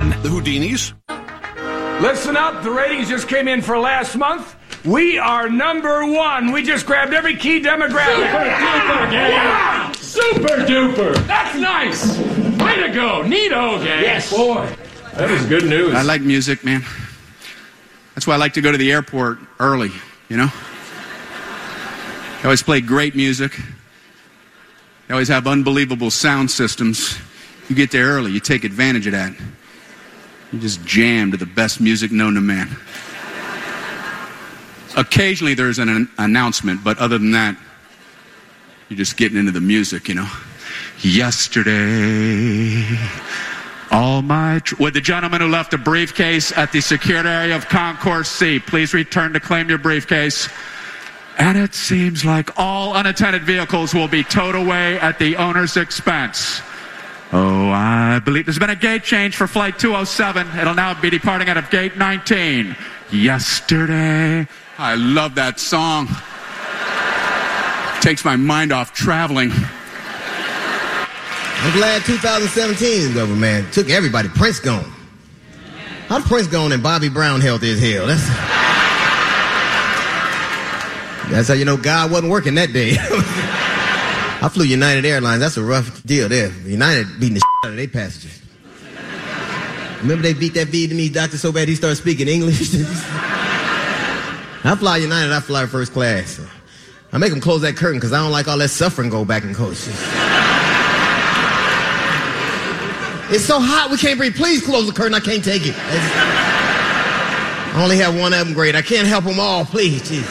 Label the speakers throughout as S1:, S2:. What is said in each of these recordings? S1: on the Houdinis.
S2: Listen up. The ratings just came in for last month. We are number one. We just grabbed every key demographic.
S3: Super duper, gang! Super duper!
S2: That's nice. Way to go. Neato, gang.
S3: Yes.
S2: Boy.
S3: That was good news.
S4: I like music, man. That's why I like to go to the airport early, you know? They always play great music. They always have unbelievable sound systems. You get there early, you take advantage of that. You just jam to the best music known to man. Occasionally there's an, an announcement, but other than that, you're just getting into the music, you know? Yesterday. All my. Tr- Would the gentleman who left a briefcase at the secured area of Concourse C please return to claim your briefcase? And it seems like all unattended vehicles will be towed away at the owner's expense. Oh, I believe there's been a gate change for Flight 207. It'll now be departing out of Gate 19. Yesterday. I love that song. Takes my mind off traveling.
S5: I'm glad 2017 is over, man. Took everybody. Prince gone. How's Prince gone and Bobby Brown healthy as hell? That's that's how you know God wasn't working that day. I flew United Airlines. That's a rough deal there. United beating the shit out of their passengers. Remember they beat that Vietnamese doctor so bad he started speaking English. I fly United. I fly first class. I make them close that curtain because I don't like all that suffering go back and coach. It's so hot we can't breathe. Please close the curtain. I can't take it. It's- I only have one of them great. I can't help them all. Please, Jesus.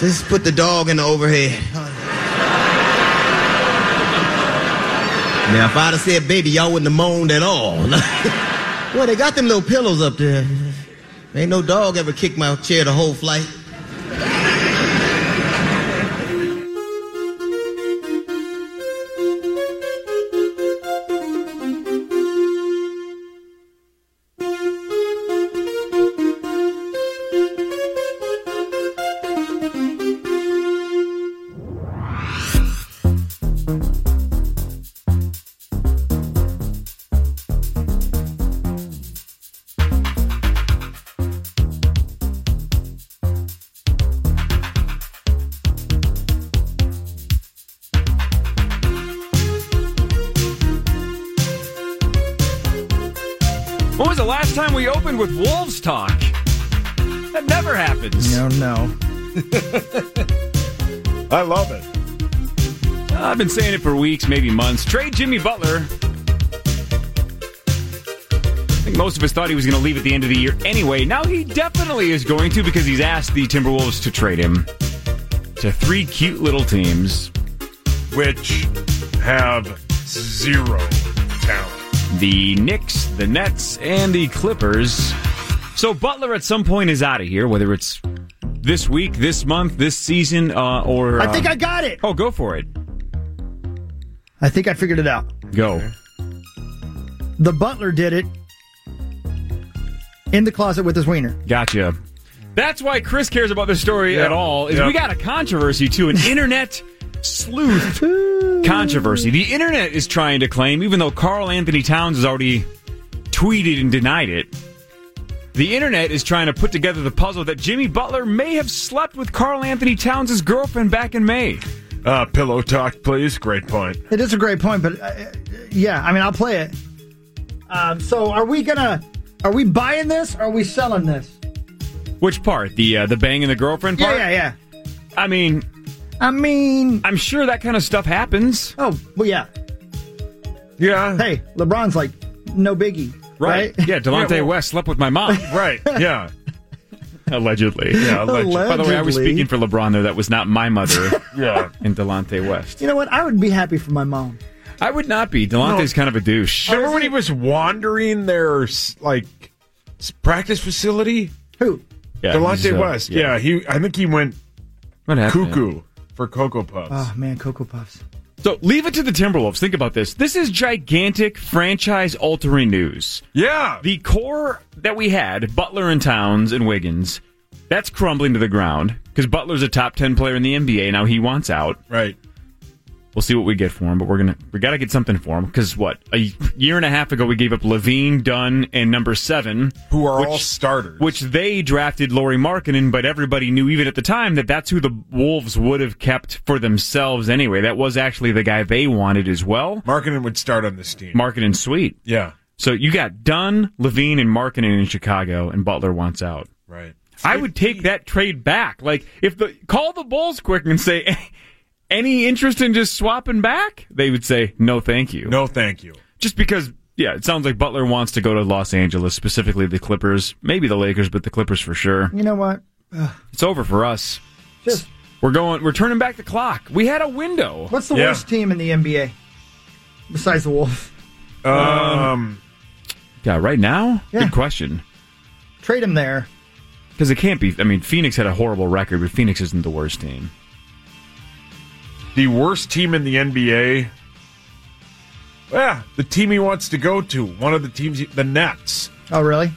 S5: Just put the dog in the overhead. Now, if I'd have said baby, y'all wouldn't have moaned at all. well, they got them little pillows up there. Ain't no dog ever kicked my chair the whole flight.
S2: When was the last time we opened with Wolves Talk? That never happens.
S6: No, no.
S7: I love it.
S2: I've been saying it for weeks, maybe months. Trade Jimmy Butler. I think most of us thought he was going to leave at the end of the year anyway. Now he definitely is going to because he's asked the Timberwolves to trade him to three cute little teams
S7: Which have zero talent.
S2: the Knicks, the Nets, and the Clippers. So Butler at some point is out of here, whether it's this week, this month, this season, uh, or.
S6: I think
S2: uh,
S6: I got it.
S2: Oh, go for it.
S6: I think I figured it out.
S2: Go.
S6: The butler did it in the closet with his wiener.
S2: Gotcha. That's why Chris cares about this story
S7: Yeah.
S2: at all. Is
S7: Yeah.
S2: we got a controversy too, an internet sleuth controversy. The internet is trying to claim, even though Carl Anthony Towns has already tweeted and denied it. The internet is trying to put together the puzzle that Jimmy Butler may have slept with Carl Anthony Towns' girlfriend back in May.
S7: Uh, pillow talk, please. Great point.
S6: It is a great point, but uh, uh, yeah, I mean, I'll play it. Um, so, are we gonna? Are we buying this? Or are we selling this?
S2: Which part? The uh, the bang and the girlfriend
S6: Yeah,
S2: part?
S6: yeah, yeah.
S2: I mean,
S6: I mean,
S2: I'm sure that kind of stuff happens.
S6: oh, well, yeah.
S7: Yeah.
S6: Hey, LeBron's like, no biggie, right?
S2: Yeah, Delonte
S7: Yeah, well-
S2: West slept with my mom.
S7: Right. Yeah.
S2: Allegedly.
S7: Yeah. Legend.
S6: Alleg-
S2: By the way, I was
S6: Allegedly.
S2: speaking for LeBron there. That was not my mother
S7: Yeah.
S2: and Delonte West.
S6: You know what? I would be happy for my mom.
S2: I would not be. Delonte's kind of a douche.
S7: Remember when he was wandering their s- like s- practice facility?
S6: Who?
S2: Yeah,
S7: Delonte
S2: he's, uh,
S7: West. Yeah. he. I think he went
S2: What happened?
S7: cuckoo for Cocoa Puffs.
S6: Oh man, Cocoa Puffs.
S2: So leave it to the Timberwolves. Think about this. This is gigantic franchise altering news.
S7: yeah.
S2: The core that we had, Butler and Towns and Wiggins, that's crumbling to the ground because Butler's a top 10 player in the NBA. Now he wants out.
S7: right.
S2: We'll see what we get for him, but we're gonna we gotta get something for him because what a year and a half ago we gave up Levine, Dunn, and number seven,
S7: Who are all
S2: which-
S7: starters.
S2: which they drafted Laurie Markkinen, but everybody knew even at the time that that's who the Wolves would have kept for themselves anyway. That was actually the guy they wanted as well.
S7: marketing would start on this team.
S2: Markkinen, sweet.
S7: yeah.
S2: So you got Dunn, Levine, and Markkinen in Chicago, and Butler wants out.
S7: Right.
S2: I would take that trade back. Like if the call the Bulls quick and say, any interest in just swapping back? They would say no, thank you.
S7: No, thank you.
S2: Just because, yeah, it sounds like Butler wants to go to Los Angeles, specifically the Clippers, maybe the Lakers, but the Clippers for sure.
S6: You know what? Uh,
S2: It's over for us.
S6: Just
S2: We're going. We're turning back the clock. We had a window.
S6: what's the
S7: Yeah.
S6: worst team in the NBA besides the Wolves?
S7: Um,
S2: Yeah, right now.
S6: Yeah.
S2: Good question.
S6: Trade him there.
S2: Because it can't be. I mean, Phoenix had a horrible record, but Phoenix isn't the worst team.
S7: the worst team in the NBA. E Yeah, the team he wants to go to. One of the teams, he- the Nets.
S6: Oh, really?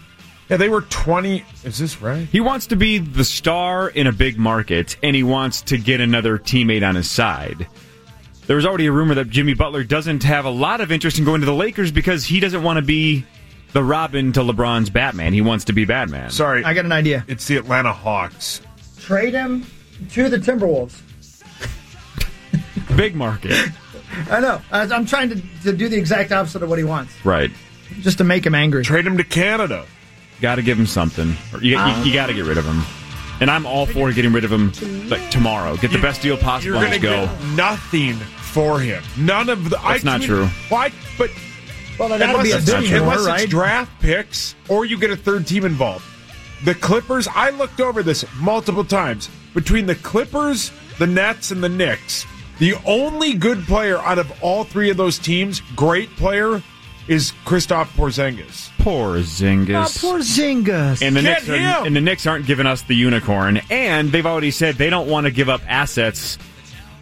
S7: Yeah, they were 20. Is this right?
S2: He wants to be the star in a big market, and he wants to get another teammate on his side. There was already a rumor that Jimmy Butler doesn't have a lot of interest in going to the Lakers because he doesn't want to be the Robin to LeBron's Batman. He wants to be Batman.
S7: Sorry.
S6: I got an idea.
S7: it's the Atlanta Hawks.
S6: Trade him to the Timberwolves.
S2: big market,
S6: I know. I, I'm trying to, to do the exact opposite of what he wants,
S2: right?
S6: just to make him angry.
S7: Trade him to Canada.
S2: Got to give him something. Or You, you, got to get rid of him. And I'm all for getting rid of him like tomorrow. Get the best deal possible.
S7: You're
S2: and
S7: going to
S2: just go.
S7: get nothing for him. None of the.
S2: That's not true.
S7: Why? But
S6: Well, then that
S7: unless,
S6: would be a
S7: it's,
S2: not
S6: bidding
S2: true.
S6: war,
S7: unless
S6: right?
S7: it's draft picks or you get a third team involved. The Clippers, I looked over this multiple times. Between the Clippers, the Nets, and the Knicks, the only good player out of all three of those teams, great player, is Christoph Porzingis.
S2: Poor
S6: Ah,
S2: Zingas.
S6: poor Zingas.
S2: And the
S7: Oh, Get
S2: Knicks are,
S7: him!
S2: and the Knicks aren't giving us the unicorn, and they've already said they don't want to give up assets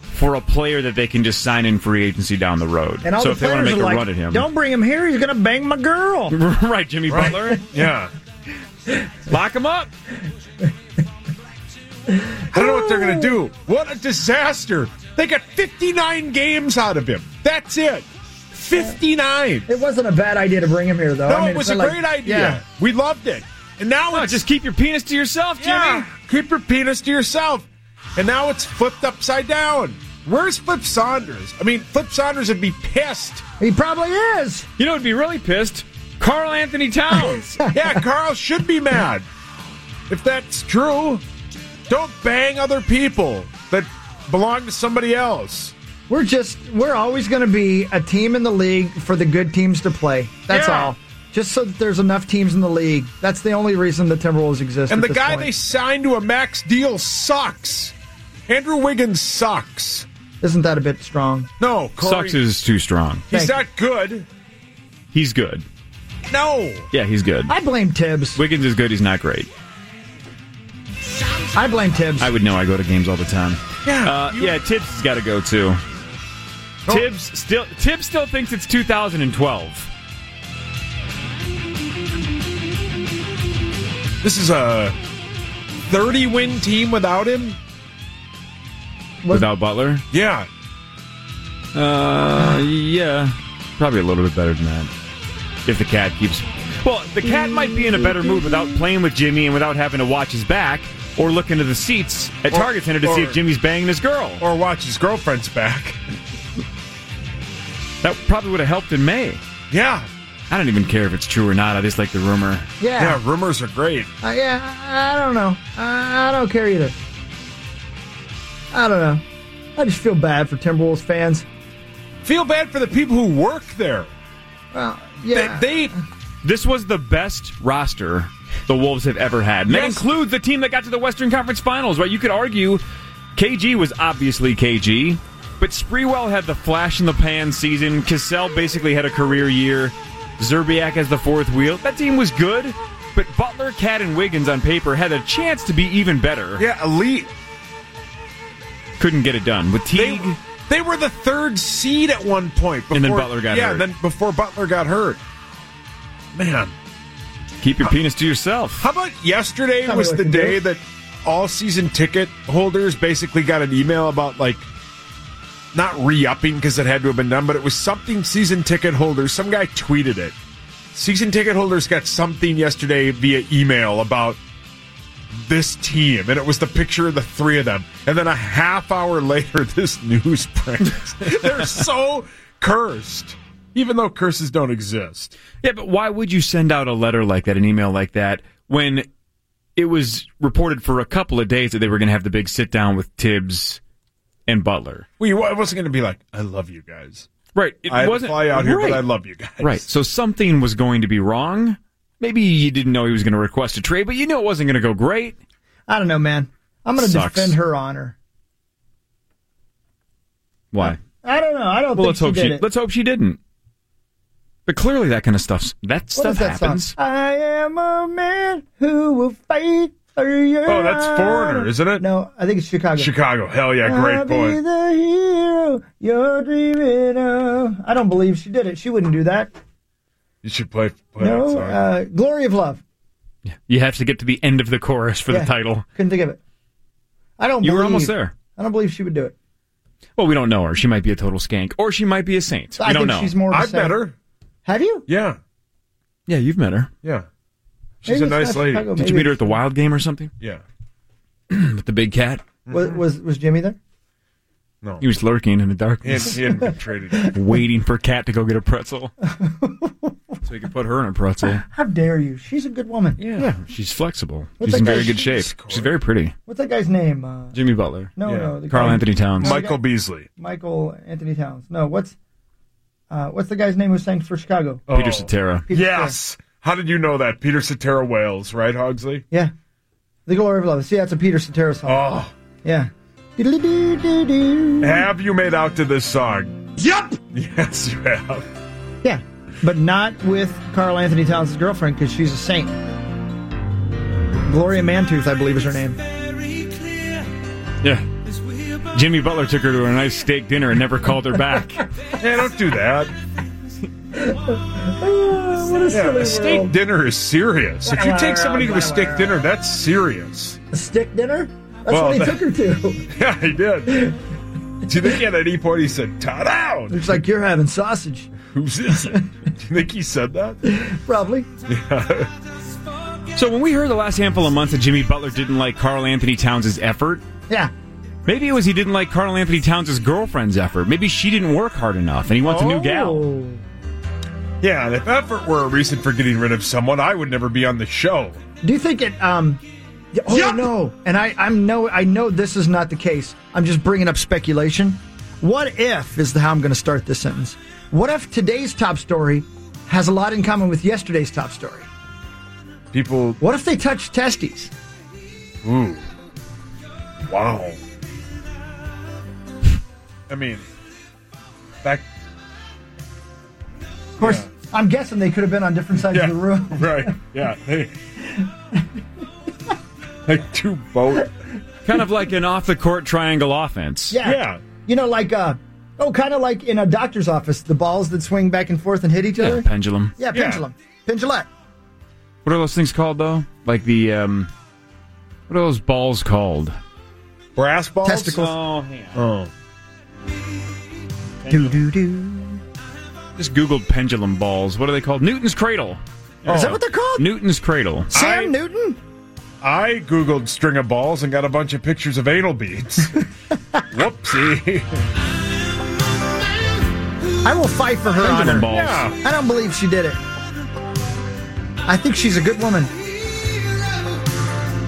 S2: for a player that they can just sign in free agency down the road.
S6: And all
S2: so
S6: the
S2: if they want to
S6: players
S2: make
S6: are
S2: a
S6: like,
S2: run at him,
S6: Don't bring him here. He's gonna bang my girl.
S2: right, Jimmy Butler,
S7: Yeah.
S2: lock him up.
S7: I don't know what they're going to do. What a disaster. They got 59 games out of him. That's it. 59.
S6: It wasn't a bad idea to bring him here, though.
S7: No,
S6: I mean,
S7: it was a
S6: it's not like-
S7: great idea.
S6: Yeah.
S7: We loved it. And now
S2: No,
S7: it's
S2: just keep your penis to yourself, Jimmy.
S7: yeah, keep your penis to yourself. And now it's flipped upside down. Where's Flip Saunders? I mean, Flip Saunders would be pissed.
S6: He probably is.
S2: You know, who'd be really pissed. Carl Anthony Towns.
S7: Yeah, Carl should be mad. If that's true, don't bang other people that belong to somebody else.
S6: We're just we're always going to be a team in the league for the good teams to play. That's
S7: Yeah.
S6: all. Just so that there's enough teams in the league. That's the only reason the Timberwolves exist.
S7: And
S6: at
S7: the
S6: this
S7: guy
S6: point.
S7: they signed to a max deal sucks. Andrew Wiggins sucks.
S6: isn't that a bit strong?
S7: No, Corey,
S2: Sucks is too strong.
S7: he's
S6: Thank you.
S7: not good.
S2: He's good.
S7: No.
S2: Yeah, he's good.
S6: I blame Tibbs.
S2: Wiggins is good. He's not great.
S6: I blame Tibbs.
S2: I would know. I go to games all the time.
S7: Yeah,
S2: Uh,
S7: you- Oh.
S2: yeah, Tibbs has got to go too. Tibbs still Tibbs still thinks it's 2012.
S7: This is a 30 win team without him.
S2: Without Butler?
S7: Yeah.
S2: Uh, yeah, probably a little bit better than that. If the cat keeps, well, the cat might be in a better mood without playing with Jimmy and without having to watch his back or look into the seats at
S7: Or-
S2: Target Center to see if
S7: or-
S2: Jimmy's banging his girl.
S7: Or watch his girlfriend's back.
S2: That probably would have helped in May.
S7: Yeah.
S2: I don't even care if it's true or not. I just like the rumor.
S7: Yeah,
S6: yeah,
S7: rumors are great.
S6: yeah. Uh, yeah I I don't know. I, I don't care either. I don't know. I just feel bad for Timberwolves fans.
S7: Feel bad for the people who work there.
S6: Well,
S7: They,
S6: yeah.
S7: they
S2: This was the best roster the Wolves have ever had. And that
S7: Yes.
S2: includes the team that got to the Western Conference Finals, right? You could argue KG was obviously KG, but Spreewell had the flash in the pan season. Cassell basically had a career year. Zerbiak as the fourth wheel. That team was good, but Butler, Cat, and Wiggins on paper had a chance to be even better.
S7: yeah, elite.
S2: Couldn't get it done. With
S7: They
S2: Teague,
S7: they were the third seed at one point before
S2: And then Butler got
S7: yeah,
S2: hurt.
S7: then before Butler got hurt. Man,
S2: keep your penis to yourself.
S7: how about yesterday
S6: Tell me
S7: was
S6: what
S7: the
S6: you can
S7: day
S6: do.
S7: that all season ticket holders basically got an email about like not re-upping because it had to have been done, but it was something season ticket holders. Some guy tweeted it. Season ticket holders got something yesterday via email about this team, and it was the picture of the three of them. And then a half hour later, this news breaks. They're so cursed, even though curses don't exist.
S2: Yeah, but why would you send out a letter like that, an email like that, when it was reported for a couple of days that they were going to have the big sit down with Tibbs and Butler?
S7: Well, you- I wasn't going to be like, "I love you guys."
S2: Right. It
S7: I had to
S2: wasn't
S7: fly out here,
S2: right.
S7: but I love you guys.
S2: Right. So something was going to be wrong. Maybe you didn't know he was going to request a trade, but you knew it wasn't going to go great.
S6: I don't know, man. I'm going to
S2: Sucks.
S6: defend her honor.
S2: Why?
S6: I don't know. I
S2: Well,
S6: don't think
S2: let's
S6: she
S2: hope
S6: did
S2: she
S6: it.
S2: let's hope she didn't. But clearly, that kind of stuff's that
S6: What
S2: stuff
S6: is that
S2: happens.
S6: song? I am a man who will fight for you.
S7: Oh, that's Foreigner, isn't it?
S6: No, I think it's Chicago.
S7: Chicago, hell yeah,
S6: I'll
S7: great
S6: be
S7: boy.
S6: the hero you're dreaming of. I don't believe she did it. She wouldn't do that.
S7: You should play. play that
S6: No,
S7: song.
S6: uh, Glory of Love.
S2: You have to get to the end of the chorus for
S6: Yeah.
S2: the title.
S6: Couldn't think of it. I don't.
S2: You were
S6: believe-
S2: almost there.
S6: I don't believe she would do it.
S2: Well, we don't know her. She might be a total skank, or she might be a saint. We
S6: I
S2: don't
S6: think
S2: know.
S6: she's more. Of a
S7: I've
S6: saint.
S7: met her.
S6: Have you?
S7: Yeah,
S2: yeah, you've met her.
S7: yeah. She's
S6: Maybe
S7: a
S6: it's
S7: nice
S6: not
S7: lady.
S6: Chicago,
S2: Did you
S6: maybe
S2: meet her at the Wild Game or something
S7: Yeah.
S2: with the big cat?
S6: Was,
S7: Mm-hmm.
S6: was was Jimmy there?
S7: No.
S2: He was lurking in the
S7: He had-
S2: darkness,
S7: he hadn't been traded. yet.
S2: waiting for Cat to go get a pretzel, so he could put her in a pretzel.
S6: How dare you? She's a good woman.
S2: Yeah, she's flexible.
S6: What's
S2: she's in
S6: that
S2: very
S6: guy-
S2: good shape. She's very pretty.
S6: What's that guy's name? Uh,
S2: Jimmy Butler,
S6: no,
S7: Yeah.
S6: no, the
S2: Carl
S6: guy-
S2: Anthony Towns.
S7: Michael Beasley.
S6: Michael Anthony Towns. No, what's uh, what's the guy's name who sang for Chicago?
S7: Oh.
S2: Peter Cetera.
S6: Peter
S7: Yes. How did you know that? Peter Cetera Wales, right, Hogsley?
S6: Yeah. The Glory of Love. See, that's a Peter Cetera song.
S7: Oh.
S6: Yeah. Diddly-doo-doo-doo.
S7: Have you made out to this song? Yep. Yes, you have.
S6: Yeah. But not with Carl Anthony Towns' girlfriend because she's a saint. Gloria Mantooth, I believe, is her name.
S2: Yeah. Jimmy Butler took her to a nice steak dinner and never called her back.
S7: Yeah, don't do that.
S6: what a
S7: Yeah,
S6: silly
S7: a steak dinner is serious. If you take somebody to a steak dinner, that's serious.
S6: stick dinner? That's
S7: Well,
S6: what he
S7: that-
S6: took her to.
S7: Yeah, he did. Do you think at any point he said, "Tot out"?
S6: It's like you're having sausage.
S7: Who's this? Do you think he said that?
S6: Probably.
S2: so when we heard the last handful of months that Jimmy Butler didn't like Carl Anthony Towns' effort,
S6: Yeah.
S2: maybe it was he didn't like Carl Anthony Towns' girlfriend's effort. Maybe she didn't work hard enough and he wants a new gal.
S6: Oh.
S7: Yeah, and if effort were a reason for getting rid of someone, I would never be on the show.
S6: Do you think it? Um, y- oh
S7: Yup.
S6: no! And I, I'm no, I know this is not the case. I'm just bringing up speculation. What if is the how I'm going to start this sentence? What if today's top story has a lot in common with yesterday's top story?
S7: People,
S6: What if they touch testes?
S7: ooh, wow. I mean, back,
S6: Of course, I'm guessing they could have been on different sides
S7: yeah,
S6: of the room.
S7: right, yeah, they- like two boat,
S2: Kind of like an off the court triangle offense.
S6: Yeah.
S7: yeah.
S6: You know, like uh, oh, kind of like in a doctor's office, the balls that swing back and forth and hit each
S2: Yeah,
S6: other.
S2: pendulum.
S6: Yeah,
S7: Yeah.
S6: pendulum, pendulette.
S2: What are those things called though? Like the um what are those balls called?
S7: Brass balls,
S6: Testicles.
S2: Oh,
S7: Oh,
S6: Do do do.
S2: Just googled pendulum balls. What are they called? Newton's cradle.
S6: Is
S2: Oh.
S6: that what they're called?
S2: Newton's cradle.
S6: Sam
S7: I-
S6: Newton.
S7: I googled string of balls and got a bunch of pictures of anal beads. Whoopsie.
S6: I will fight for her honor.
S2: Pendulum balls.
S7: Yeah.
S6: I don't believe she did it. I think she's a good woman.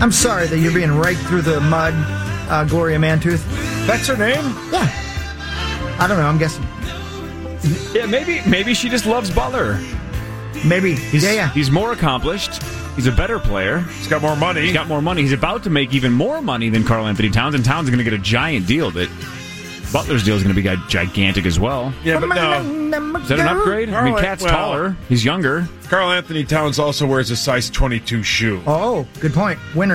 S6: I'm sorry that you're being raked through the mud, uh, Gloria Mantooth.
S7: That's her name?
S6: Yeah. I don't know. I'm guessing.
S2: Yeah, maybe maybe she just loves Butler.
S6: Maybe.
S2: He's,
S6: yeah, yeah.
S2: He's more accomplished. He's a better player.
S7: She's got more money.
S2: He's got more money. He's about to make even more money than Carl Anthony Towns, and Towns is going to get a giant deal. That Butler's deal is going to be gi- gigantic as well.
S7: yeah, but no.
S2: Is that an upgrade? I mean,
S7: Carl-
S2: Cat's
S7: well-
S2: taller. He's younger.
S7: Carl Anthony Towns also wears a size 22 shoe.
S6: Oh, good point. Winner.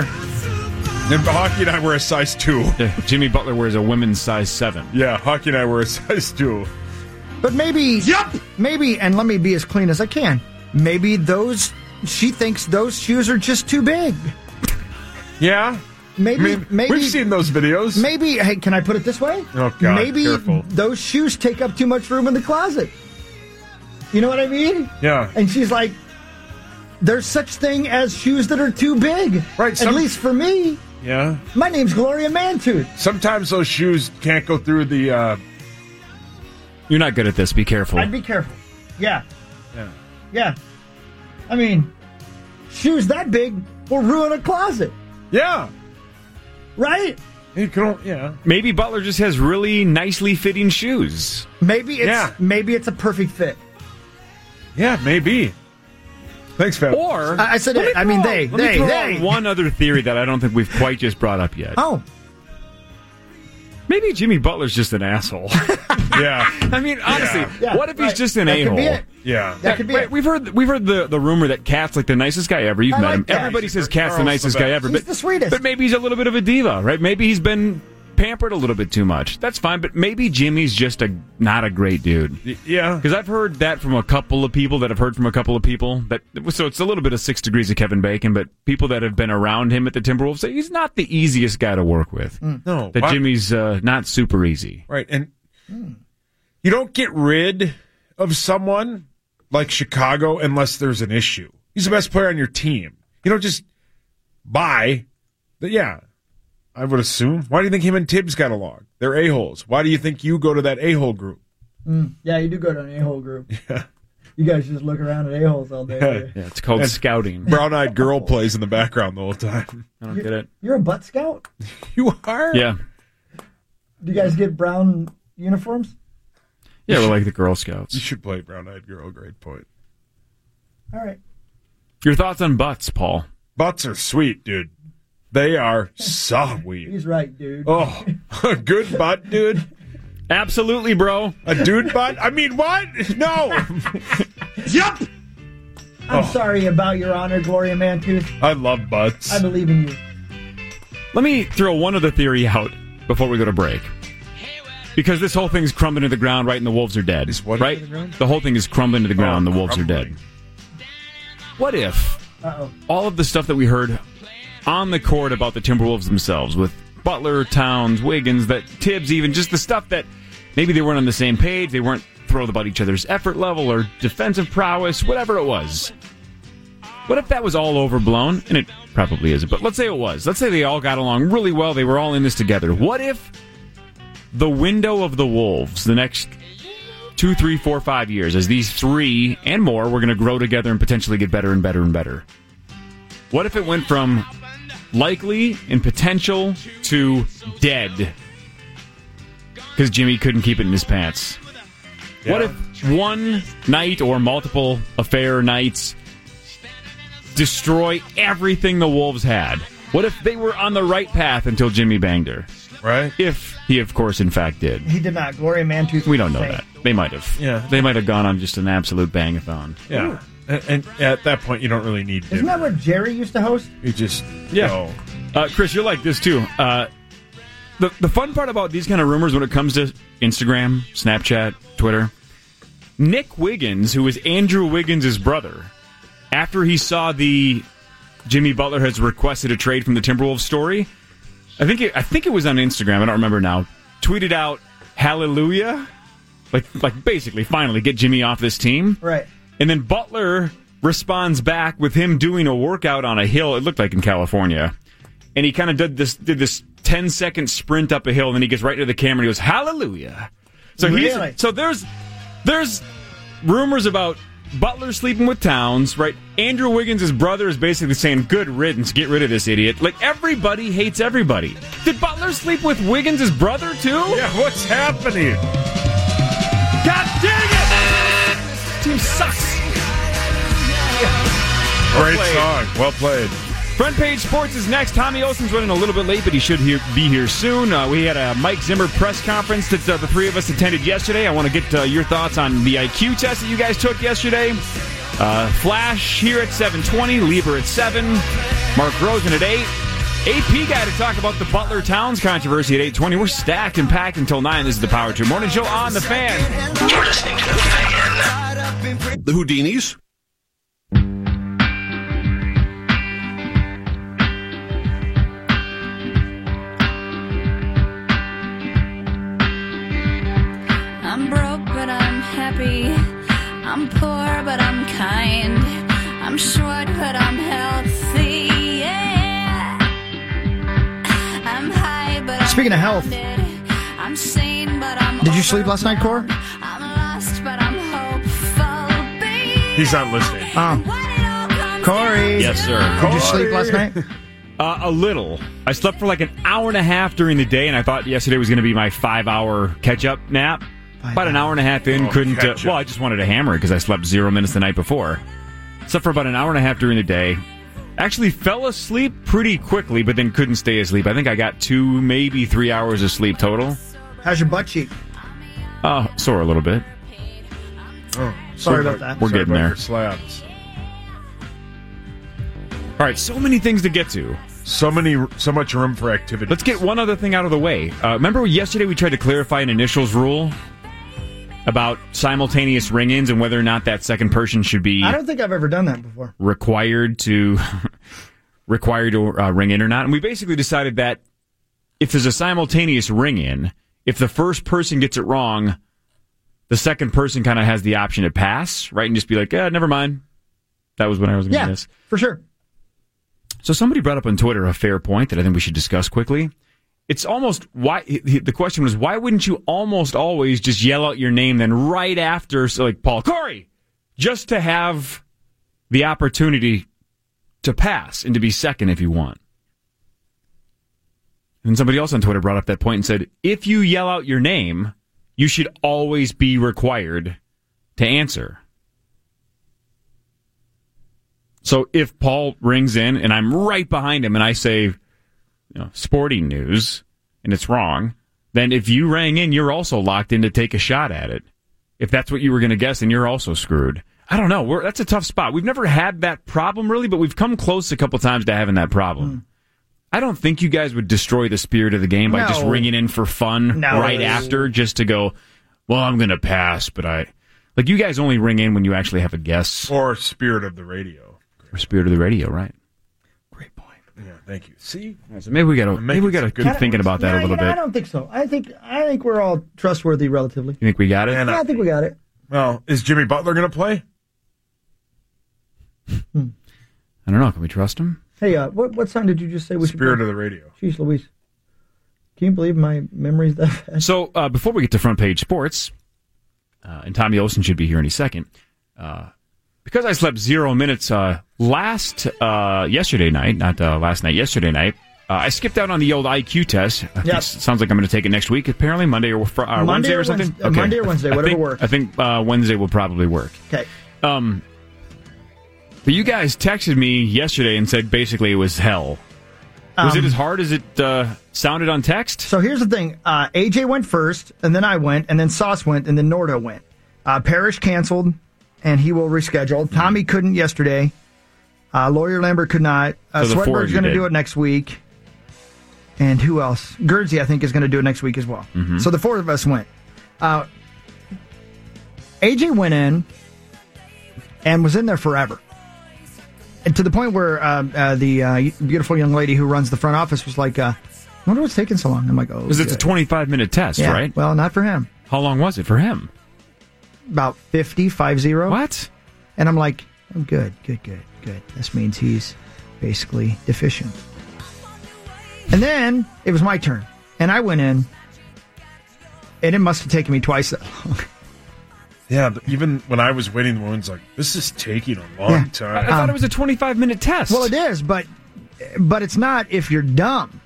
S7: And Hockey and I wear a size 2.
S2: Yeah, Jimmy Butler wears a women's size seven.
S7: Yeah, Hockey and I wear a size 2.
S6: But maybe. Yup. Maybe, and let me be as clean as I can. Maybe those. She thinks those shoes are just too big.
S7: Yeah?
S6: maybe,
S7: I mean,
S6: maybe
S7: we've seen those videos.
S6: Maybe hey, can I put it this way?
S7: Oh, God,
S6: Maybe
S7: careful.
S6: those shoes take up too much room in the closet. You know what I mean?
S7: Yeah.
S6: And she's like, "There's such thing as shoes that are too big."
S7: Right,
S6: At
S7: some-
S6: least for me,
S7: Yeah.
S6: my name's Gloria Mantooth.
S7: Sometimes those shoes can't go through the. Uh,
S2: You're not good at this. Be careful.
S6: I'd be careful. Yeah.
S7: Yeah.
S6: Yeah. I mean, shoes that big will ruin a closet,
S7: yeah.
S6: right?
S7: You can. only- Yeah.
S2: Maybe Butler just has really nicely fitting shoes.
S6: Maybe it's
S7: Yeah.
S6: maybe it's a perfect fit.
S7: Yeah. Maybe. Thanks, Pat.
S2: Or
S6: I, I said,
S2: Let me
S6: I mean,
S2: throw-
S6: they,
S2: let me
S6: they,
S2: throw
S6: they.
S2: out One other theory that I don't think we've quite just brought up yet.
S6: Oh,
S2: Maybe Jimmy Butler's just an asshole.
S7: Yeah.
S2: I mean, honestly,
S6: yeah.
S2: what if he's
S6: right.
S2: just an
S6: That
S2: a
S6: could be
S2: hole?
S6: it.
S7: Yeah.
S6: That could be it.
S2: We've heard we've heard the, the rumor that Cat's like the nicest guy ever. You've
S6: I
S2: met
S6: like
S2: him.
S6: Cat.
S2: Everybody
S6: He's
S2: says
S7: the-
S2: Cat's the
S7: Carl's
S2: nicest
S7: the
S2: guy
S7: best.
S2: ever.
S6: He's
S2: but
S6: the sweetest.
S2: But maybe he's a little bit of a diva, right? Maybe he's been pampered a little bit too much. That's fine. But maybe Jimmy's just a not a great dude.
S7: Yeah.
S2: Because I've heard that from a couple of people that have heard from a couple of people that so it's a little bit of six degrees of Kevin Bacon, but people that have been around him at the Timberwolves say he's not the easiest guy to work with.
S7: Mm. No.
S2: That
S7: why-
S2: Jimmy's uh, not super easy.
S7: Right. And
S6: Hmm.
S7: you don't get rid of someone like Chicago unless there's an issue. He's the best player on your team. You don't just buy. But yeah, I would assume. Why do you think him and Tibbs got along? They're a-holes. Why do you think you go to that a-hole group?
S6: Mm. Yeah, you do go to an a-hole group. Yeah. You guys just look around at a-holes all day.
S7: Yeah.
S2: Yeah, it's called scouting.
S7: Brown-eyed girl plays in the background the whole time.
S2: I don't get it.
S6: You're a butt scout?
S7: You are?
S2: Yeah,
S6: Do you guys get brown uniforms?
S2: yeah, we're like the Girl
S7: You
S2: Scouts.
S7: should play brown-eyed girl. Great point.
S6: All right.
S2: Your thoughts on butts, Paul?
S7: Butts are sweet, dude. They are sweet.
S6: He's right, dude.
S7: Oh, a good butt, dude.
S2: Absolutely, bro.
S7: A dude butt? I mean, what? No. yup.
S6: I'm sorry about your honor, Gloria Mantooth.
S7: Oh. I love butts.
S6: I believe in you.
S2: Let me throw one other theory out before we go to break. Because this whole thing's crumbling to the ground, right? And the wolves are dead.
S7: Is what
S2: right?
S7: to the ground?
S2: whole thing is crumbling to the ground.
S7: Oh,
S2: the wolves are
S7: crumbling.
S2: dead. What if
S6: Uh-oh.
S2: all of the stuff that we heard on the court about the Timberwolves themselves with Butler, Towns, Wiggins, that Tibbs, even just the stuff that maybe they weren't on the same page, they weren't thrilled about each other's effort level or defensive prowess, whatever it was. What if that was all overblown? And it probably isn't, but let's say it was. Let's say they all got along really well, they were all in this together. What if the window of the Wolves, the next two, three, four, five years, as these three and more were going to grow together and potentially get better and better and better? What if it went from likely and potential to dead? Because Jimmy couldn't keep it in his pants. What if one night or multiple affair nights destroy everything the Wolves had? What if they were on the right path until Jimmy banged her?
S7: Right?
S2: If he, of course, in fact did.
S6: He did not. Gloria Mantooth.
S2: We don't know
S6: Saint.
S2: that. They might have.
S7: Yeah.
S2: They might have gone on just an absolute bangathon.
S7: Yeah. And, and at that point, you don't really need
S6: Isn't
S7: dinner.
S6: that what Jerry used to host?
S7: you just
S2: Yeah.
S7: go.
S2: Uh, Chris, you're like this too. Uh, the the fun part about these kind of rumors when it comes to Instagram, Snapchat, Twitter, Nick Wiggins, who is Andrew Wiggins' brother, after he saw the Jimmy Butler has requested a trade from the Timberwolves story, I think it, I think it was on Instagram. I don't remember now. Tweeted out Hallelujah, like like basically finally get Jimmy off this team.
S6: Right.
S2: And then Butler responds back with him doing a workout on a hill. It looked like in California. And he kind of did this did this 10 second sprint up a hill and then he gets right to the camera and he goes, "Hallelujah." So
S6: Really?
S2: he's so there's there's rumors about Butler sleeping with Towns, right? Andrew Wiggins' brother is basically saying, "Good riddance, get rid of this idiot." Like everybody hates everybody. Did Butler sleep with Wiggins' brother too?
S7: Yeah, what's happening?
S2: God dang it! Team sucks.
S7: Great
S2: played.
S7: song. Well played.
S2: Front page sports is next. Tommy Olsen's running a little bit late, but he should here, be here soon. Uh, we had a Mike Zimmer press conference that uh, the three of us attended yesterday. I want to get uh, your thoughts on the IQ test that you guys took yesterday. Uh, Flash here at 7:20, Lieber at seven, Mark Rosen at eight. AP guy to talk about the Butler Towns controversy at 8:20. We're stacked and packed until nine. This is the Power Two Morning Show on the Fan.
S1: You're listening to The Fan.
S8: The Houdinis.
S9: but I'm healthy. Yeah. I'm high, but I'm
S6: Speaking of health.
S9: grounded. I'm sane, but I'm
S6: Did you sleep last night, Cor?
S9: overwhelmed. I'm lost, but I'm hopeful. Baby.
S7: He's not listening.
S6: Oh.
S9: What it all
S2: Ah.
S9: comes
S6: Corey.
S9: down
S2: Yes,
S9: to.
S2: sir.
S6: Did you sleep last night?
S2: Uh, a little. I slept for like an hour and a half during the day, and I thought yesterday was going to be my five-hour catch-up nap. About an hour and a half in,
S7: Oh,
S2: couldn't. Uh,
S7: catch-up.
S2: well, I just wanted to hammer it because I slept zero minutes the night before. Slept for about an hour and a half during the day. Actually, fell asleep pretty quickly, but then couldn't stay asleep. I think I got two, maybe three hours of sleep total.
S6: How's your butt cheek?
S2: Uh, sore a little bit.
S7: Oh,
S6: Sorry about that.
S2: We're getting there.
S7: Slaps.
S2: All right, so many things to get to.
S7: So many, so much room for activity.
S2: Let's get one other thing out of the way. Uh, remember yesterday we tried to clarify an initials rule about simultaneous ring-ins and whether or not that second person should be
S6: I don't think I've ever done that before.
S2: required to required to uh, ring in or not. And we basically decided that if there's a simultaneous ring in, if the first person gets it wrong, the second person kind of has the option to pass, right, and just be like, eh, never mind. That was when I was going to
S6: Yeah,
S2: miss.
S6: for sure.
S2: So somebody brought up on Twitter a fair point that I think we should discuss quickly. It's almost why the question was why wouldn't you almost always just yell out your name then right after so like Paul Corey just to have the opportunity to pass and to be second if you want. And somebody else on Twitter brought up that point and said if you yell out your name, you should always be required to answer. So if Paul rings in and I'm right behind him and I say, you know, sporting news and it's wrong, then if you rang in, you're also locked in to take a shot at it. If that's what you were going to guess, then you're also screwed. I don't know. We're, that's a tough spot. We've never had that problem really, but we've come close a couple times to having that
S6: Hmm.
S2: problem. I don't think you guys would destroy the spirit of the game by just
S6: No.
S2: ringing in for fun
S6: No.
S2: right after just to go, well, I'm going to pass, but I. Like, you guys only ring in when you actually have a guess
S7: or spirit of the radio.
S2: or spirit of the radio, right? Great point.
S7: Yeah, thank you. See,
S2: So maybe we got to maybe we got to
S7: Making some
S2: keep
S7: good
S2: thinking about that a
S6: Yeah,
S2: little
S6: you know, I
S2: bit.
S6: don't think so. I think I think we're all trustworthy relatively.
S2: You think we got it?
S7: and
S6: Yeah,
S7: uh,
S6: I think we got it.
S7: well, is Jimmy Butler going to play?
S2: I don't know. Can we trust him?
S6: Hey, uh, what what song did you just say? We should
S7: Spirit
S6: play?
S7: of the radio.
S6: Jeez Louise. Can you believe my memory's that fast?
S2: So uh, before we get to front page sports, uh, and Tommy Olson should be here any second. Uh, because I slept zero minutes uh, last uh, yesterday night, not uh, last night, yesterday night. Uh, I skipped out on the old IQ test. I think
S6: Yep.
S2: it sounds like I'm going to take it next week, apparently Monday or fr- uh,
S6: Monday
S2: Wednesday
S6: or
S2: or something.
S6: Wednes- uh, Monday or Wednesday,
S2: I think-
S6: whatever works.
S2: I think uh, Wednesday will probably work.
S6: Okay.
S2: Um, but you guys texted me yesterday and said basically it was hell. Was it as hard as it uh, sounded on text?
S6: Um, So here's the thing: uh, AJ went first, and then I went, and then Sauce went, and then Nordo went. Uh, Parrish canceled, and he will
S2: Mm-hmm.
S6: reschedule. Tommy couldn't yesterday. Uh, Lawyer Lambert could not. Uh,
S2: So the four of
S6: Swedberg's
S2: you
S6: going to
S2: did.
S6: do it next week. And who else? Gerdsey, I think, is going to do it next week as well.
S2: Mm-hmm.
S6: So the four of us went. Uh, AJ went in and was in there forever. And to the point where um, uh, the uh, beautiful young lady who runs the front office was like, uh, I wonder what's taking so long. I'm like, oh.
S2: Because it's a
S6: good.
S2: 25 minute test,
S6: Yeah,
S2: right?
S6: Well, not for him.
S2: How long was it for him?
S6: About 50, 50.
S2: What?
S6: And I'm like, oh, good, good, good, good. This means he's basically deficient. And then it was my turn. And I went in. And it must have taken me twice that long.
S7: Yeah, but even when I was waiting, the woman's like, "This is taking a long
S6: Yeah.
S2: I
S7: time."
S2: thought it was a 25 minute test.
S6: Well, it is, but but it's not if you're dumb.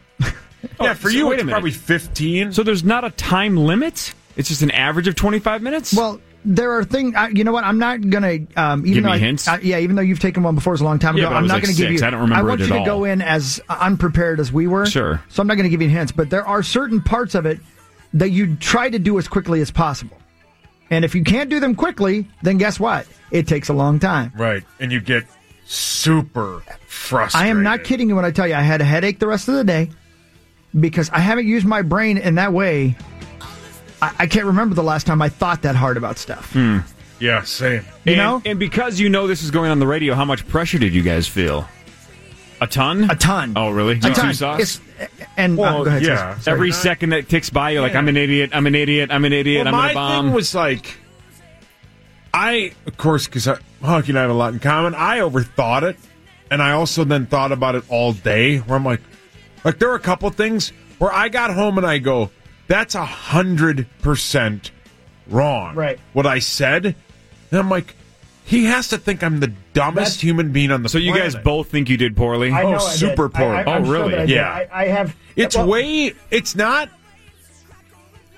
S7: yeah, for
S2: Oh, so
S7: you,
S2: wait a
S7: it's
S2: minute.
S7: probably fifteen.
S2: So there's not a time limit? It's just an average of 25 minutes?
S6: Well, there are things. You know what? I'm not gonna. Um, even
S2: Give
S6: though
S2: me
S6: I-
S2: hints?
S6: I- yeah, even though you've taken one before, it's a long time
S2: Yeah,
S6: ago.
S2: but I
S6: I'm
S2: was
S6: not
S2: like
S6: going to give
S2: six.
S6: you.
S2: I don't remember
S6: I want
S2: it
S6: you
S2: at
S6: to
S2: all.
S6: go in as unprepared as we were.
S2: Sure.
S6: So I'm not going to give you hints, but there are certain parts of it that you try to do as quickly as possible. And if you can't do them quickly, then guess what? It takes a long time.
S7: Right, and you get super frustrated.
S6: I am not kidding you when I tell you I had a headache the rest of the day because I haven't used my brain in that way. I, I can't remember the last time I thought that hard about stuff.
S7: Yeah, same.
S6: You
S2: Hmm. and,
S6: know,
S2: and because you know this is going on the radio, how much pressure did you guys feel? A ton?
S6: a ton.
S2: Oh, really?
S6: A ton.
S2: Sauce?
S6: It's- and uh,
S7: Well,
S6: go ahead.
S7: yeah.
S6: Sauce. Sorry.
S2: Every second that ticks by, you're like, I'm an idiot, I'm an idiot, I'm an idiot,
S7: Well,
S2: I'm
S7: my
S2: gonna bomb.
S7: thing was like, I of course because Honky and I have a lot in common. I overthought it, and I also then thought about it all day where I'm like, like there are a couple things where I got home and I go, that's a hundred percent wrong.
S6: Right.
S7: What I said. And I'm like, he has to think I'm the dumbest
S6: That's-
S7: human being on the
S2: So you
S7: planet.
S2: guys both think you did poorly?
S6: I know I did.
S7: Oh, super poor.
S6: I, I,
S2: Oh,
S6: I'm sure
S2: really?
S6: that I did.
S7: Yeah.
S6: I, I have.
S7: It's
S6: well,
S7: way. It's not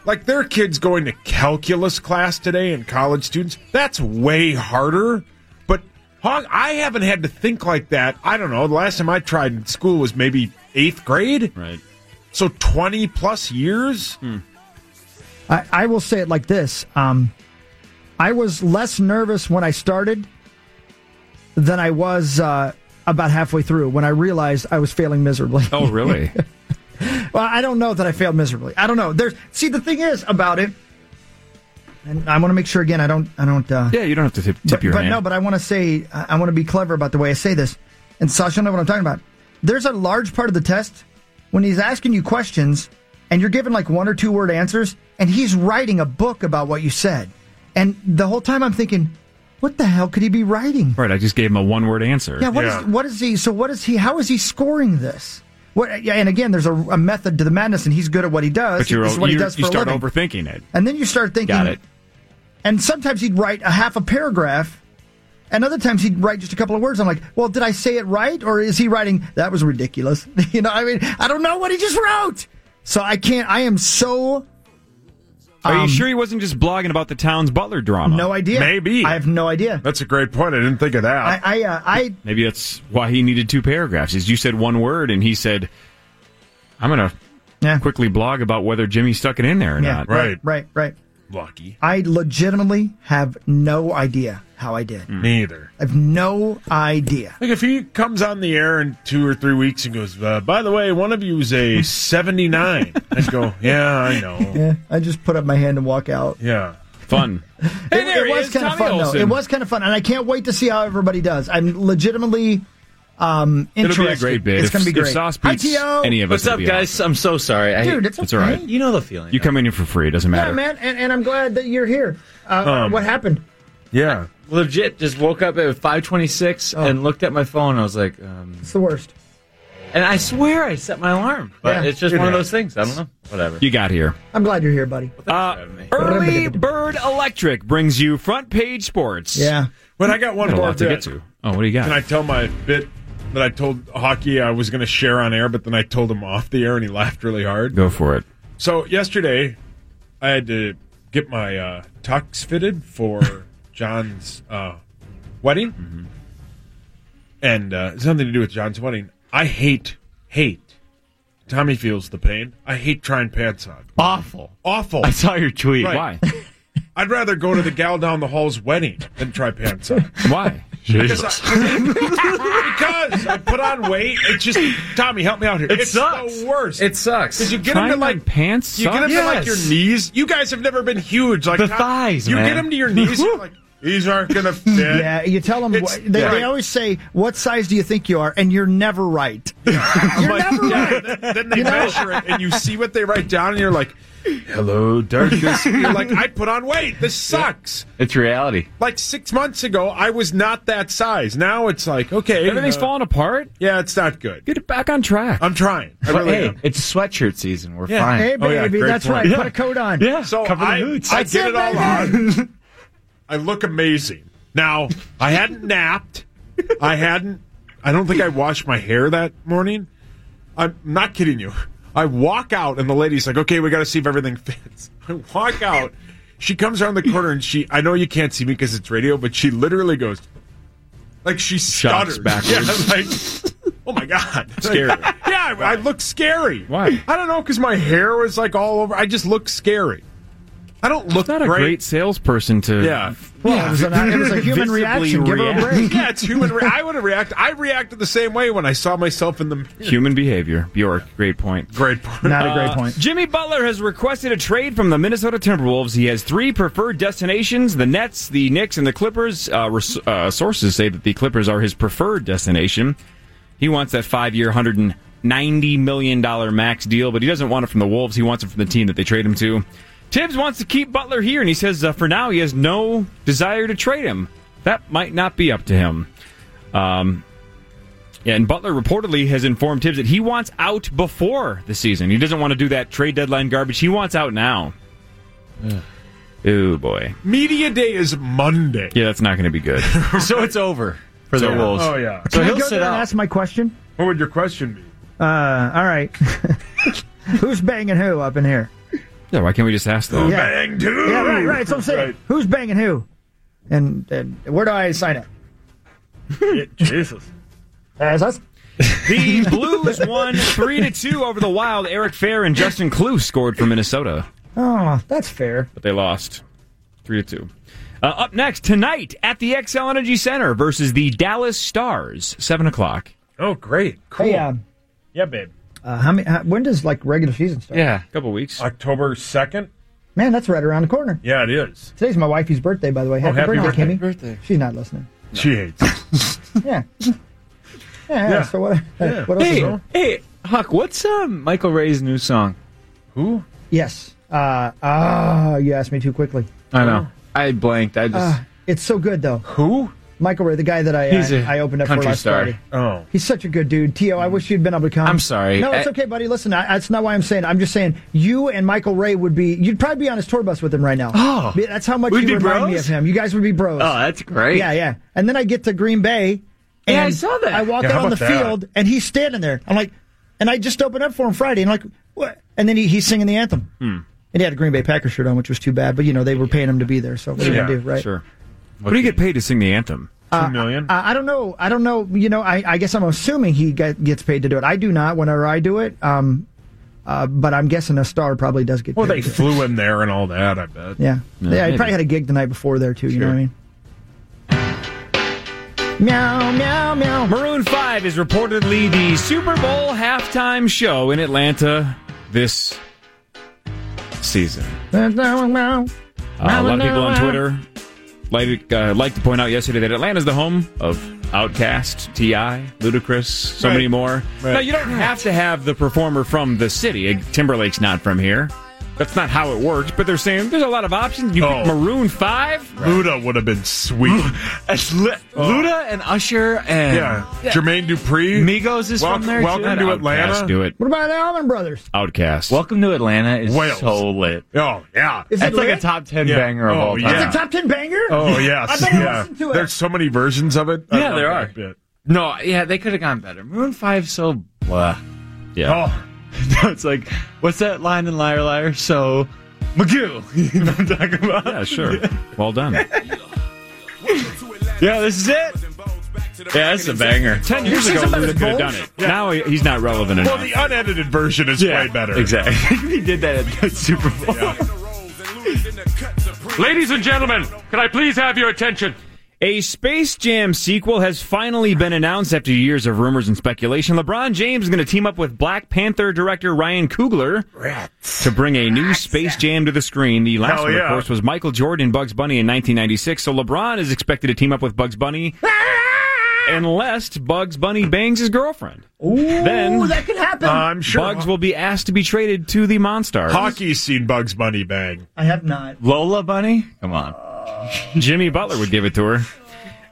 S7: like there are kids going to calculus class today and college students. That's way harder. But Hog, I haven't had to think like that. I don't know. The last time I tried in school was maybe eighth grade.
S2: Right. Hmm.
S7: So twenty plus years.
S6: I, I will say it like this. Um, I was less nervous when I started than I was uh, about halfway through when I realized I was failing miserably.
S2: Oh, really?
S6: Well, I don't know that I failed miserably. I don't know. There's see the thing is about it, and I want to make sure again. I don't. I don't. Uh,
S2: yeah, you don't have to tip, tip
S6: but,
S2: your
S6: but
S2: hand.
S6: no, but I want to say I, I want to be clever about the way I say this. And Sasha, you know what I'm talking about. There's a large part of the test when he's asking you questions and you're given like one or two word answers, and he's writing a book about what you said. And the whole time I'm thinking, what the hell could he be writing?
S2: right, I just gave him a one word answer.
S6: Yeah, what is
S7: Yeah.
S6: what is he? So what is he? How is he scoring this? What? Yeah, and again, there's a, a method to the madness, and he's good at what he does.
S2: but you're,
S6: this is what
S2: you
S6: he does for
S2: you
S6: a
S2: start
S6: living.
S2: overthinking it.
S6: and then you start thinking.
S2: Got it.
S6: And sometimes he'd write a half a paragraph, and other times he'd write just a couple of words. I'm like, well, did I say it right, or is he writing that was ridiculous? you know, I mean, I don't know what he just wrote, so I can't. I am so
S2: Are you
S6: Um,
S2: sure he wasn't just blogging about the town's butler drama?
S6: no idea.
S7: Maybe.
S6: I have no idea.
S7: That's a great point. I didn't think of that.
S6: I I, uh, I
S2: Maybe that's why he needed two paragraphs. Is you said one word and he said, "I'm going to
S6: yeah.
S2: quickly blog about whether Jimmy stuck it in there or
S6: Yeah,
S2: not."
S7: Right.
S6: right, right.
S7: Lucky.
S6: I legitimately have no idea how I did.
S7: Neither.
S6: I have no idea.
S7: Like if he comes on the air in two or three weeks and goes, uh, by the way, one of you is a seventy-nine. I'd go, yeah, I know,
S6: Yeah, I just put up my hand and walk out.
S7: yeah.
S2: Fun.
S6: it, it was kind of fun, though. It was kind of fun, and I can't wait to see how everybody does. I'm legitimately um,
S2: It'll
S6: interested.
S2: be a great bit.
S6: It's
S2: If-
S6: going to be
S2: if
S6: great.
S2: Sauce
S6: Hi,
S2: beats
S6: T.O.
S2: any of us,
S10: What's
S2: it'll
S10: up,
S2: be
S10: guys? I'm so sorry. I
S6: Dude, it's,
S2: It's all
S6: okay.
S2: right.
S10: You know the feeling.
S2: You come in here for free. It doesn't
S6: Yeah,
S2: matter.
S6: man, and, and I'm glad that you're here. Uh,
S7: Um,
S6: what happened?
S7: Yeah.
S10: Legit, just woke up at 5:26
S6: Oh.
S10: and looked at my phone. I was like, um,
S6: It's the worst.
S10: and I swear I set my alarm, but
S6: Yeah.
S10: it's just one of those things. I don't know. Whatever.
S2: You got here.
S6: I'm glad you're here, buddy.
S2: Uh, Early Bird Electric brings you front page sports.
S6: Yeah.
S7: But I got one
S2: Got a
S7: more
S2: lot to
S7: bit.
S2: get to. Oh, what do you got?
S7: Can I tell my bit that I told Hockey I was going to share on air, but then I told him off the air and he laughed really hard?
S2: Go for it.
S7: So yesterday, I had to get my uh, tux fitted for John's uh, wedding,
S10: Mm-hmm.
S7: and uh, it's nothing to do with John's wedding. I hate hate. Tommy feels the pain. I hate trying pants on.
S10: Awful.
S7: Awful.
S10: I saw your tweet.
S7: Right.
S2: Why?
S7: I'd rather go to the gal down the hall's wedding than try pants on.
S2: Why?
S7: Because I, because I put on weight. It's just Tommy, help me out here.
S10: It
S7: it's
S10: sucks.
S7: the worst.
S10: It sucks.
S7: Did you get him
S2: Trying
S7: to
S2: on
S7: like
S2: pants
S7: You get him to
S10: Yes.
S7: like your knees. You guys have never been huge. Like
S10: The
S7: Tom-
S10: thighs,
S7: You get
S10: man.
S7: him to your knees. you're like these aren't gonna fit.
S6: Yeah, you tell them.
S7: It's-
S6: What, they,
S7: yeah.
S6: they always say, "What size do you think you are?" And you're never right.
S7: I'm like, yeah. Then, then they measure it, and you see what they write down, and you're like, "Hello, darkness." you're like, "I put on weight. This sucks."
S10: It's reality.
S7: Like six months ago, I was not that size. Now it's like, okay,
S2: Everything's
S7: uh,
S2: falling apart.
S7: Yeah, it's not good.
S2: Get it back on track.
S7: I'm trying. I
S10: But
S7: really
S10: hey,
S7: am.
S10: it's sweatshirt season. We're
S7: Yeah.
S10: fine.
S6: Hey,
S7: Oh, yeah,
S6: baby,
S7: great
S6: that's
S7: point.
S6: right. Put a coat on.
S10: yeah.
S7: So
S10: cover the
S7: I,
S10: hoods.
S7: I
S6: That's
S7: get
S6: it,
S7: it all
S6: baby.
S7: on. I look amazing. Now, I hadn't napped. I hadn't, I don't think I washed my hair that morning. I'm not kidding you. I walk out and the lady's like, okay, we got to see if everything fits. I walk out. She comes around the corner and she, I know you can't see me because it's radio, but she literally goes, like she stutters.
S2: backwards.
S7: Yeah, like, oh my God.
S2: Scary.
S7: Like, yeah, I, I look scary.
S2: Why?
S7: I don't know because my hair was like all over. I just look scary. I don't look
S2: not a
S7: great.
S2: great, salesperson to.
S7: Yeah.
S6: Well, it was, an, it was a human
S2: Visibly
S6: reaction. Give her a
S2: react.
S6: break.
S7: Yeah, it's human. Re- I would have reacted. I reacted the same way when I saw myself in the mirror.
S2: Human behavior. Bjork, great point.
S7: Great Uh, part.
S6: Not a great point.
S2: Jimmy Butler has requested a trade from the Minnesota Timberwolves. He has three preferred destinations the Nets, the Knicks, and the Clippers. Uh, res- uh, sources say that the Clippers are his preferred destination. He wants that five year, $190 million max deal, but he doesn't want it from the Wolves. He wants it from the team that they trade him to. Tibbs wants to keep Butler here, and he says uh, for now he has no desire to trade him. That might not be up to him. Um, Yeah, and Butler reportedly has informed Tibbs that he wants out before the season. He doesn't want to do that trade deadline garbage. He wants out now. Ooh boy.
S7: Media day is Monday.
S2: Yeah, that's not going to be good.
S10: So it's over for the
S2: Yeah.
S10: Wolves.
S7: Oh yeah.
S10: So
S6: Can I
S10: he'll
S6: go
S10: sit
S6: there and
S10: out.
S6: ask my question?
S7: What would your question be?
S6: Uh, all right. Who's banging who up in here?
S2: yeah, why can't we just ask though?
S6: Yeah.
S7: Bang, dude.
S6: Yeah, right, right. So I'm saying,
S7: Right.
S6: who's banging who? And, and where do I sign up?
S7: Jesus.
S6: As us?
S2: The Blues won three to two over the Wild. Eric Fair and Justin Klug scored for Minnesota,
S6: Oh, that's fair.
S2: but they lost three to two. Uh, up next tonight at the XL Energy Center versus the Dallas Stars, seven o'clock.
S7: Oh, great. Cool.
S6: Hey, uh,
S7: yeah, babe.
S6: uh, how many? How, when does like regular season start?
S10: Yeah.
S2: couple weeks.
S7: October 2nd?
S6: Man, that's right around the corner.
S7: Yeah, it is.
S6: Today's my wifey's birthday, by the way. Happy,
S7: Oh, happy birthday.
S6: Kimmy. She's not listening.
S7: She hates. it.
S6: Yeah. yeah, yeah,
S7: Yeah.
S6: So what? uh,
S7: Yeah.
S6: What else is
S10: Hey,
S6: there?
S10: hey, Huck, what's um, Michael Ray's new song?
S7: Who?
S6: Yes. Uh, ah, you asked me too quickly.
S10: I know.
S7: Oh.
S10: I blanked. I just.
S6: Uh, it's so good though.
S7: Who?
S6: Michael Ray, the guy that I
S10: He's a
S6: I, I opened up for
S10: country
S6: last
S10: star.
S6: Friday.
S7: Oh.
S6: He's such a good dude. Tio, I wish you'd been able to come.
S10: I'm sorry. Uh,
S6: No, it's
S10: I-
S6: okay, buddy. Listen, I, that's not why I'm saying. I'm just saying you and Michael Ray would be. You'd probably be on his tour bus with him right now.
S10: Oh.
S6: Be- that's how much
S10: We'd
S6: you
S10: be
S6: remind me
S10: bros?
S6: of him. You guys would be bros.
S10: oh, that's great.
S6: yeah, yeah. And then I get to Green Bay. And
S10: Yeah, I saw that.
S6: I walk
S7: Yeah, how
S6: out on the
S7: about that?
S6: field, and he's standing there. I'm like, and I just opened up for him Friday, and like, what? And then he, he's singing the anthem.
S10: Hmm.
S6: And he had a Green Bay Packers shirt on, which was too bad, but you know they were paying him to be there, so what are you
S7: Yeah,
S6: gonna do, right?
S2: Sure. What do you get paid to sing the anthem?
S7: Two million?
S6: Uh, I don't know. I don't know. You know, I, I guess I'm assuming he get, gets paid to do it. I do not. Whenever I do it, um, uh, but I'm guessing a star probably does get.
S7: well,
S6: paid
S7: they
S6: to do it.
S7: flew him there and all that, I bet.
S6: Yeah, yeah. He
S2: maybe.
S6: probably had a gig the night before there too. You know what I mean? Meow, meow, meow.
S2: Maroon 5 is reportedly the Super Bowl halftime show in Atlanta this season. Uh, a lot of people on Twitter like, uh, like to point out yesterday that Atlanta is the home of Outkast, T.I., Ludacris, so
S7: Right.
S2: many more. Now, you don't have to have the performer from the city. Timberlake's not from here. That's not how it works, but they're saying there's a lot of options. You
S7: Oh.
S2: pick Maroon 5.
S7: Luda would have been sweet. Oh.
S10: That's Lu- Luda and Usher and
S7: yeah. Jermaine Dupree.
S10: Migos is
S7: Wel-
S10: from there.
S7: welcome
S10: too.
S7: to
S10: Out-
S7: Atlanta.
S2: Outkast, do it.
S6: What about the Allen Brothers?
S2: Outkast.
S10: Welcome to Atlanta is
S7: Wales.
S10: so lit.
S7: Oh, yeah.
S6: Is
S10: That's
S6: it
S10: like a
S6: lit?
S10: top ten
S7: Yeah.
S10: banger of
S7: Oh,
S10: all time.
S7: yeah.
S6: Top ten banger?
S7: Oh, yes.
S6: I better
S7: yeah.
S6: listen to it.
S7: There's so many versions of it. I
S10: Yeah,
S7: love
S10: there
S7: that
S10: are.
S7: bit.
S10: No, yeah, they could have gone better. Maroon Five, so blah.
S2: yeah.
S7: Oh,
S10: it's like, what's that line in Liar Liar? So, Magoo. you know what I'm talking about?
S2: Yeah, sure. Well done.
S10: Yeah, this is it. Yeah, that's a banger.
S2: Ten years ago, Luda could have done it. Now he- he's not relevant
S7: well,
S2: enough.
S7: the unedited version is way better.
S10: Exactly. he did that at the Super Bowl.
S11: Ladies and gentlemen, can I please have your attention?
S2: a Space Jam sequel has finally been announced after years of rumors and speculation. LeBron James is going to team up with Black Panther director Ryan Coogler to bring a new Space Jam to the screen. The last
S7: Hell
S2: one, of
S7: yeah.
S2: course, was Michael Jordan, Bugs Bunny in 1996. So LeBron is expected to team up with Bugs Bunny. Unless Bugs Bunny bangs his girlfriend, then
S6: that could happen.
S7: I'm sure.
S2: Bugs will be asked to be traded to the Monstars.
S7: Hockey's seen Bugs Bunny bang. Uh.
S6: I have not.
S10: Lola Bunny? Come on.
S2: Jimmy Butler would give it to her.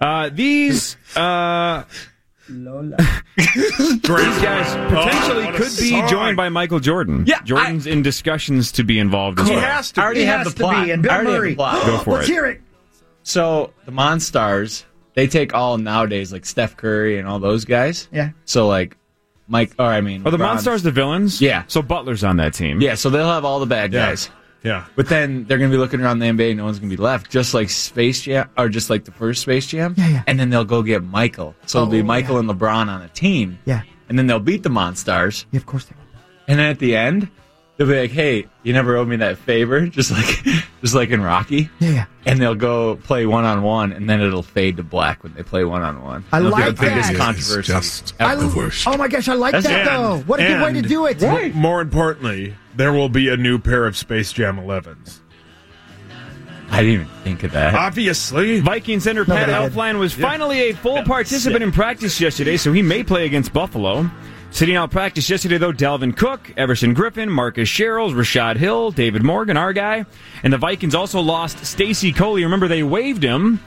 S2: Uh, these uh, these guys potentially
S7: Oh, what a
S2: could be
S7: song.
S2: joined by Michael Jordan.
S10: Yeah,
S2: Jordan's in discussions to be involved as
S7: He
S2: well.
S7: has to.
S10: I already
S7: be.
S10: have
S6: has
S10: the
S6: to be,
S10: plot.
S6: and Bill
S10: I already
S6: Murray.
S10: have the plot.
S2: Go for
S6: Let's
S2: it.
S6: hear it.
S10: So the Monstars, they take all nowadays like Steph Curry and all those guys.
S6: Yeah.
S10: So like Mike, or I mean,
S2: Are the
S10: LeBron-
S2: Monstars the villains?
S10: Yeah.
S2: So Butler's on that team.
S10: Yeah. So they'll have all the bad
S7: Yeah.
S10: guys.
S7: Yeah.
S10: But then they're gonna be looking around the NBA, and no one's gonna be left, just like Space Jam, or just like the first Space Jam.
S6: Yeah, yeah.
S10: And then they'll go get Michael. So it'll be
S6: Oh,
S10: Michael
S6: yeah.
S10: and LeBron on a team.
S6: Yeah.
S10: And then they'll beat the Monstars.
S6: Yeah, of course they will.
S10: And then at the end, they'll be like, "Hey, you never owed me that favor," just like, just like in Rocky.
S6: Yeah, yeah.
S10: And they'll go play one on one, and then it'll fade to black when they play one on one.
S6: I like
S10: the biggest
S6: that.
S10: controversy.
S8: Just
S10: ever.
S8: the worst.
S6: Oh my gosh, I like
S10: That's
S6: that
S10: it.
S6: though. What a good way to
S7: and-
S6: do it.
S7: Mo- More importantly, there will be a new pair of Space Jam 11s.
S10: I didn't even think of
S7: Uh,
S10: that.
S7: Obviously.
S2: Viking center Pat
S6: Nobody did.
S2: Elfline was finally a full participant in practice yesterday, so he may play against Buffalo. Sitting out practice yesterday, though, Dalvin Cook, Everson Griffin, Marcus Sherrills, Rashad Hill, David Morgan, our guy, and the Vikings also lost Stacy Coley. Remember, they waived him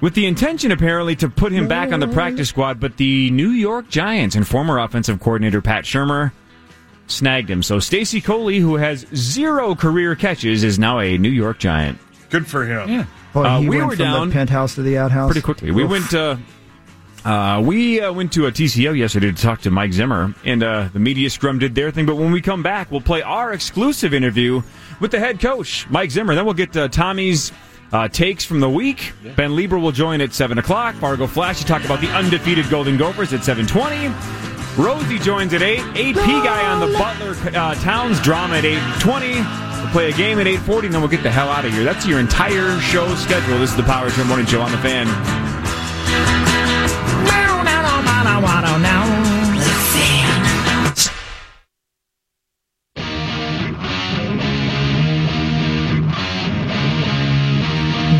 S2: with the intention apparently to put him back on the practice
S6: Mm-hmm.
S2: squad, but the New York Giants and former offensive coordinator Pat Shermer snagged him. So Stacy Coley, who has zero career catches, is now a New York Giant.
S7: Good for him. Yeah.
S6: Boy,
S2: Uh,
S6: he
S2: we
S6: went
S2: were
S6: from
S2: down-
S6: the penthouse to the outhouse
S2: pretty quickly. We
S6: Oof.
S2: went. Uh, uh, we uh, went to a TCO yesterday to talk to Mike Zimmer, and uh, the media scrum did their thing. But when we come back, we'll play our exclusive interview with the head coach, Mike Zimmer. Then we'll get uh, Tommy's uh, takes from the week. Ben Lieber will join at seven o'clock. Fargo Flash to talk about the undefeated Golden Gophers at seven twenty. Rosie joins at eight. AP guy on the Butler uh, Towns drama at eight twenty. We'll play a game at eight forty, and then we'll get the hell out of here. That's your entire show schedule. This is the Power Trip Morning Show on the Fan.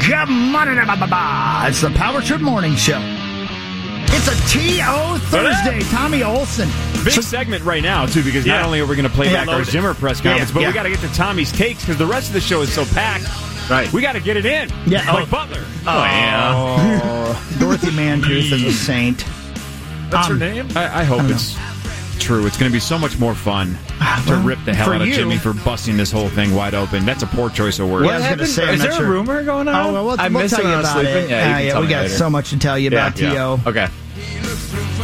S6: Good morning, ba-ba-ba. It's the Power Trip Morning Show. It's a T.O. Thursday. Tommy Olson.
S2: Big segment right now too, because not
S6: Yeah.
S2: only are we going to play
S6: Yeah,
S2: back our
S6: loaded.
S2: Zimmer press conference,
S6: Yeah,
S2: but
S6: yeah.
S2: we got to get to Tommy's takes because the rest of the show is so packed. Right, we got to get it in.
S6: Yeah,
S2: like
S6: oh.
S2: Butler.
S6: Oh, Dorothy Mancuth is a saint.
S7: What's
S6: Um,
S7: her name?
S2: I, I hope it's true. It's going to be so much more fun to
S6: well,
S2: rip the hell
S6: for
S2: out of
S6: you.
S2: Jimmy for busting this whole thing wide open. That's a poor choice of words.
S6: What I was gonna say, I'm
S10: Is
S6: not
S10: there
S6: sure.
S10: a rumor going on?
S6: Oh, well, we'll,
S10: I
S6: we'll
S10: missed
S6: tell
S10: it
S6: you
S10: when I was
S6: about
S10: sleeping.
S6: it.
S10: Yeah, you
S6: Ah,
S10: can
S6: yeah
S10: tell
S6: we
S10: me
S6: got
S10: later.
S6: so much to tell you about
S10: yeah,
S6: T.O.
S10: yeah. Okay.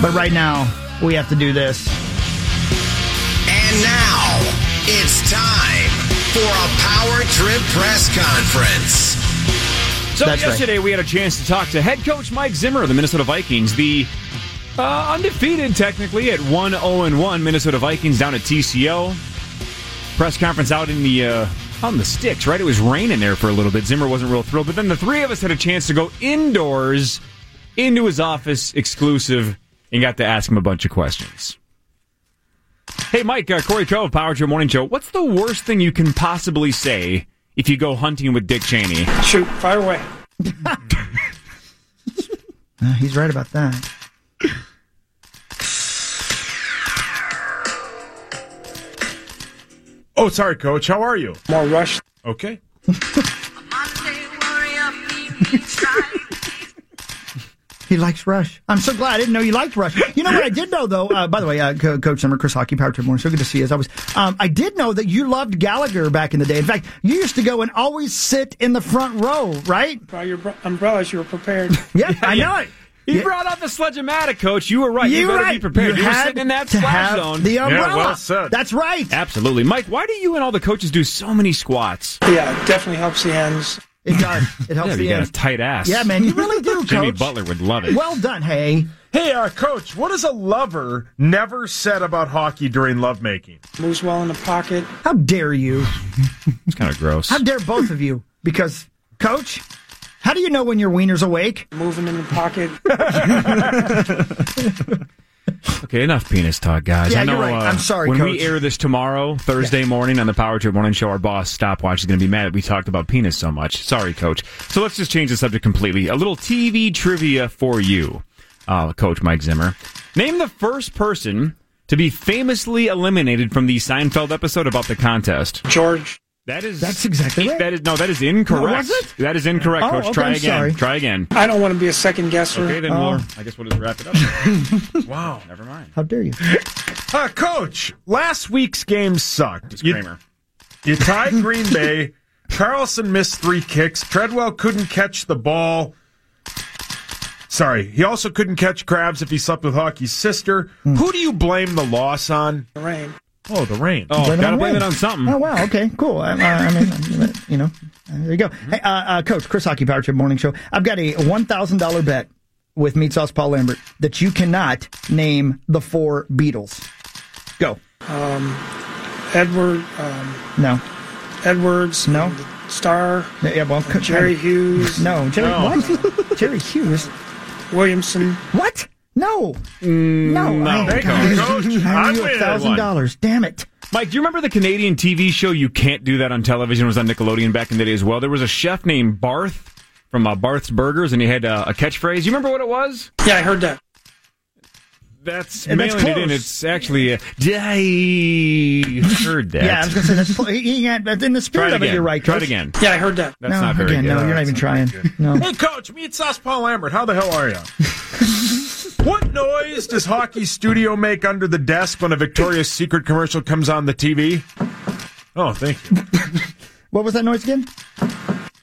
S6: But right now, we have to do this.
S1: And now it's time for a Power Trip press conference.
S2: So
S6: That's right.
S2: yesterday we had a chance to talk to head coach Mike Zimmer of the Minnesota Vikings, the uh, undefeated technically at 1-0-1 Minnesota Vikings down at TCO. Press conference out in the uh, on the sticks, right? It was raining there for a little bit. Zimmer wasn't real thrilled, but then the three of us had a chance to go indoors into his office exclusive and got to ask him a bunch of questions. Hey, Mike, uh, Corey Cove, Power Trip Morning Show. What's the worst thing you can possibly say if you go hunting with Dick Cheney?
S12: Shoot, fire away.
S6: Uh, he's right about that.
S7: Oh, sorry, coach. How are you?
S12: More rush.
S7: Okay.
S6: He likes Rush. I'm so glad I didn't know you liked Rush. You know what I did know though. Uh, by the way, uh, Co- Coach Summer, Chris Hockey, Power Trip Morning. So good to see you as always. Um, I did know that you loved Gallagher back in the day. In fact, you used to go and always sit in the front row, right?
S12: By your br- umbrellas, you were prepared.
S6: Yeah, I know it.
S2: He
S6: Yeah.
S2: brought out the sledge-o-matic, coach. You were right. You,
S6: You're
S2: better be prepared. You, were
S6: had
S2: sitting in that
S6: to
S2: splash
S6: have
S2: zone.
S6: The umbrella.
S7: well said.
S6: That's right.
S2: Absolutely. Mike, why do you and all the coaches do so many squats?
S12: yeah, definitely helps the hands.
S6: It does. It helps
S2: Yeah,
S6: the
S2: you got a
S6: end.
S2: tight ass.
S6: Yeah, man, you really do, Coach.
S2: Jimmy Butler would love it.
S6: Well done. Hey,
S7: Hey, uh, coach, what has a lover never said about hockey during lovemaking?
S12: Moves well in the pocket.
S6: how dare you?
S2: it's kind of gross.
S6: How dare both of you? Because, Coach, how do you know when your wiener's awake?
S12: Moving in the pocket.
S2: Okay, enough penis talk, guys.
S6: Yeah,
S2: I know,
S6: you're right.
S2: uh,
S6: I'm sorry,
S2: When we
S6: Coach.
S2: air this tomorrow, Thursday morning on the Power Trip Morning Show, our boss Stopwatch is going to be mad that we talked about penis so much. Sorry, Coach. So let's just change the subject completely. A little TV trivia for you, uh, Coach Mike Zimmer. Name the first person to be famously eliminated from the Seinfeld episode about the contest.
S12: George.
S2: That is
S6: That's exactly right. Oh,
S2: That is no, that is incorrect.
S6: was it?
S2: That is incorrect,
S6: Oh,
S2: Coach.
S6: okay,
S2: Try
S6: I'm
S2: again.
S6: sorry.
S2: Try again.
S12: I don't want to be a second guesser.
S2: Okay, then
S6: Oh.
S2: we'll. I guess we'll just wrap it up.
S7: Wow.
S2: Never mind.
S6: How dare you?
S7: Uh, coach, last week's game sucked. You-
S2: Kramer.
S7: You tied Green Bay. Carlson missed three kicks. Treadwell couldn't catch the ball. Sorry, he also couldn't catch crabs if he slept with Hockey's sister.
S6: Hmm.
S7: Who do you blame the loss on?
S12: Rain.
S7: Oh, the rain.
S2: Oh,
S6: Blame it
S2: gotta
S6: on
S2: blame
S6: Wayne.
S2: it on something.
S6: Oh wow, okay, cool. I, I, I mean, I- you know, there you go. Hey, uh, uh, Coach Chris Hockey Power Trip Morning Show. I've got a one thousand dollar bet with Meat Sauce Paul Lambert that you cannot name the four Beatles. Go.
S12: Um, Edward. Um,
S6: No.
S12: Edwards.
S6: No.
S12: Um, Star.
S6: Yeah, well, Co-
S12: Jerry Hughes.
S6: No, Jerry. What? Jerry Hughes.
S12: Williamson.
S6: What? No. no. I,
S2: Mm, There you go,
S7: Coach.
S6: I
S7: I
S6: owe you a
S7: win.
S6: thousand dollars. Damn it.
S2: Mike, do you remember the Canadian TV show You Can't Do That on Television? It was on Nickelodeon back in the day as well. There was a chef named Barth from uh, Barth's Burgers, and he had uh, a catchphrase. You remember what it was?
S12: Yeah, I heard that.
S2: that's
S6: And that's
S2: mailing it in.
S6: close.
S2: It's actually a I heard that.
S6: Yeah, I was gonna say that's pl- yeah, but in the
S2: Try
S6: spirit
S2: it
S6: of it,
S2: again.
S6: you're right.
S2: Try it
S6: Coach.
S2: again.
S12: Yeah, I heard that.
S2: That's
S6: no,
S2: not very
S6: again,
S2: good.
S6: No, you're not even trying. No.
S7: Hey, coach, me, it's us, Paul Lambert. How the hell are you? what noise does Hockey Studio make under the desk when a Victoria's Secret commercial comes on the TV? Oh, thank you.
S6: What was that noise again?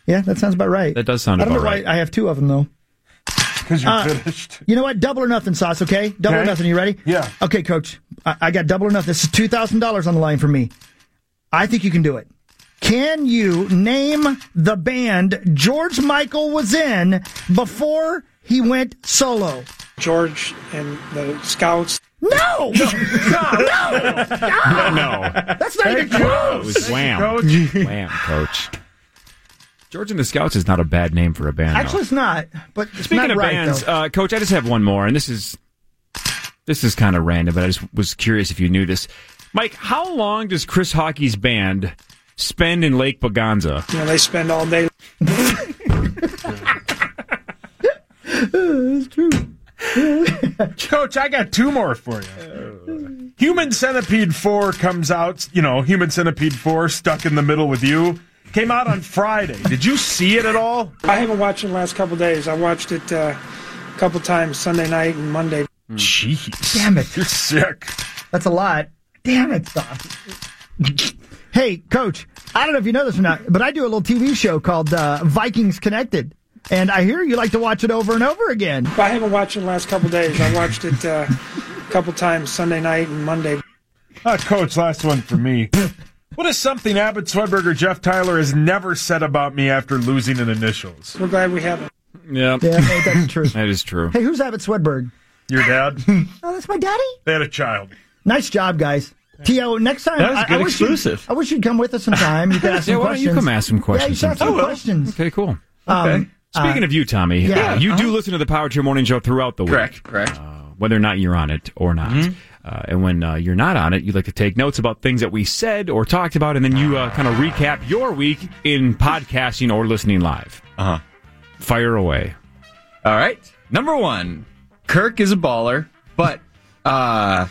S6: Yeah, that sounds about right.
S2: That does sound
S6: I don't
S2: about
S6: know
S2: right.
S6: why I have two of them though.
S7: Because you're
S6: Uh,
S7: finished.
S6: You know what? Double or nothing, sauce. Okay, double or
S7: Okay.
S6: nothing. You ready?
S7: Yeah.
S6: Okay, coach. I, I got double or nothing. This is two thousand dollars on the line for me. I think you can do it. Can you name the band George Michael was in before he went solo?
S12: George and the Scouts.
S6: No, no, no.
S2: No,
S6: That's not even
S2: it
S6: close.
S2: was Wham.
S7: Coach.
S2: Wham, coach. George and the Scouts is not a bad name for a band. though.
S6: Actually, it's not. But it's
S2: Speaking
S6: not
S2: of
S6: right
S2: bands,
S6: though.
S2: uh, Coach, I just have one more, and this is this is kind of random, but I just was curious if you knew this. Mike, how long does Chris Hockey's band spend in Lake Baganza?
S12: You know, they spend all day.
S7: Coach, I got two more for you. Human Centipede 4 comes out, you know, Human Centipede 4, Stuck in the Middle with You, came out on Friday. Did you see it at all?
S12: I haven't watched it in the last couple days. I watched it uh, a couple times Sunday night and Monday.
S7: Jeez.
S6: Damn it.
S7: You're sick.
S6: That's a lot. Damn it, Sauce. hey, Coach, I don't know if you know this or not, but I do a little TV show called uh, Vikings Connected. And I hear you like to watch it over and over again.
S12: But I haven't watched it in the last couple days. I watched it uh, a couple times Sunday night and Monday.
S7: Uh, Coach, last one for me. What is something Abbott Swedberger Jeff Tyler has never said about me after losing in initials?
S12: We're glad we have it.
S2: Yeah,
S6: Yeah, hey, that's true.
S2: that is true.
S6: Hey, who's Abbott Swedberg?
S7: Your dad?
S6: Oh, that's my daddy.
S7: they had a child.
S6: Nice job, guys. T.O., next time,
S10: That was a
S6: I- I,
S10: good
S6: wish you'd-
S10: exclusive.
S6: I wish you'd come with us sometime. You could ask
S2: Yeah,
S6: some
S2: why don't
S6: questions.
S2: you come ask some questions?
S6: Yeah, you should ask
S2: sometime?
S6: some questions.
S2: Okay, cool.
S6: Um,
S2: Speaking of you, Tommy,
S6: yeah.
S2: uh, you do listen to the Power Trip Morning Show throughout the week,
S10: Uh-huh.
S2: Uh,
S10: Correct, correct. Mm-hmm.
S2: whether or not you're on it or not. Uh, and when uh, you're not on it, you like to take notes about things that we said or talked about, and then you uh, kind of recap your week in podcasting or listening live. Uh
S10: Uh-huh.
S2: Fire away.
S10: All right. Number one, Kirk is a baller, but uh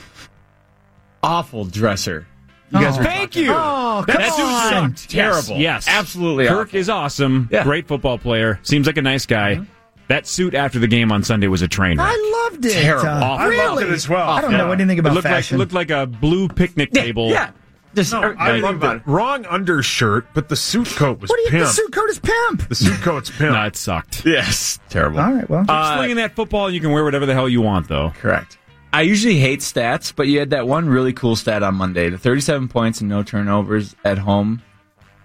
S10: awful dresser. You guys were
S2: Thank you.
S6: Oh,
S2: that
S6: come
S2: dude
S6: on.
S2: sucked.
S10: Terrible.
S2: Yes. yes.
S10: Absolutely
S2: Kirk
S10: awful.
S2: is awesome.
S10: Yeah.
S2: Great football player. Seems like a nice guy.
S7: Uh-huh.
S2: That suit after the game on Sunday was a train wreck.
S6: I loved it.
S10: Terrible.
S6: Uh,
S10: Awful.
S7: I
S6: really?
S7: loved it as well.
S6: I don't
S7: Yeah.
S6: know anything
S2: It
S6: about
S2: looked
S6: fashion.
S2: like looked like a blue picnic table.
S10: Yeah. Just
S7: No, I
S10: everything
S7: loved
S10: about
S7: it. Wrong undershirt, but the suit coat was
S6: what do you
S7: pimp.
S6: The suit coat is pimp.
S7: The suit coat's pimp.
S2: No, it sucked.
S10: Yes. Terrible.
S6: All right, well.
S2: Just Slinging that football, you can wear whatever the hell you want, though.
S10: Correct. I usually hate stats, but you had that one really cool stat on Monday: the 37 points and no turnovers at home,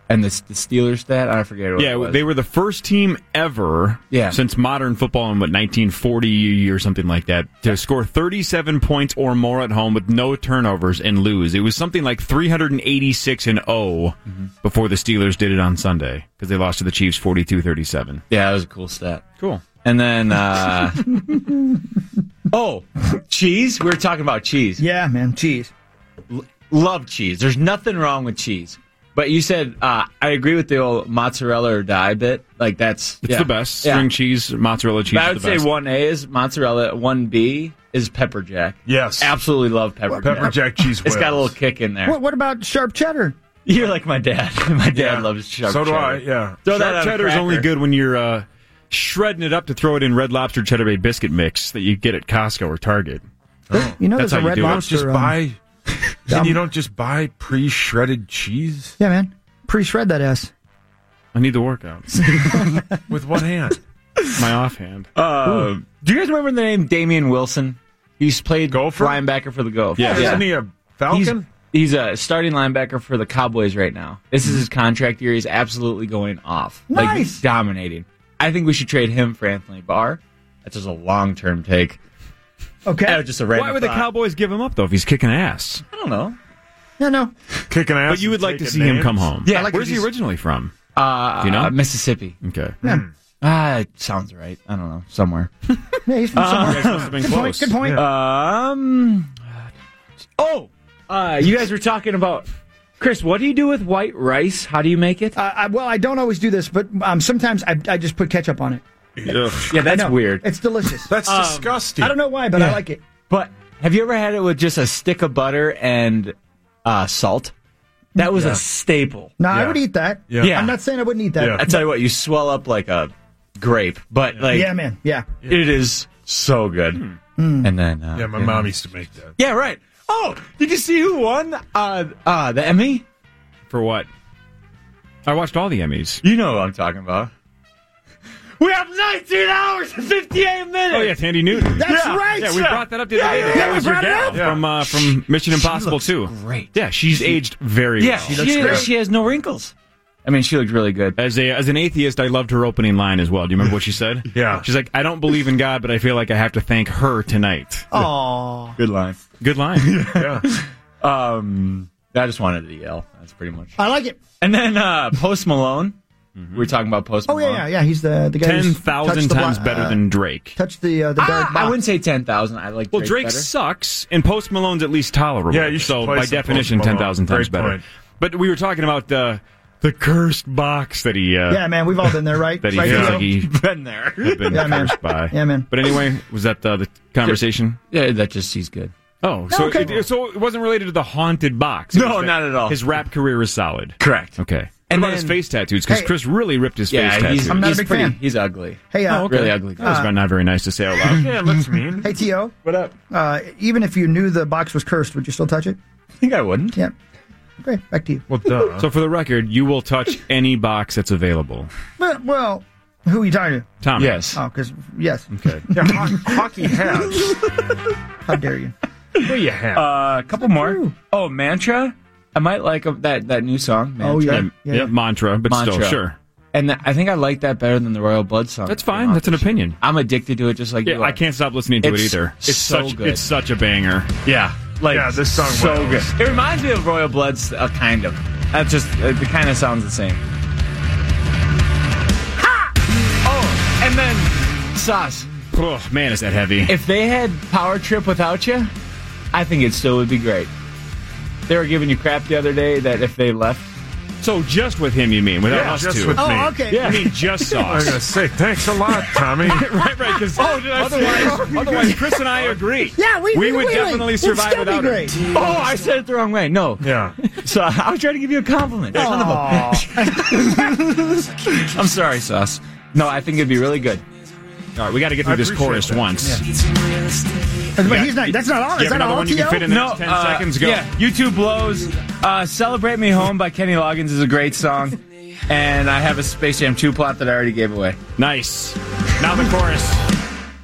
S10: and the, the Steelers stat. I forget what. it
S2: Yeah,
S10: was.
S2: they were the first team ever
S10: Yeah.
S2: since modern football in what 1940 or something like that to score 37 points or more at home with no turnovers and lose. It was something like 386 and 0
S10: Mm-hmm.
S2: before the Steelers did it on Sunday because they lost to the Chiefs 42-37.
S10: Yeah, that was a cool stat.
S2: Cool.
S10: And then, uh, oh, cheese. We were talking about cheese.
S6: yeah, man. Jeez.
S10: Love cheese. There's nothing wrong with cheese. But you said uh, I agree with the old mozzarella or die bit. Like that's
S2: It's
S10: yeah.
S2: the best
S10: Yeah.
S2: string cheese, mozzarella cheese.
S10: But I
S2: is
S10: would
S2: the
S10: say
S2: best.
S10: one A is mozzarella, one B is pepper jack.
S7: Yes.
S10: absolutely love pepper jack.
S7: Pepper Jack cheese
S10: It's got a
S7: whiz.
S10: little kick in there.
S6: What, what about sharp cheddar?
S10: You're like my dad. My dad
S7: Yeah.
S10: loves sharp
S7: So do
S10: cheddar.
S7: I, yeah.
S10: Throw that
S2: Sharp
S10: on a
S2: cheddar's only
S10: cracker.
S2: good when you're uh, shredding it up to throw it in Red Lobster Cheddar Bay biscuit mix that you get at Costco or Target.
S10: Oh.
S6: You know,
S2: That's how
S6: there's a
S2: you
S6: red
S2: do it.
S6: lobster.
S7: just
S6: um,
S7: buy.
S6: um,
S7: And you don't just buy pre-shredded cheese
S6: yeah, man. Pre-shred that ass.
S2: I need the workout.
S7: with one hand.
S2: My offhand.
S10: Uh, do you guys remember the name Damian Wilson? He's played
S7: Gopher?
S10: linebacker for the Gopher.
S2: Yeah.
S7: Isn't he a Falcon?
S10: He's, he's a starting linebacker for the Cowboys right now. This is his contract year. He's absolutely going off.
S6: Nice.
S10: Like, dominating. I think we should trade him for Anthony Barr. That's just a long term take. That
S6: Okay.
S10: was just a random
S2: Why would the
S10: thought.
S2: Cowboys give him up though if he's kicking ass?
S10: I don't know.
S6: No, no.
S7: Kicking ass.
S2: But you would
S7: and
S2: like to
S7: taking
S2: see him
S7: names?
S2: come home.
S10: Yeah, I like
S2: Where's
S10: to
S2: he
S10: just-
S2: originally from?
S10: Uh,
S2: you know?
S10: uh, Mississippi.
S2: Okay.
S10: Ah, it sounds right. I don't know. Somewhere.
S6: Yeah, he's from somewhere.
S2: Must have been
S6: Good point.
S2: close.
S6: Good point.
S10: Um. Oh, uh, you guys were talking about Chris. What do you do with white rice? How do you make it?
S6: Uh, I, well, I don't always do this, but um, sometimes I, I just put ketchup on it.
S10: yeah, that's
S6: No,
S10: weird. Um,
S6: It's delicious. Um,
S7: That's disgusting.
S6: I don't know why, but I like it.
S10: But Have you ever had it with just a stick of butter and uh, salt? That was
S6: Yeah.
S10: a staple.
S6: No, I would eat that.
S10: Yeah.
S6: I'm not saying I wouldn't eat that.
S10: I tell you what, you swell up like a grape, but like
S6: yeah, man. Yeah. Mm.
S10: it is so good. And then uh,
S7: Yeah, my
S10: you know.
S7: mom used to make that.
S10: Yeah, right. Oh, did you see who won? Uh, uh, the Emmy
S2: for what? I watched all the Emmys.
S10: You know what I'm talking about. We have 19 hours and 58 minutes.
S2: Oh yeah, Tandy Newton.
S10: That's
S2: Yeah.
S10: right.
S2: Yeah, we brought that up the other
S10: Yeah,
S2: day.
S10: yeah,
S2: that
S10: yeah,
S2: was
S10: we
S2: your
S10: brought it
S2: gal
S10: up. Yeah.
S2: from uh, from Mission Impossible too. Great. Yeah, she's aged very
S10: Yeah,
S2: well.
S10: she, is- she has no wrinkles.
S2: I mean, she looked really good. As a as an atheist, I loved her opening line as well. Do you remember what she said? yeah. She's like, I don't believe in God, but I feel like I have to thank her tonight.
S6: Oh.
S10: Good line.
S2: Good line.
S10: yeah. Um, I just wanted to yell. That's pretty much.
S6: I like it.
S10: And then uh, Post Malone. We were talking about Post
S6: Oh
S10: Malone.
S6: yeah, yeah, yeah. He's the the guy. who's
S10: Ten thousand
S6: touched the bla-
S10: times better
S6: uh,
S10: than Drake.
S6: touched the uh, the dark.
S10: Ah, I wouldn't say ten thousand. I like.
S2: Well,
S10: Drake
S2: Drake
S10: better.
S2: sucks, and Post Malone's at least tolerable.
S10: Yeah, you should
S2: so
S10: play
S2: by
S10: some
S2: definition,
S10: Post Malone.
S2: ten thousand times
S10: Great
S2: better.
S10: point.
S2: But we were talking about the the cursed box that he. Uh,
S6: yeah, man. We've all been there, right?
S2: That he
S6: Right,
S2: feels
S6: Leo?
S2: like he
S10: been there.
S2: had been
S6: Yeah, man.
S2: cursed by.
S6: Yeah, man.
S2: But anyway, was that uh, the conversation?
S10: Yeah, that just he's good.
S2: Oh, so
S10: Okay.
S2: it, so it wasn't related to the haunted box. It
S10: No,
S2: was that
S10: not at all.
S2: His rap career is solid.
S10: Correct.
S2: Okay.
S10: And
S2: And about his
S10: then-
S2: face tattoos because
S10: Hey.
S2: Chris really ripped his
S10: Yeah,
S2: face
S10: he's-
S2: tattoos.
S10: I'm not a He's big pretty- fan.
S2: He's ugly.
S6: Hey, uh,
S2: oh, okay.
S10: Really ugly guy.
S2: That was
S6: Uh,
S2: not very nice to say out loud. yeah, it looks mean.
S6: Hey, T.O.
S7: What up?
S6: Uh, even if you knew the box was cursed, would you still touch it?
S10: I think I wouldn't.
S6: Yeah. Great. Back to you.
S7: Well,
S2: So for the record, you will touch any box that's available.
S6: Well, well, who are you talking to?
S2: Tommy. Yes.
S6: Oh, because yes.
S2: Okay.
S7: Yeah, ho- hockey has.
S6: How dare you?
S7: Well, you have.
S10: Uh, a couple more. Oh, Mantra. I might like uh, that that new song. Mantra.
S2: Oh, yeah. Yeah, Yeah, yeah. Mantra, but still, sure.
S10: And th- I think I like that better than the Royal Blood song.
S2: That's fine. That's an opinion.
S10: I'm addicted to it, just like
S2: Yeah,
S10: you are.
S2: I can't stop listening to
S10: It's
S2: it either. It's
S10: so
S2: such
S10: good.
S2: it's such a banger.
S10: Yeah, like
S2: Yeah, this song
S10: so
S2: rules.
S10: good. It reminds me of Royal Bloods, uh, kind of. That just it, kind of sounds the same. Ha! Oh, and then Sauce.
S2: Oh, man, is that heavy?
S10: If they had Power Trip without you, I think it still would be great. They were giving you crap the other day that if they left.
S2: So just with him, you mean? Without
S10: Yeah,
S2: us
S10: just
S2: two?
S10: with Oh, me. okay.
S2: Yeah, I mean just
S7: I
S2: sauce.
S7: was gonna say thanks a lot, Tommy.
S2: right, right. Because
S7: Oh, did I say-
S2: otherwise, otherwise, Chris and I agree.
S7: Yeah, we-
S2: we would
S7: we- we-
S2: definitely
S7: it's
S2: survive
S7: gonna be
S2: without
S7: great.
S2: him.
S10: Oh, I said it the wrong way. No.
S7: Yeah.
S10: So I was trying to give you a compliment. Son of a bitch. I'm sorry, Sauce. No, I think it'd be really good.
S2: All right, we got to get through this chorus once.
S6: But he's not. That's not all.
S2: Do you have
S6: Is that
S2: another
S6: all?
S2: one you can
S6: T.O.?
S2: fit in the next 10 seconds? Go.
S10: uh, Yeah, YouTube blows. Uh, "Celebrate Me Home" by Kenny Loggins is a great song, and I have a Space Jam 2 plot that I already gave away.
S2: Nice. Now the chorus.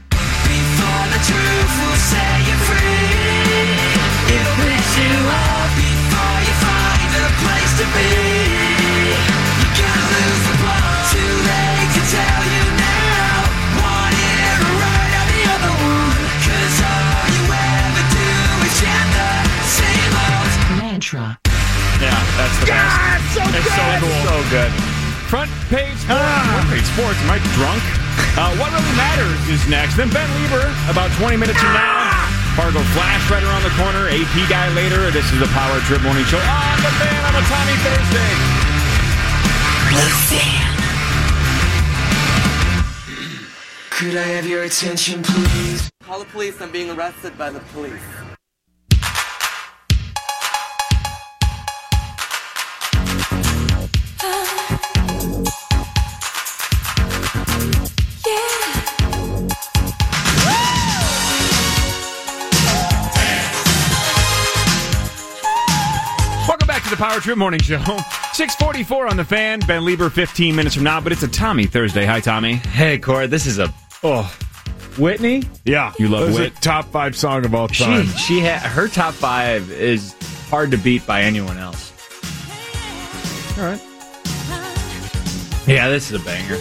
S3: Before the truth will set you free. It'll mess you up before you find a place to be. You gotta lose the plot too late to tell you now. One ear right out the other one. 'Cause all you ever do is chant the same old mantra.
S2: Yeah, that's the
S3: God,
S2: best.
S3: so
S2: it's
S3: good.
S2: so cool. So good. Ah. Front page sports. Front page sports. Am I drunk? Uh, what really matters is next. Then Ben Lieber, about 20 minutes from now.
S3: Ah!
S2: Fargo Flash right around the corner. AP guy later. This is the Power Trip Morning Show. On the fan on a Tommy Thursday.
S3: Could I have your attention, please?
S13: Call the police. I'm being arrested by the police.
S2: Welcome back to the Power Trip Morning Show. 644 on the fan. Ben Lieber 15 minutes from now, but it's a Tommy Thursday. Hi, Tommy.
S10: Hey, Cora. This is a
S2: oh
S10: Whitney.
S7: Yeah,
S2: you love
S7: This is
S2: Whit.
S7: a top five song of all
S10: She
S7: time.
S10: she ha- her top five is hard to beat by anyone else.
S2: All right.
S10: Yeah, this is a banger.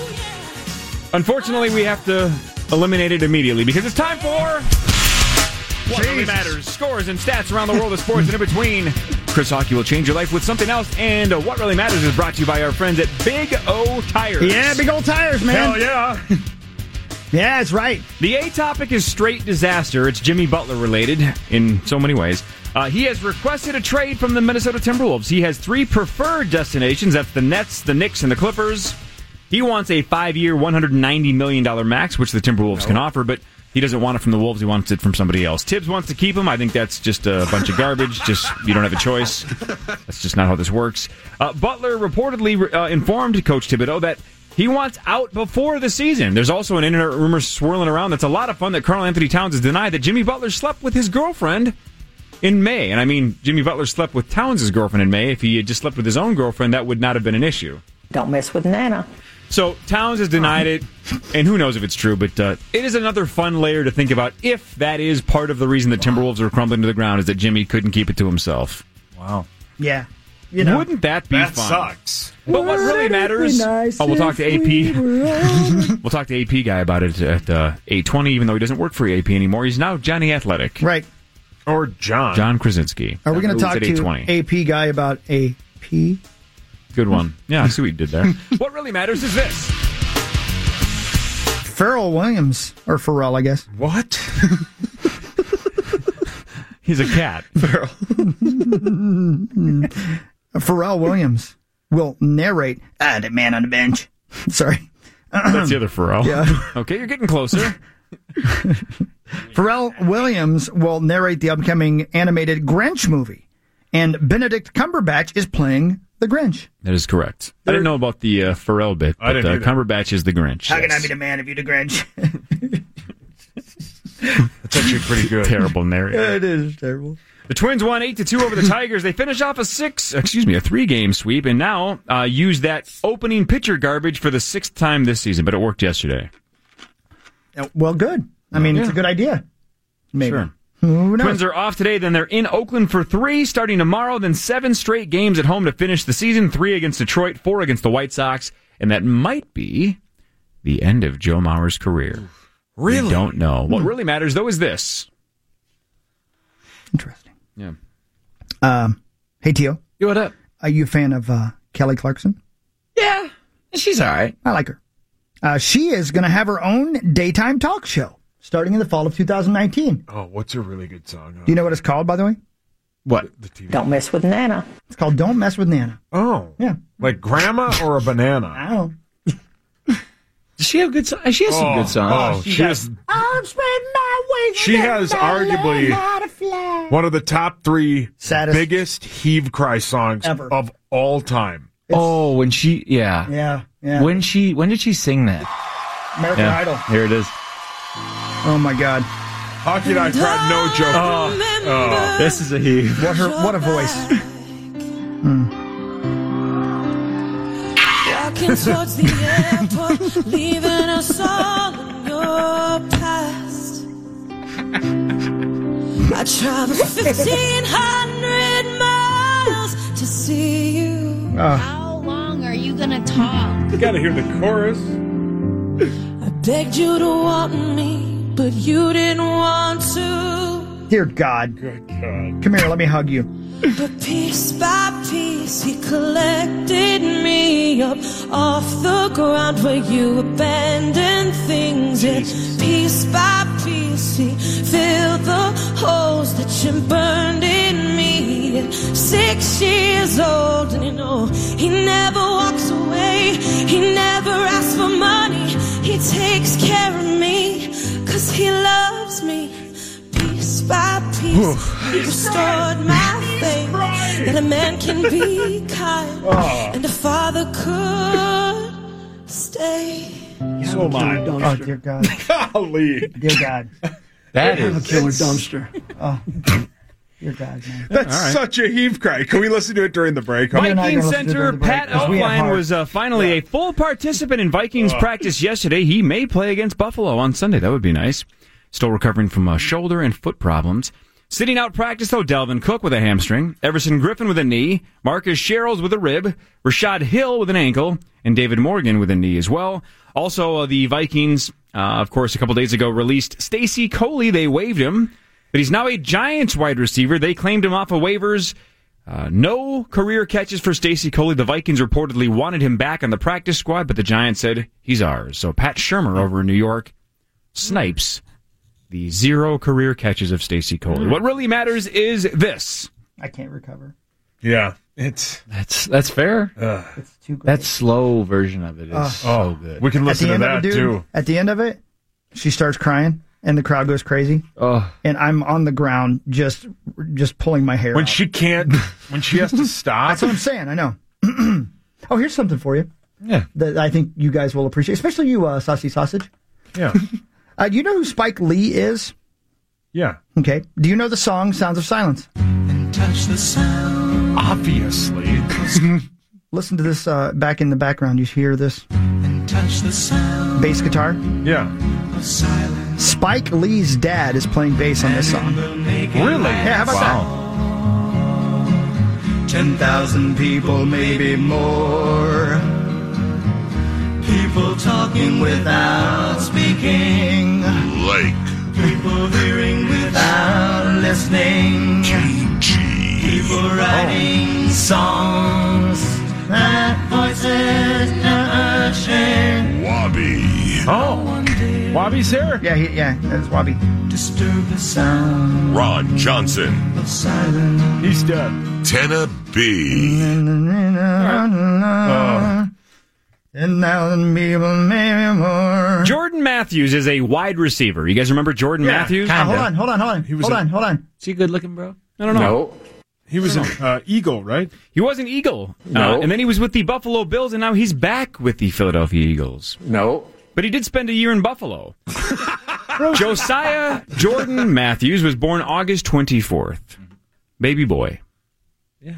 S2: Unfortunately, we have to eliminate it immediately because it's time for what really matters: scores and stats around the world of sports and in between. Chris Hockey will change your life with something else, and what really matters is brought to you by our friends at Big O Tires.
S6: Yeah, big old tires, man.
S2: Hell yeah.
S6: yeah, that's right.
S2: The A topic is straight disaster. It's Jimmy Butler related in so many ways. Uh, he has requested a trade from the Minnesota Timberwolves. He has three preferred destinations that's the Nets, the Knicks, and the
S6: Oh.
S2: Clippers. He wants a five year, $190 million max, which the Timberwolves can offer, but He doesn't want it from the Wolves. He wants it from somebody else. Tibbs wants to keep him. I think that's just a bunch of garbage. Just you don't have a choice. That's just not how this works. Uh, Butler reportedly uh, informed Coach Thibodeau that he wants out before the season. There's also an internet rumor swirling around that's a lot of fun that Carl Anthony Towns has denied that Jimmy Butler slept with his girlfriend in May. And I mean, Jimmy Butler slept with Towns' girlfriend in May. If he had just slept with his own girlfriend, that would not have been an issue.
S14: Don't mess with Nana.
S2: So Towns has denied it, and who knows if it's true, but uh, it is another fun layer to think about if that is part of the reason the Timberwolves are crumbling to the ground is that Jimmy couldn't keep it to himself. Wow.
S6: Yeah. You know.
S2: Wouldn't that be
S7: That
S2: fun?
S7: sucks.
S2: But what really matters? oh, we'll talk to AP. we'll talk to AP guy about it at uh, eight twenty. Even though he doesn't work for AP anymore, he's now Johnny Athletic.
S6: Right.
S2: Or John. John Krasinski.
S6: Are we going to talk
S2: at eight twenty?
S6: to AP guy about AP?
S2: Good one. Yeah, I see what you did there. what really matters is this.
S6: Pharrell Williams or Pharrell, I guess.
S7: What?
S2: He's a cat.
S6: Pharrell. Pharrell Williams will narrate ah, the man on the bench. Sorry.
S2: That's the other Pharrell.
S6: Yeah.
S2: Okay, you're getting closer.
S6: Pharrell Williams will narrate the upcoming animated Grinch movie, and Benedict Cumberbatch is playing the Grinch.
S2: That is correct. I didn't know about the uh, Pharrell bit,
S6: I
S2: but
S6: didn't
S2: uh,
S6: either.
S2: Cumberbatch is the Grinch.
S6: How can I be the man if you're the Grinch?
S2: That's actually pretty good. Terrible narrative.
S6: it is terrible.
S2: The Twins won eight to two over the Tigers. They finish off a six, excuse me, a three game sweep, and now uh, use that opening pitcher garbage for the sixth time this season. But it worked yesterday.
S6: Uh, Well, good. I mean, it's a good idea. Maybe.
S2: Sure.
S6: Who knows?
S2: Twins are off today, then they're in Oakland for three starting tomorrow, then seven straight games at home to finish the season. Three against Detroit, four against the White Sox, and that might be the end of Joe Mauer's career. Really? don't know. What really matters though is this.
S6: Interesting.
S2: Yeah.
S6: Um, hey, Tio.
S10: Yo, what up?
S6: Are you a fan of uh, Kelly Clarkson?
S10: Yeah, she's all right.
S6: I like her. Uh, she is going to have her own daytime talk show starting in the fall of 2019.
S7: Oh, what's a really good song? huh?
S6: Do you know what it's called, by the way?
S10: What?
S6: Don't mess with Nana. It's called Don't Mess with Nana.
S7: Oh.
S6: Yeah.
S7: Like grandma or a banana?
S6: Oh.
S10: Does she have good? so- She has some
S7: Oh,
S10: good songs.
S7: oh, she has-
S6: I'm spreading my wings.
S7: She has arguably one of the top three
S6: Saddest.
S7: biggest heave cry songs
S6: Ever.
S7: of all time.
S10: Oh, when she, yeah.
S6: Yeah. Yeah.
S10: When she, when did she sing that?
S6: American
S10: Yeah,
S6: Idol.
S10: Here it is.
S6: Oh my God.
S7: Hockey Night Crowd, no joke. Oh.
S10: This is a heave.
S6: What her? What a voice.
S3: Walking towards the airport, leaving us all in your past. I traveled 1,500 miles to see you.
S9: How long are you gonna talk?
S7: Ah. You gotta hear the chorus.
S3: I begged you to want me, but you didn't want to.
S6: Dear God.
S7: Good God.
S6: Come here. Let me hug you.
S3: But piece by piece, he collected me up off the ground where you abandoned things. And piece by piece, he filled the holes that you burned in me. At six years old, and you know, he never walks away. He never asks for money. He takes care of me, cause he loves me piece by piece you restored my faith that a man can be kind
S6: Oh.
S3: and a father could stay.
S7: So mine.
S6: Oh dear God.
S7: Golly.
S6: Dear God.
S10: That is.
S14: Killer dumpster.
S6: Oh. Dear God. Man.
S7: That's
S10: right.
S7: such a heave cry. Can we listen to it during the break?
S6: and I are
S2: Viking
S6: gonna listen to it
S2: center
S6: during the break,
S2: Pat
S6: 'cause we have
S2: Elfline
S6: heart.
S2: was uh, finally a full participant in Vikings practice yesterday. He may play against Buffalo on Sunday. That would be nice. Still recovering from uh, shoulder and foot problems. Sitting out practice though, Delvin Cook with a hamstring, Everson Griffin with a knee, Marcus Sherrills with a rib, Rashad Hill with an ankle, and David Morgan with a knee as well. Also, uh, the Vikings, uh, of course, a couple days ago released Stacy Coley. They waived him, but he's now a Giants wide receiver. They claimed him off of waivers. Uh, no career catches for Stacy Coley. The Vikings reportedly wanted him back on the practice squad, but the Giants said he's ours. So Pat Shermer over in New York snipes the zero career catches of Stacy Coley. What really matters is this.
S6: I can't recover.
S7: Yeah. It's Uh,
S10: That's that's fair.
S6: It's too great.
S10: That slow version of it is
S6: Oh.
S10: so good.
S7: we can
S6: at
S7: listen
S6: the
S7: to
S6: end of
S7: that
S6: it, dude,
S7: too.
S6: At the end of it, she starts crying. and the crowd goes crazy. And I'm on the ground just just pulling my hair
S7: When
S6: out.
S7: she can't, when she has to stop.
S6: That's what I'm saying. I know. oh, here's something for you. Yeah. That I think you guys will appreciate, especially you, uh, Saucy Sausage.
S7: Yeah.
S6: uh, you know who Spike Lee is?
S7: Yeah.
S6: Okay. Do you know the song Sounds of Silence?
S3: Touch the sound.
S7: Obviously.
S6: Listen to this uh, back in the background. You hear this
S3: Touch the sound.
S6: bass guitar?
S7: Yeah.
S3: Of silence.
S6: Spike Lee's dad is playing bass on this song.
S3: Really?
S6: Yeah, how about
S3: that? 10,000 people, maybe more. People talking without speaking. Like. People hearing without listening. People
S8: Oh.
S3: writing songs. That voices are ashamed.
S7: Wabi. Oh. Wabi's here?
S6: Yeah, he, yeah, that's Wabi.
S3: Disturb the sound
S8: Ron Johnson.
S3: of silence.
S7: He's dead.
S8: Tenna B.
S6: Oh, that? And now then people, maybe more.
S2: Jordan Matthews is a wide receiver. You guys remember Jordan Matthews?
S6: Ah, hold on, hold on, hold on.
S2: was
S6: hold
S2: a-
S6: on, hold on.
S10: Is he good looking, bro?
S2: I don't know.
S7: He was an uh, Eagle, right?
S2: He was an Eagle.
S7: No.
S2: Uh, and then he was with the Buffalo Bills, and now he's back with the Philadelphia Eagles.
S7: No.
S2: But he did spend a year in Buffalo. Josiah Jordan Matthews was born August 24th. Baby boy.
S3: Yeah.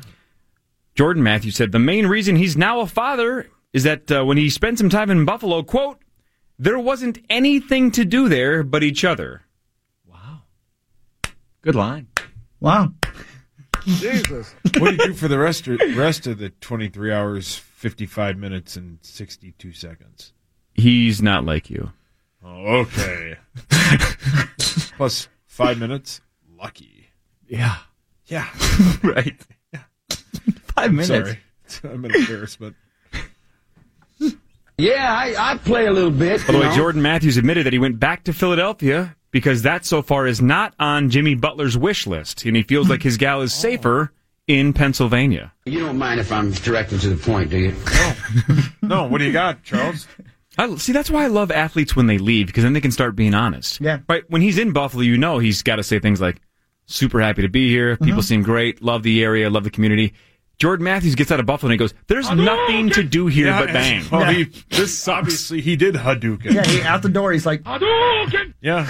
S2: Jordan Matthews said the main reason he's now a father is that uh, when he spent some time in Buffalo, quote, there wasn't anything to do there but each other. Wow.
S10: Good line.
S6: Wow.
S7: Jesus. What do you do for the rest of, rest of the 23 hours, 55 minutes, and 62 seconds?
S2: He's not like you.
S7: Oh, okay. Plus five minutes. Lucky.
S10: Yeah.
S7: Yeah.
S10: right. Five
S7: I'm
S10: minutes.
S7: Sorry. I'm an embarrassment.
S15: Yeah, I, I play a little bit.
S2: By the
S15: you
S2: way,
S15: know.
S2: Jordan Matthews admitted that he went back to Philadelphia because that so far is not on Jimmy Butler's wish list, and he feels like his gal is
S15: Oh.
S2: safer in Pennsylvania.
S15: You don't mind if I'm direct and to the point, do you?
S7: No, what do you got, Charles?
S2: I, see, that's why I love athletes when they leave because then they can start being honest. Yeah. Right. When he's in Buffalo, you know he's got to say things like, "Super happy to be here.
S15: Mm-hmm.
S2: People seem great. Love the area. Love the community." Jordan Matthews gets out of Buffalo and he goes, "There's nothing to do here
S7: Yeah,
S2: but bang."
S7: Well, he, this obviously he did Hadouken.
S6: Yeah, he, out the door, he's like,
S7: Yeah. yeah.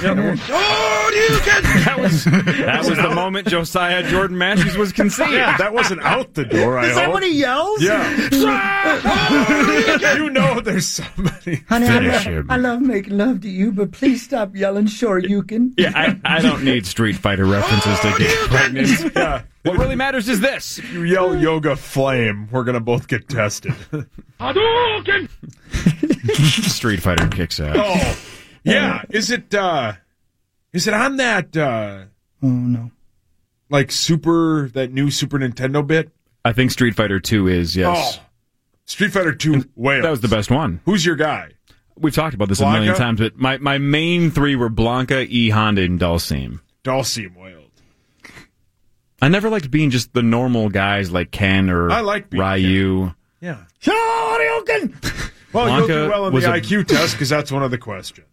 S2: that was that was the moment Josiah Jordan Matthews was conceived.
S7: Yeah, that wasn't out the door. I
S6: Is that
S7: hope.
S6: when he yells?
S7: oh. Yeah. you know, there's somebody.
S6: Honey, I
S2: Finish
S6: love,
S2: him.
S6: I love making love to you, but please stop yelling. Sure, you can.
S2: Yeah, I, I don't need Street Fighter references to get pregnant.
S7: Yeah.
S2: What really matters is this.
S7: You yell yoga flame, we're gonna both get tested.
S11: Hadouken!
S2: Street Fighter kicks out.
S7: oh, yeah. Is it? uh Is it on that? uh
S6: Oh no.
S7: Like super that new Super Nintendo bit?
S2: I think Street Fighter 2 is, yes.
S7: Oh, Street Fighter Two Wales.
S2: That was the best one.
S7: Who's your guy?
S2: We've talked about this a million
S7: Blanca?
S2: times, but my, my main three were Blanca, E. Honda, and Dalsim.
S7: Dalsim Wales.
S2: I never liked being just the normal guys like Ken or
S7: I like being
S2: Ryu.
S7: Yeah.
S6: Shoryuken!
S7: Well,
S2: Blanca
S7: you'll do well on
S2: was
S7: the
S2: a-
S7: IQ test because that's one of the questions.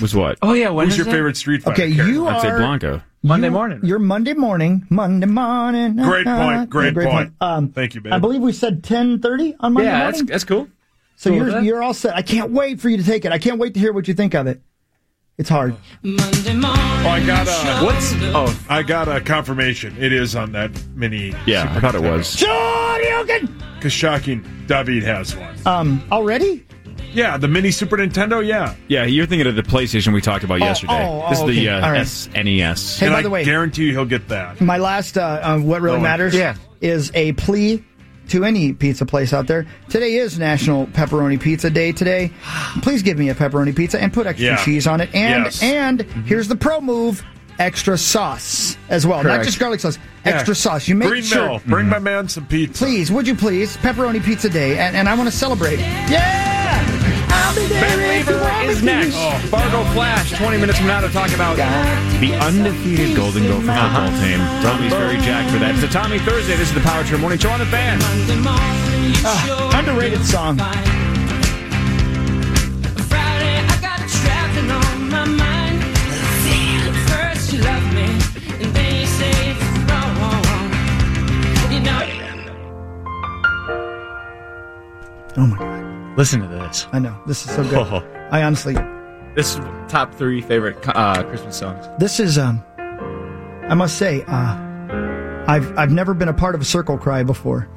S2: Was what?
S10: Oh yeah. When
S7: Who's
S10: is
S7: your
S10: that?
S7: favorite Street Fighter?
S6: Okay,
S7: character?
S6: you
S2: I'd say
S6: are
S2: Blanca.
S10: Monday
S6: you-
S10: morning.
S6: Your Monday morning, Monday morning.
S7: Great
S6: uh,
S7: point, great point.
S6: Um,
S7: Thank you, babe.
S6: I believe we said ten thirty on Monday
S10: Yeah, that's
S6: morning.
S10: that's cool.
S6: so
S10: cool with
S6: you're
S10: that.
S6: you're all set. I can't wait for you to take it. I can't wait to hear what you think of it. It's hard.
S3: Monday morning.
S7: Oh, I got a
S10: What's oh
S7: I got a confirmation. It is on that mini.
S2: Yeah, I thought it was.
S6: Shoryuken.
S7: Because shocking, David has one.
S6: Um, already?
S7: Yeah, the mini Super Nintendo. Yeah,
S2: Yeah, you're thinking of the PlayStation we talked about yesterday.
S6: oh, oh,
S2: this is the
S6: okay.
S2: uh,
S6: All right.
S2: SNES.
S6: Hey,
S7: and
S6: by
S7: I
S6: the way-
S7: guarantee you he'll get that.
S6: My last, uh, uh, what really
S7: Going.
S6: matters
S10: Yeah.
S6: is a plea to any pizza place out there. Today is National Pepperoni Pizza Day today. Please give me a pepperoni pizza and put extra
S7: Yeah.
S6: cheese on it. And
S7: Yes. Mm-hmm.
S6: and here's the pro move extra sauce as well. Not
S10: Correct.
S6: just garlic sauce,
S7: Yeah.
S6: extra sauce. You make
S7: Green
S6: sure. Mm-hmm.
S7: Mill, bring my man some pizza.
S6: Please, would you please? Pepperoni Pizza Day, and, and I want to celebrate. Yeah! I'll be there if you want me
S2: is
S6: to.
S2: next. Oh. Fargo Flash, 20 minutes from now to talk about the undefeated Golden Gopher football team. Tommy's very jacked for that. It's a Tommy Thursday. This is the Power Trip Morning Show on the fan.
S6: Ah, underrated song.
S3: Friday, I got traveling on my mind.
S6: Oh my god!
S10: Listen to this.
S6: I know this is so good. I honestly,
S10: This is top three favorite uh, Christmas songs.
S6: this is um, I must say, uh, I've I've never been a part of a circle cry before,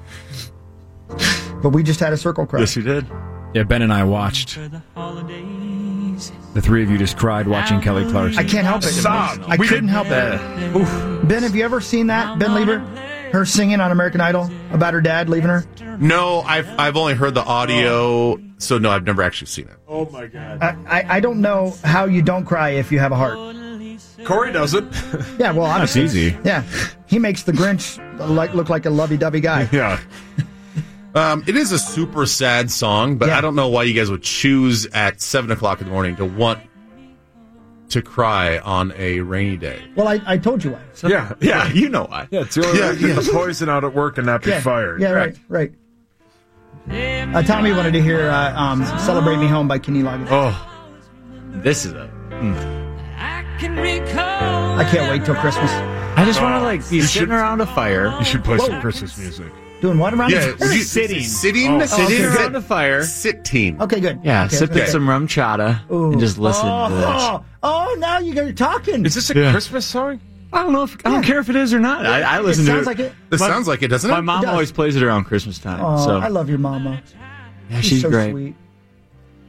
S6: but we just had a circle cry.
S2: you did. Yeah, Ben and I watched. The three of you just cried watching Kelly Clarkson.
S6: I can't help it.
S2: Sobbed.
S6: I
S2: We
S6: couldn't
S2: did-
S6: help it. Ben, have you ever seen that? Ben Lieber, her singing on American Idol about her dad leaving her.
S16: No, I've I've only heard the audio, so no, I've never actually seen it.
S7: Oh my god!
S6: I, I, I don't know how you don't cry if you have a heart.
S7: Corey does it.
S6: Yeah, well,
S2: That's
S6: obviously,
S2: easy.
S6: Yeah, he makes the Grinch like look like a lovey-dovey guy.
S7: Yeah.
S16: Um, it is a super sad song, but I don't know why you guys would choose at seven o'clock in the morning to want to cry on a rainy day.
S6: Well, I, I told you why.
S7: yeah,
S16: yeah, you know why.
S7: Yeah, it's the only
S16: Yeah,
S7: way to get
S16: yeah.
S7: the poison out at work and not be
S6: yeah,
S7: fired.
S6: Yeah, right, right. Uh, Tommy wanted to hear uh, um, "Celebrate Me Home" by Kenny Loggins.
S10: Oh, this is a. hmm.
S6: I can't wait till Christmas.
S10: I just want to like be
S7: You
S10: sitting
S7: should-
S10: around a fire.
S7: You should play
S6: Whoa.
S7: some Christmas music.
S6: Doing what around?
S10: Yeah,
S6: the-
S10: would you- Sitting.
S16: Sitting,
S10: Oh,
S16: sitting
S10: okay.
S16: sit-
S10: around a fire.
S16: Sitting.
S6: Okay, good.
S10: Yeah,
S6: Okay,
S10: sip
S6: okay.
S10: sipping some rum chata and just listen
S6: oh,
S10: to this.
S6: Oh, oh, now you guys are talking.
S7: Is this a
S10: Yeah.
S7: Christmas song?
S10: I don't know if I don't care if it is or not. I, I
S6: It
S10: listen to
S6: sounds
S10: it.
S6: like it.
S10: My- My
S6: It
S10: mom
S6: does.
S10: always plays it around Christmas time.
S6: Oh,
S10: so
S6: I love your mama.
S10: yeah, she's
S6: so
S10: great.
S6: sweet.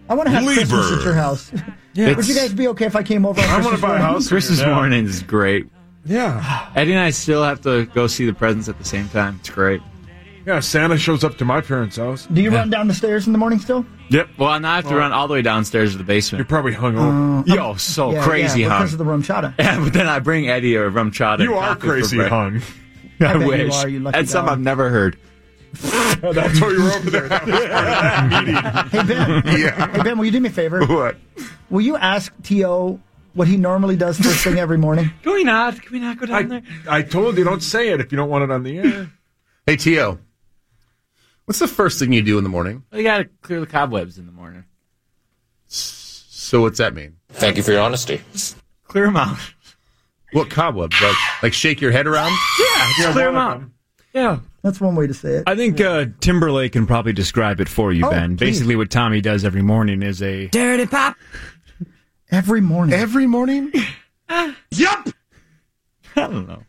S6: I want to have Christmas
S10: Lieber.
S6: at your house.
S10: Yeah.
S6: Would you guys be okay if I came over? on Christmas morning?
S10: Christmas morning is great.
S7: Yeah.
S10: Eddie and I still have to go see the presents at the same time. It's great.
S7: Yeah, Santa shows up to my parents' house.
S6: Do you run down the stairs in the morning still?
S10: Yep. Well, now I have to run all the way downstairs to the basement. You're
S7: probably hungover.
S10: Yo, so
S6: Uh, um, Yeah,
S10: Oh, crazy
S6: yeah,
S10: hung.
S6: because of the rum chata.
S10: Yeah, but then I bring Eddie a rum chata.
S7: You
S10: and
S7: are
S10: coffee for
S7: crazy
S10: break-
S7: hung.
S10: I,
S6: bet you
S10: wish.
S6: are, you lucky
S10: and some
S6: dog.
S10: I've never heard.
S7: That's why you're over there. That was part of that meeting.
S6: Hey Ben. Hey Ben, will you do me a favor?
S7: What?
S6: Will you ask To what he normally does first thing every morning?
S10: Can we not? Can we not go down there?
S7: I told you don't say it if you don't want it on the air.
S16: Hey, T.O., what's the first thing you do in the morning?
S10: Well, you got to clear the cobwebs in the morning.
S16: So what's that mean? Thank you for your honesty.
S10: Clear them out.
S16: What cobwebs? Like, like shake your head around?
S10: Yeah, just clear them out. Yeah.
S6: That's one way to say it.
S2: I think uh, Timberlake can probably describe it for you,
S6: Oh,
S2: Ben.
S6: please.
S2: Basically, what Tommy does every morning is a
S6: Dirty pop. Every morning.
S16: Every morning?
S6: Ah.
S16: yup!
S10: I don't know.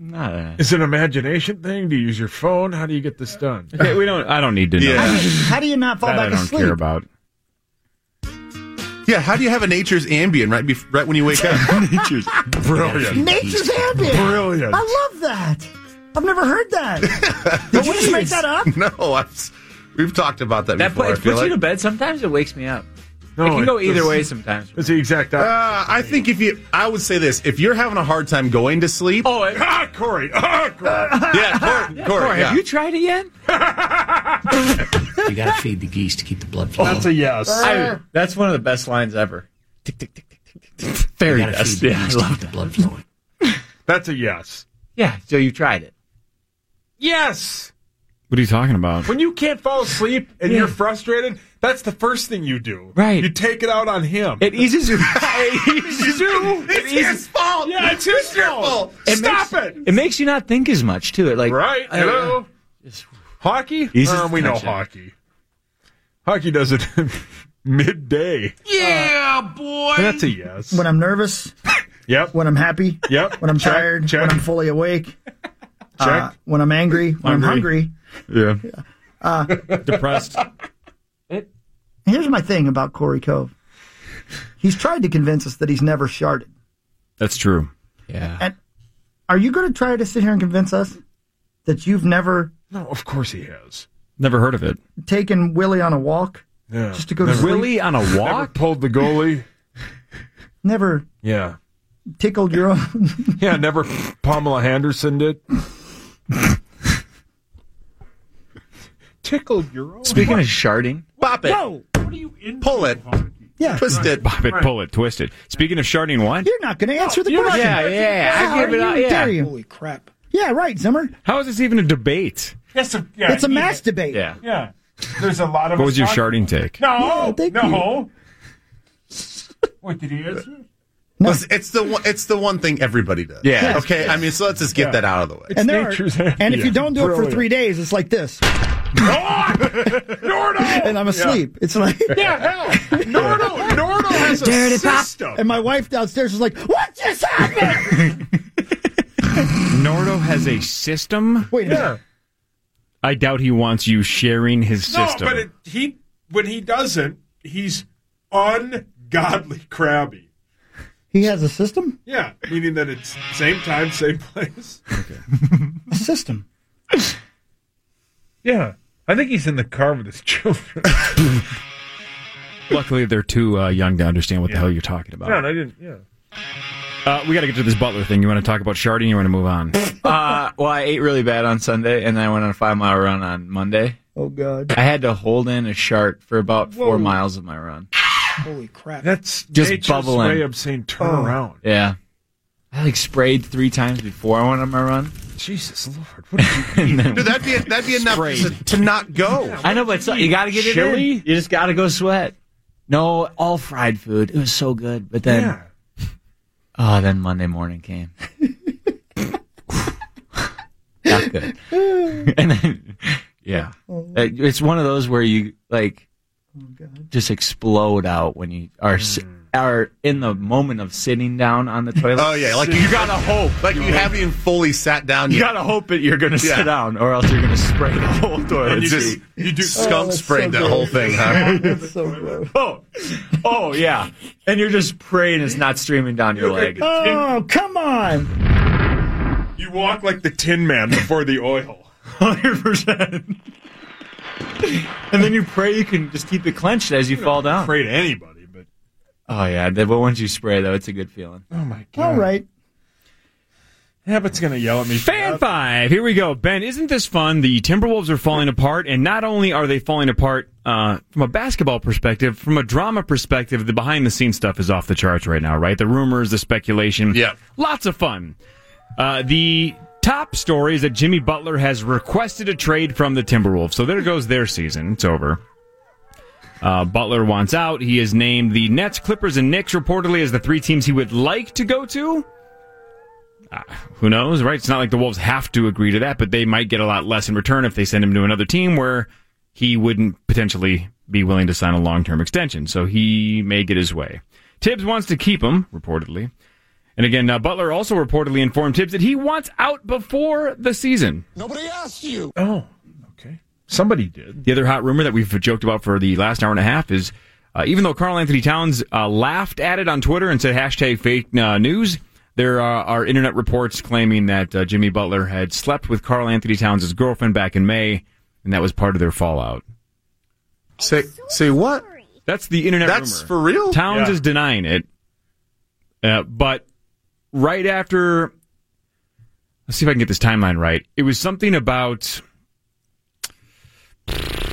S10: Not a,
S7: Is it an imagination thing? Do you use your phone? How do you get this done?
S2: Okay, we don't. I don't need to know.
S16: Yeah.
S2: That,
S6: How do you not fall
S2: That I
S6: back
S2: don't
S6: asleep?
S2: care about.
S16: Yeah, how do you have a nature's ambient right bef- right when you wake up? nature's brilliant.
S6: Nature's ambient.
S16: Brilliant.
S6: I love that. I've never heard that. Did you just make that up?
S16: No, I've, we've talked about that,
S10: that
S16: before.
S10: put,
S16: I
S10: it
S16: feel
S10: puts you
S16: like.
S10: to bed. Sometimes it wakes me up.
S7: No,
S10: it can go
S7: it's-
S10: either way sometimes.
S7: It's the exact opposite.
S16: Uh, I think if you, I would say this: if you're having a hard time going to sleep,
S10: Oh, it-
S7: ah, Corey. Ah, Corey.
S16: yeah, Corey, Corey,
S10: Corey,
S16: yeah.
S10: have you tried it yet?
S15: You gotta feed the geese to keep the blood flowing.
S7: That's a yes.
S10: I, that's one of the best lines ever. Tick, tick, tick, tick, tick, tick, tick. Very
S15: You gotta
S10: best.
S15: feed the
S10: Yeah, I
S15: geese to
S10: love
S15: keep the blood flowing.
S7: That's a yes.
S10: Yeah, so you tried it.
S7: Yes.
S2: What are you talking about?
S7: When you can't fall asleep and
S10: Yeah.
S7: you're frustrated, that's the first thing you do.
S10: Right.
S7: You take it out on him.
S10: It eases your. it eases
S7: you.
S10: It eases.
S16: fault.
S7: Yeah, it's his fault. Stop
S10: makes,
S7: it. Oh,
S10: It makes you not think as much too. It like
S7: Right.
S10: I-
S7: Hello. hockey?
S10: He's
S7: Um, we know
S10: touching.
S7: hockey. Hockey does it midday.
S16: Yeah, boy.
S7: Uh, That's a yes.
S6: When I'm nervous,
S7: Yep.
S6: when I'm happy,
S7: Yep.
S6: when I'm
S7: Check,
S6: tired,
S7: check.
S6: when I'm fully awake, uh,
S7: Check.
S6: when I'm angry, when I'm
S2: Hungry.
S6: hungry.
S2: Yeah. Depressed.
S6: Here's my thing about Corey Cove. He's tried to convince us that he's never sharded.
S2: That's true.
S10: Yeah.
S6: And are you going to try to sit here and convince us that you've never
S7: no, of course he has.
S2: Never heard of it.
S6: taken Willie on a walk
S7: Yeah.
S6: just to go to sleep?
S2: Willie on a
S7: Never
S2: walk.
S7: pulled the goalie.
S6: Never
S7: Yeah.
S6: tickled your own.
S7: Yeah, never Pamela Henderson did. Tickled your own.
S10: Speaking of sharding,
S16: Bop it.
S6: no,
S16: Pull it.
S6: yeah,
S16: Twist it.
S2: Bop it, pull it, twist it. Speaking of sharding, what?
S6: you're not going to answer the question.
S10: yeah, yeah,
S6: How
S10: I give it
S6: you
S10: up. Yeah,
S6: dare you?
S12: Holy crap.
S6: Yeah, right, Zimmer.
S2: How is this even a debate?
S7: Yes, yeah,
S6: it's a mass debate. Uh,
S10: yeah.
S7: Yeah. There's a lot of.
S2: What was your sharding take?
S7: No,
S6: Yeah, thank
S7: no. what did he answer?
S16: Listen, It's the one. It's the one thing everybody does.
S10: Yeah.
S16: Okay. I mean, so let's just get that out of the way.
S6: And there are,
S7: Nature's happy.
S6: and if you don't do it for
S7: Brilliant. Oh,
S6: three days, it's like this. and I'm asleep. It's like
S7: yeah, hell, Nordo, Nordo has a
S6: Dirty pop.
S7: system.
S6: And my wife downstairs was like, "What just happened?"
S2: Nordo has a system.
S6: Wait,
S7: yeah.
S2: I doubt he wants you sharing his
S7: No,
S2: system.
S7: but it, he when he doesn't, he's ungodly crabby.
S6: He has a system.
S7: Yeah, meaning that it's same time, same place. Okay.
S6: A system.
S7: Yeah, I think he's in the car with his children.
S2: Luckily, they're too uh, young to understand what the hell you're talking about.
S7: no, I didn't. Yeah.
S2: Uh, we got to get to this Butler thing. You want to talk about sharding? You want to move on?
S10: uh, well, I ate really bad on Sunday, and then I went on a five mile run on Monday.
S6: Oh God!
S10: I had to hold in a shark for about
S6: Whoa.
S10: four miles of my run.
S6: Holy crap!
S7: That's
S10: Just
S7: nature's
S10: bubbling.
S7: way of saying turn
S10: Oh.
S7: around.
S10: Yeah, I like sprayed three times before I went on my run.
S7: Jesus Lord!
S10: and then
S16: Dude, that'd be that'd be enough
S10: Sprayed.
S16: to, to not go.
S10: I know, but so, you got to get it in.
S16: Chili?
S10: You just got to go sweat. No, all fried food. It was so good, but then, oh, then Monday morning came. Not good. and then, yeah, Uh, it's one of those where you like just explode out when you are s are in the moment of sitting down on the toilet.
S16: Oh yeah, like you gotta hope, like you haven't even fully sat down.
S10: You
S16: yet.
S10: gotta hope that you're gonna
S16: Yeah.
S10: sit down, or else you're gonna spray the whole toilet.
S16: And you
S10: seat.
S16: just you do skunk sprayed that whole thing, huh?
S6: That's so gross.
S10: Oh, oh yeah. And you're just praying it's not streaming down your leg.
S6: Oh come on!
S7: You walk like the Tin Man before the oil.
S10: 100%. And then you pray you can just keep it clenched as you fall down.
S7: Afraid of anybody, but
S10: Oh yeah, but once you spray though, it's a good feeling.
S7: oh my god!
S6: All right.
S7: Habit's gonna yell at me.
S2: Fan five. Here we go. Ben, isn't this fun? The Timberwolves are falling apart, and not only are they falling apart uh, from a basketball perspective, from a drama perspective, the behind the scenes stuff is off the charts right now, right? The rumors, the speculation.
S16: Yeah.
S2: Lots of fun. Uh, the top story is that Jimmy Butler has requested a trade from the Timberwolves. So there goes their season. It's over. Uh, Butler wants out. He is named the Nets, Clippers, and Knicks reportedly as the three teams he would like to go to. Uh, who knows, right? It's not like the Wolves have to agree to that, but they might get a lot less in return if they send him to another team where he wouldn't potentially be willing to sign a long term extension. So he may get his way. Tibbs wants to keep him, reportedly. And again, uh, Butler also reportedly informed Tibbs that he wants out before the season.
S1: Nobody asked you.
S7: Oh, okay. Somebody did.
S2: The other hot rumor that we've joked about for the last hour and a half is uh, even though Carl Anthony Towns uh, laughed at it on Twitter and said hashtag fake uh, news, there are, are internet reports claiming that uh, Jimmy Butler had slept with Carl Anthony Towns' girlfriend back in May, and that was part of their fallout.
S16: Say say what?
S2: That's the internet
S16: That's
S2: rumor.
S16: for real.
S2: Towns
S7: Yeah.
S2: is denying it. Uh, but right after, let's see if I can get this timeline right. It was something about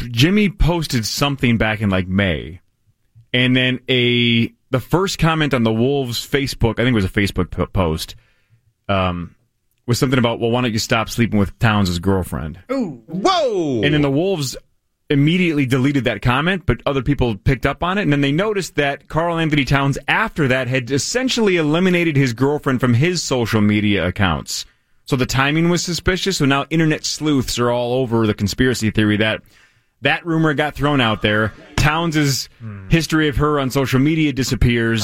S2: Jimmy posted something back in like May, and then a the first comment on the Wolves Facebook, I think it was a Facebook po- post, um, was something about, well, why don't you stop sleeping with Towns' girlfriend?
S16: Whoa!
S2: And then the Wolves immediately deleted that comment, but other people picked up on it. And then they noticed that Carl Anthony Towns, after that, had essentially eliminated his girlfriend from his social media accounts. So the timing was suspicious. So now internet sleuths are all over the conspiracy theory that that rumor got thrown out there. Towns' history of her on social media disappears.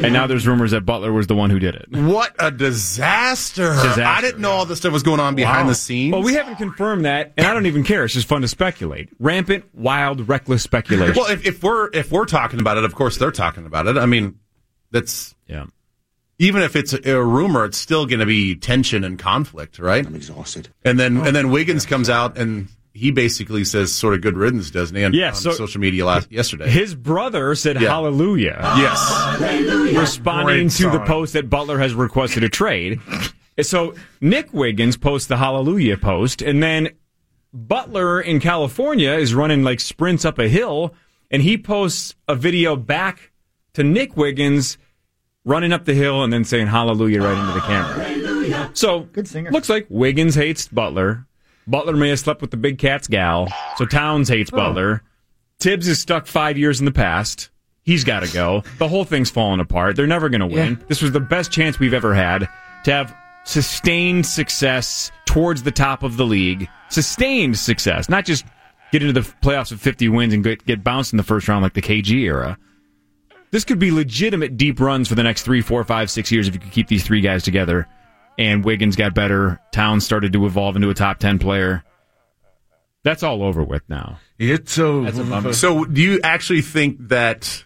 S2: And now there's rumors that Butler was the one who did it.
S16: What a disaster.
S2: Disaster,
S16: I didn't know all this stuff was going on behind the scenes.
S2: Well, we haven't confirmed that, and I don't even care. It's just fun to speculate. Rampant, wild, reckless speculation.
S16: Well, if, if we're if we're talking about it, of course they're talking about it. I mean, that's
S2: yeah.
S16: even if it's a, a rumor, it's still going to be tension and conflict, right? I'm exhausted. And
S2: Oh.
S16: then and then Wiggins comes out and he basically says sort of good riddance, doesn't he? On,
S2: Yeah,
S16: on
S2: so-
S16: social media last yesterday.
S2: His brother said
S16: Yeah.
S2: hallelujah,
S16: yes.
S2: responding
S7: Great
S2: to the
S7: song.
S2: post that Butler has requested a trade. And so Nick Wiggins posts the hallelujah post, and then Butler in California is running like sprints up a hill, and he posts a video back to Nick Wiggins running up the hill and then saying hallelujah right into the camera. So
S6: Good singer.
S2: looks like Wiggins hates Butler. Butler may have slept with the big cat's gal. So Towns hates
S6: Oh,
S2: Butler. Tibbs is stuck five years in the past. He's got to go. The whole thing's falling apart. They're never going to win.
S10: Yeah.
S2: This was the best chance we've ever had to have sustained success towards the top of the league, sustained success, not just get into the playoffs with 50 wins and get, get bounced in the first round like the KG era. This could be legitimate deep runs for the next three, four, five, six years if you could keep these three guys together. And Wiggins got better. Towns started to evolve into a top 10 player. That's all over with now.
S16: It's so.
S2: That's a bummer.
S16: So, do you actually think that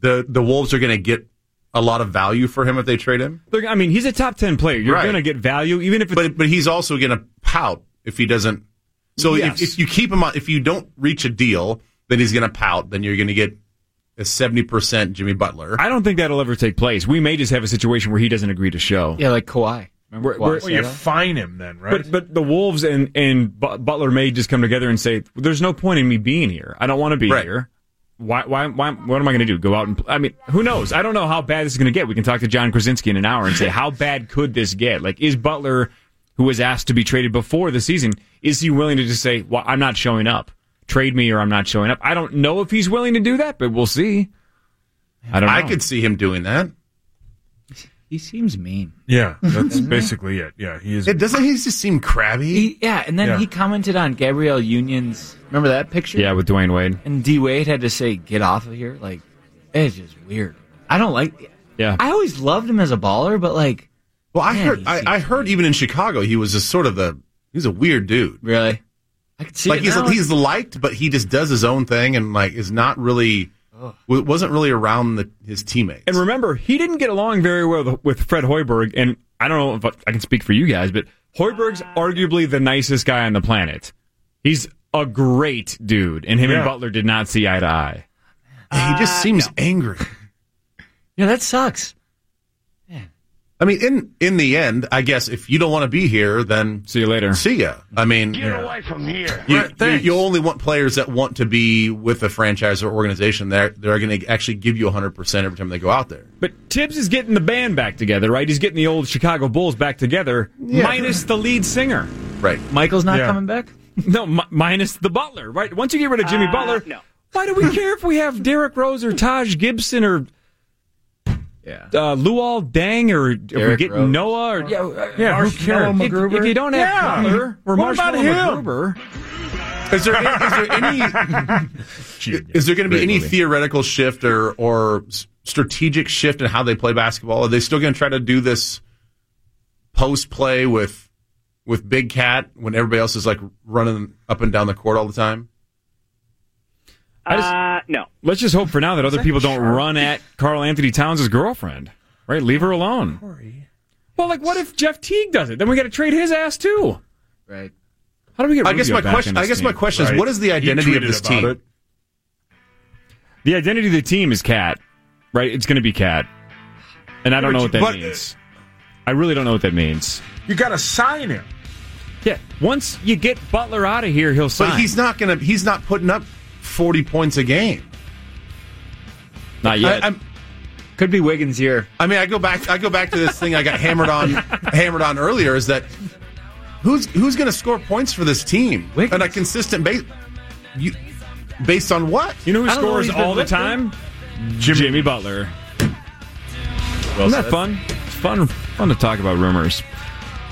S16: the the Wolves are going to get a lot of value for him if they trade him?
S2: They're- I mean, he's a top 10 player. You're
S16: Right.
S2: going to get value, even if it's.
S16: But but he's also going to pout if he doesn't. So
S2: Yes.
S16: if, if you keep him on, if you don't reach a deal, then he's going to pout. Then you're going to get a seventy percent Jimmy Butler.
S2: I don't think that'll ever take place. We may just have a situation where he doesn't agree to show.
S10: Yeah, like Kawhi.
S2: Remember Kawhi said
S7: well, you
S2: that?
S7: fine him then, right?
S2: But but the Wolves and and But- Butler may just come together and say, "There's no point in me being here. I don't want to be here. Why why why? What am I going to do? Go out and pl-? I mean, who knows? I don't know how bad this is going to get. We can talk to John Krasinski in an hour and say, how bad could this get? Like, is Butler, who was asked to be traded before the season, is he willing to just say, well, I'm not showing up? Trade me or I'm not showing up. I don't know if he's willing to do that, but we'll see. I don't. Know.
S16: I could see him doing that.
S10: He seems mean.
S7: Yeah,
S2: Mm-hmm.
S7: that's
S10: Mhm.
S7: basically it. Yeah, he is.
S16: It doesn't. He just seem crabby.
S10: He, yeah, and then
S7: Yeah.
S10: he commented on Gabrielle Union's. Remember that picture?
S2: Yeah, with Dwayne Wade.
S10: And D Wade had to say, "Get off of here!" Like, it's just weird. I don't like.
S2: Yeah.
S10: I always loved him as a baller, but like,
S16: well, I heard. I, I heard even in Chicago, he was just sort of the. He's a weird dude.
S10: Really, I could see
S16: like
S10: it
S16: he's
S10: now.
S16: he's liked, but he just does his own thing and like is not really w- wasn't really around the, his teammate.
S2: And remember, he didn't get along very well with- with Fred Hoiberg, and I don't know if I- I can speak for you guys, but Hoiberg's arguably the nicest guy on the planet. He's a great dude, and him
S10: Yeah.
S2: and Butler did not see eye to eye.
S16: he just seems angry.
S10: yeah, that sucks.
S16: I mean, in in the end, I guess if you don't want to be here, then
S2: see you later.
S16: See ya. I mean,
S11: away from here.
S16: you, you, you only want players that want to be with a franchise or organization that they're going to actually give you 100% every time they go out there.
S2: But Tibbs is getting the band back together, right? He's getting the old Chicago Bulls back together, minus the lead singer.
S16: Right.
S10: Michael's not coming back?
S2: No, mi- minus the Butler, right? Once you get rid of Jimmy
S10: Uh,
S2: Butler,
S10: no.
S2: why do we care if we have Derrick Rose or Taj Gibson or
S10: yeah.
S2: uh, Luol Dang or if we're
S10: Derrick
S2: getting
S10: Rose.
S2: Noah or yeah, uh, yeah who
S10: Marshmello
S2: cares? If,
S10: McGruber?
S2: if you don't have
S10: Yeah.
S2: Butler or
S10: What about
S2: Marshmello
S10: him?
S2: McGruber,
S16: Is there, is there any is there going to be
S2: Great
S16: any
S2: movie.
S16: theoretical shift or or s- strategic shift in how they play basketball? Are they still going to try to do this post play with with Big Cat when everybody else is like running up and down the court all the time?
S2: I just-
S17: Uh, no.
S2: let's just hope for now that other
S17: that
S2: people don't
S17: sharp?
S2: run at Carl Anthony Towns' girlfriend. Right, leave her alone. Well, like, what if Jeff Teague does it? Then we got to trade his ass too.
S10: Right.
S2: How do we get?
S16: I guess
S2: Rubio
S16: my
S2: back
S16: question.
S2: in this
S16: I guess my
S2: team?
S16: question is, what is the identity of this team?
S2: The identity of the team is Cat, right? It's going to be Cat, and I don't
S7: But
S2: know
S7: you-
S2: what that
S7: but-
S2: means. I really don't know what that means.
S7: You got to sign him.
S2: Yeah, once you get Butler out of here, he'll sign.
S16: But he's not going to. He's not putting up forty points a game.
S2: Not yet.
S16: I, I'm-
S10: Could be Wiggins here.
S16: I mean, I go back. I go back to this thing I got hammered on, hammered on earlier. Is that who's who's going to score points for this team on a consistent base? You, based on what?
S2: You know who scores all the time? Jimmy, Butler. Isn't that
S16: said.
S2: fun? It's fun, fun to talk about rumors.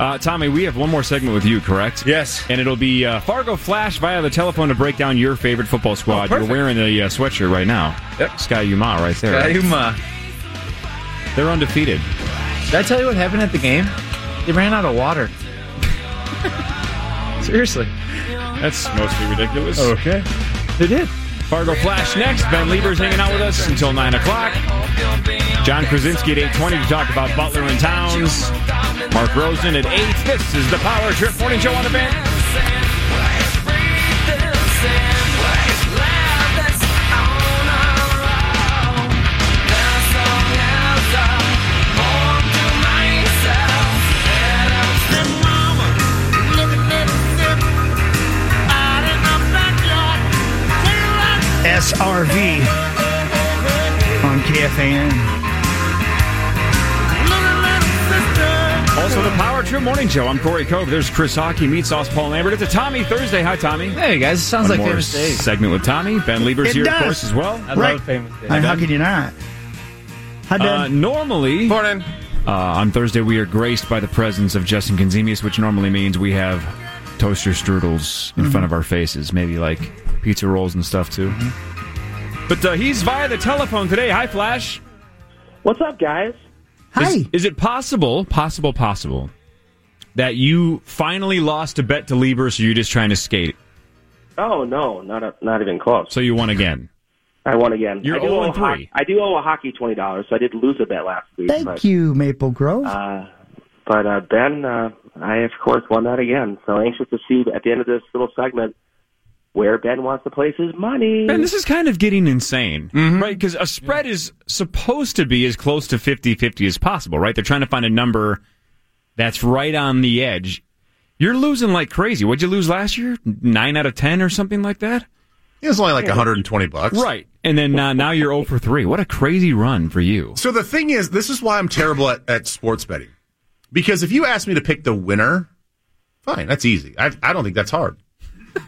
S2: Uh, Tommy, we have one more segment with you, correct? Yes. And it'll be uh, Fargo Flash via the telephone to break down your favorite
S10: Oh,
S2: football squad. You're wearing the uh, sweatshirt right now. Yep. Sky Yuma right there.
S10: Sky Yuma.
S2: They're undefeated.
S10: Did I tell you what happened at the game? They ran out of water. Seriously.
S2: That's mostly ridiculous.
S10: Okay. They did.
S2: Fargo Flash next. Ben Lieber's hanging out with us until 9 o'clock. John Krasinski at 8.20 to talk about Butler and Towns. Mark Rosen at 8. This is the Power Trip Morning Show on the Fan.
S15: SRV on KFAN.
S2: Also, the Power Trip Morning Show. I'm Corey Cove. There's Chris Hockey, Meat Sauce, Paul Lambert. It's a Tommy Thursday. Hi, Tommy.
S10: Hey, guys. It sounds
S2: One
S10: like
S2: more
S10: famous days.
S2: segment with Tommy. Ben Lieber's
S10: It
S2: here,
S10: does.
S2: of course, as well.
S10: I love Right. famous days.
S2: Hi,
S10: And
S2: Ben.
S10: how
S6: How can you not? Hi, Ben.
S2: Uh, normally,
S16: morning.
S2: Uh, on Thursday, we are graced by the presence of Justin Kanzemius, which normally means we have toaster strudels in
S10: Mm-hmm.
S16: Mhm.
S2: front of our faces, maybe like pizza rolls and stuff too. But uh, he's via the telephone today. Hi, Flash.
S17: What's up, guys?
S2: Hi. Is, is it possible, possible, possible that you finally lost a bet to Lieber, so you're just trying to skate?
S17: Oh no, not a, not even close.
S2: So you won again.
S17: I won again.
S2: You're
S17: I do
S2: 0 and
S17: owe a hockey- I do owe a hockey twenty dollars, so I did lose a bet last week.
S6: Thank
S17: but,
S6: you, Maple Grove.
S17: Uh, but uh, Ben, uh, I of course won that again. So anxious to see at the end of this little segment where Ben wants to place his money.
S2: And this is kind of getting insane,
S17: Mm-hmm.
S2: right? Because a spread is supposed to be as close to 50 50 as possible, right? They're trying to find a number that's right on the edge. You're losing like crazy. What'd you lose last year? Nine out of 10 or something like that?
S16: It was only like 120 bucks.
S2: Right. And then uh, now you're 0 for 3. What a crazy run for you.
S16: So the thing is, this is why I'm terrible at, at sports betting. Because if you ask me to pick the winner, fine, that's easy. I, I don't think that's hard.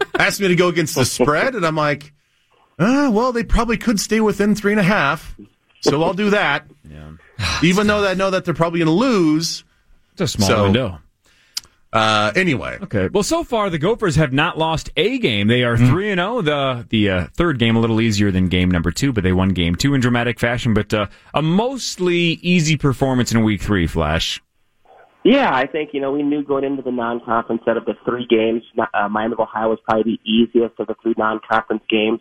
S16: ask me to go against the spread, and I'm like, ah, well, they probably could stay within three and a half, so I'll do that. Even though I know that they're probably going to lose.
S2: It's a small window.
S16: Uh, anyway.
S2: Okay. Well, so far the Gophers have not lost a game. They are three and zero. The the uh, third game a little easier than game number two, but they won game two in dramatic fashion. But uh, a mostly easy performance in week three. Flash.
S17: Yeah, I think you know we knew going into the non-conference that of the three games, uh, Miami of Ohio was probably the easiest of the three non-conference games.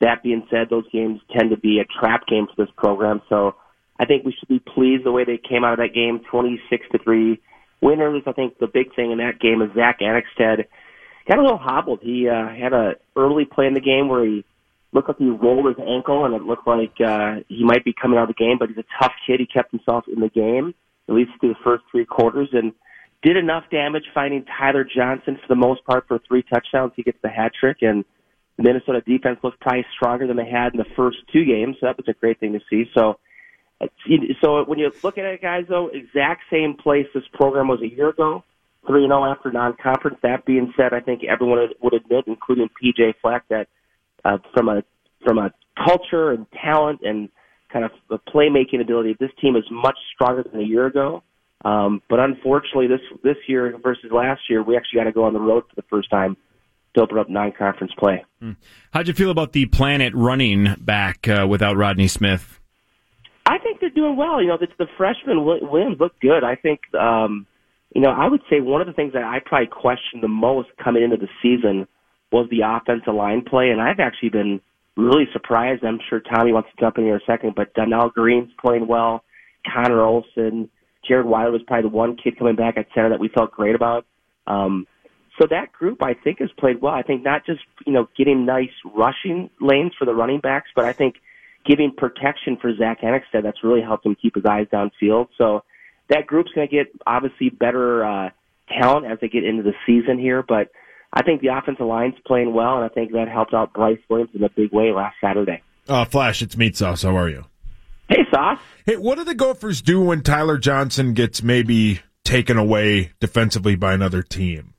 S17: That being said, those games tend to be a trap game for this program, so I think we should be pleased the way they came out of that game, 26 to three winners. I think the big thing in that game is Zach Anixted got a little hobbled. He uh, had a early play in the game where he looked like he rolled his ankle, and it looked like uh, he might be coming out of the game. But he's a tough kid. He kept himself in the game at least through the first three quarters and did enough damage finding Tyler Johnson for the most part for three touchdowns. He gets the hat trick and the Minnesota defense looked probably stronger than they had in the first two games. So that was a great thing to see. So, so when you look at it, guys, though, exact same place this program was a year ago, three and zero after non-conference. That being said, I think everyone would- would admit, including PJ Flack, that uh, from a from a culture and talent and kind of the playmaking ability, this team is much stronger than a year ago. Um, but unfortunately, this this year versus last year, we actually got to go on the road for the first time to open up non-conference play.
S2: How'd you feel about the Planet running back uh, without Rodney Smith?
S17: I think they're doing well. You know, the, the freshman Wi- Williams looked good. I think, um, you know, I would say one of the things that I probably questioned the most coming into the season was the offensive line play, and I've actually been really surprised. I'm sure Tommy wants to jump in here in a second, but Donnell Green's playing well. Connor Olson, Jared Wilder was probably the one kid coming back at center that we felt great about. Um, so that group, I think, has played well. I think not just you know getting nice rushing lanes for the running backs, but I think giving protection for Zach Anixted that's really helped him keep his eyes downfield. So that group's going to get obviously better uh, talent as they get into the season here, but I think the offensive line's playing well, and I think that helped out Bryce Williams in a big way last Saturday.
S7: Uh, Flash, it's Meat Sauce. How are you?
S17: Hey, Sauce.
S7: Hey, what do the Gophers do when Tyler Johnson gets maybe taken away defensively by another team?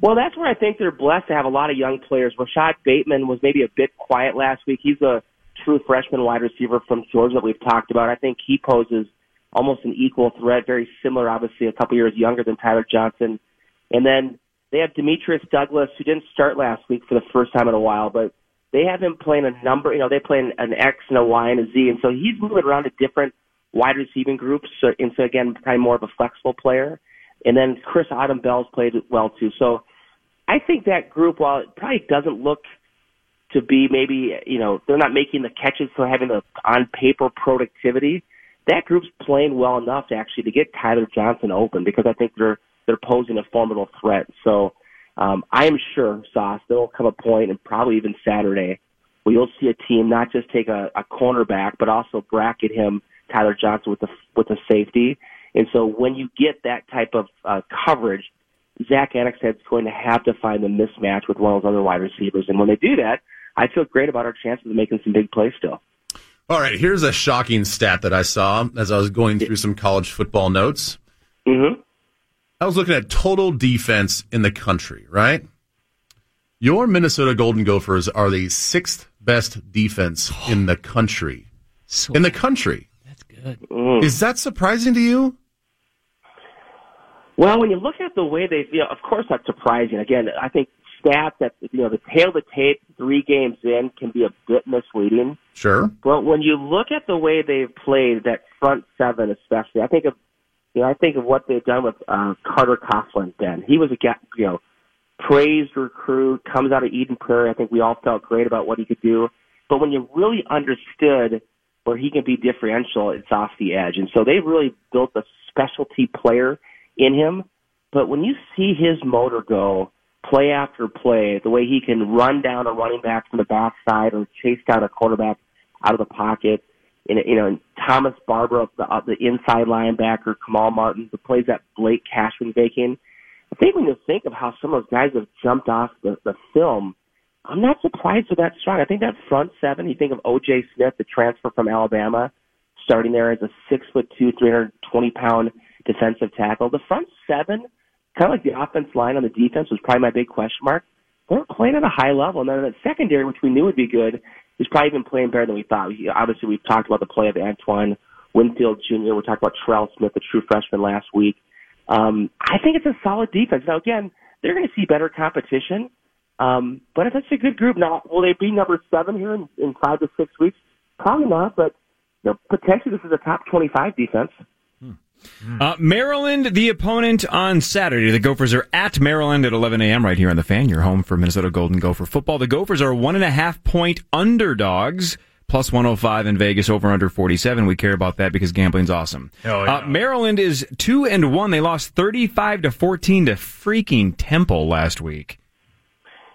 S17: Well, that's where I think they're blessed to have a lot of young players. Rashad Bateman was maybe a bit quiet last week. He's a true freshman wide receiver from Georgia that we've talked about. I think he poses almost an equal threat, very similar, obviously, a couple years younger than Tyler Johnson. And then they have Demetrius Douglas, who didn't start last week for the first time in a while, but they have him playing a number, you know, they play an, an X and a Y and a Z. And so he's moving around to different wide receiving groups. So, and so, again, kind of more of a flexible player. And then Chris Autumn Bell's played well, too. So, I think that group, while it probably doesn't look to be maybe, you know, they're not making the catches, so having the on paper productivity, that group's playing well enough to actually to get Tyler Johnson open because I think they're they're posing a formidable threat. So um, I am sure, Sauce, there will come a point, and probably even Saturday, where you'll see a team not just take a, a cornerback, but also bracket him, Tyler Johnson, with the with the safety. And so when you get that type of uh, coverage, Zach Anixhead's going to have to find the mismatch with one of those other wide receivers. And when they do that, I feel great about our chances of making some big plays still.
S16: All right, here's a shocking stat that I saw as I was going through some college football notes.
S17: Mm-hmm.
S16: I was looking at total defense in the country, right? Your Minnesota Golden Gophers are the sixth best defense in the country. in the country. That's
S10: good.
S16: Is that surprising to you?
S17: Well, when you look at the way they, you know, of course, that's surprising. Again, I think stats that you know the tail of the tape three games in can be a bit misleading.
S16: Sure.
S17: But when you look at the way they've played that front seven, especially, I think of you know I think of what they've done with uh, Carter Coughlin. Then he was a ga- you
S2: Uh,
S17: know praised recruit, comes out of Eden Prairie. I think we all felt great about what he could do. But when you really understood where he can be differential, it's off the edge. And so they really built a specialty player in him. But when you see his motor go play after play, the way he can run down a running back from the backside or chase down a quarterback out of the pocket, and you know, and Thomas Barber up the, up the inside linebacker, Kamal Martin, the plays that Blake Cashman making. I think when you think of how some of those guys have jumped off the, the film, I'm not surprised with that strong. I think that front seven, you think of O.J. Smith, the transfer from Alabama, starting there as a six foot two, 320 pound defensive tackle. The front seven, kind of like the offense line on the defense, was probably my big question mark. They were playing at a high level. And then that secondary, which we knew would be good, is probably even playing better than we thought. We, obviously, we've talked about the play of Antoine Winfield Jr. We talked about Terrell Smith, the true freshman, last week. Um, I think it's a solid defense. Now, again, they're going to see better competition, um, but if it's a good group, now will they be number seven here in, in five to six weeks? Probably not, but you know, potentially this is a top twenty-five defense.
S2: Uh, Maryland, the opponent on Saturday. The Gophers are at Maryland at 11 a.m. right here on the fan. Your home for Minnesota Golden Gopher football. The Gophers are one and a half point underdogs, plus 105 in Vegas, over under 47. We care about that because gambling's awesome.
S10: Oh,
S2: Uh, Maryland is two and one. They lost 35 to 14 to freaking Temple last week.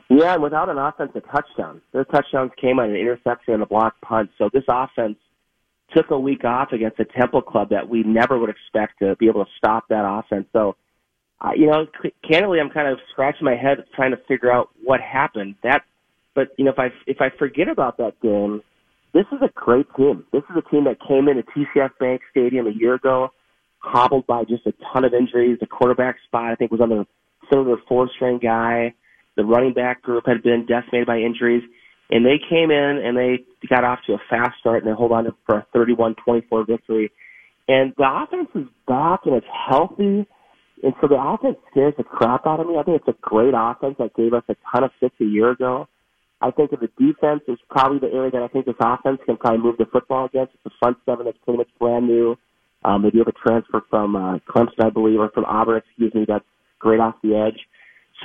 S17: Yeah, and without an offensive touchdown, their touchdowns came on an interception and a blocked punt. So this offense took a week off against a Temple club that we never would expect to be able to stop that offense. So, uh, you know, c- candidly, I'm kind of scratching my head trying to figure out what happened. That, but you know, if I if I forget about that game, this is a great team. This is a team that came into TCF Bank Stadium a year ago, hobbled by just a ton of injuries. The quarterback spot, I think, was on the third or fourth string guy. The running back group had been decimated by injuries. And they came in and they got off to a fast start and they hold on to for a 31-24 victory. And the offense is back and it's healthy. And so the offense scares the crap out of me. I think it's a great offense that gave us a ton of fits a year ago. I think of the defense is probably the area that I think this offense can probably move the football against. It's a front seven that's pretty much brand new. Um, they do have a transfer from uh, Clemson, I believe, or from Auburn, excuse me, that's great off the edge.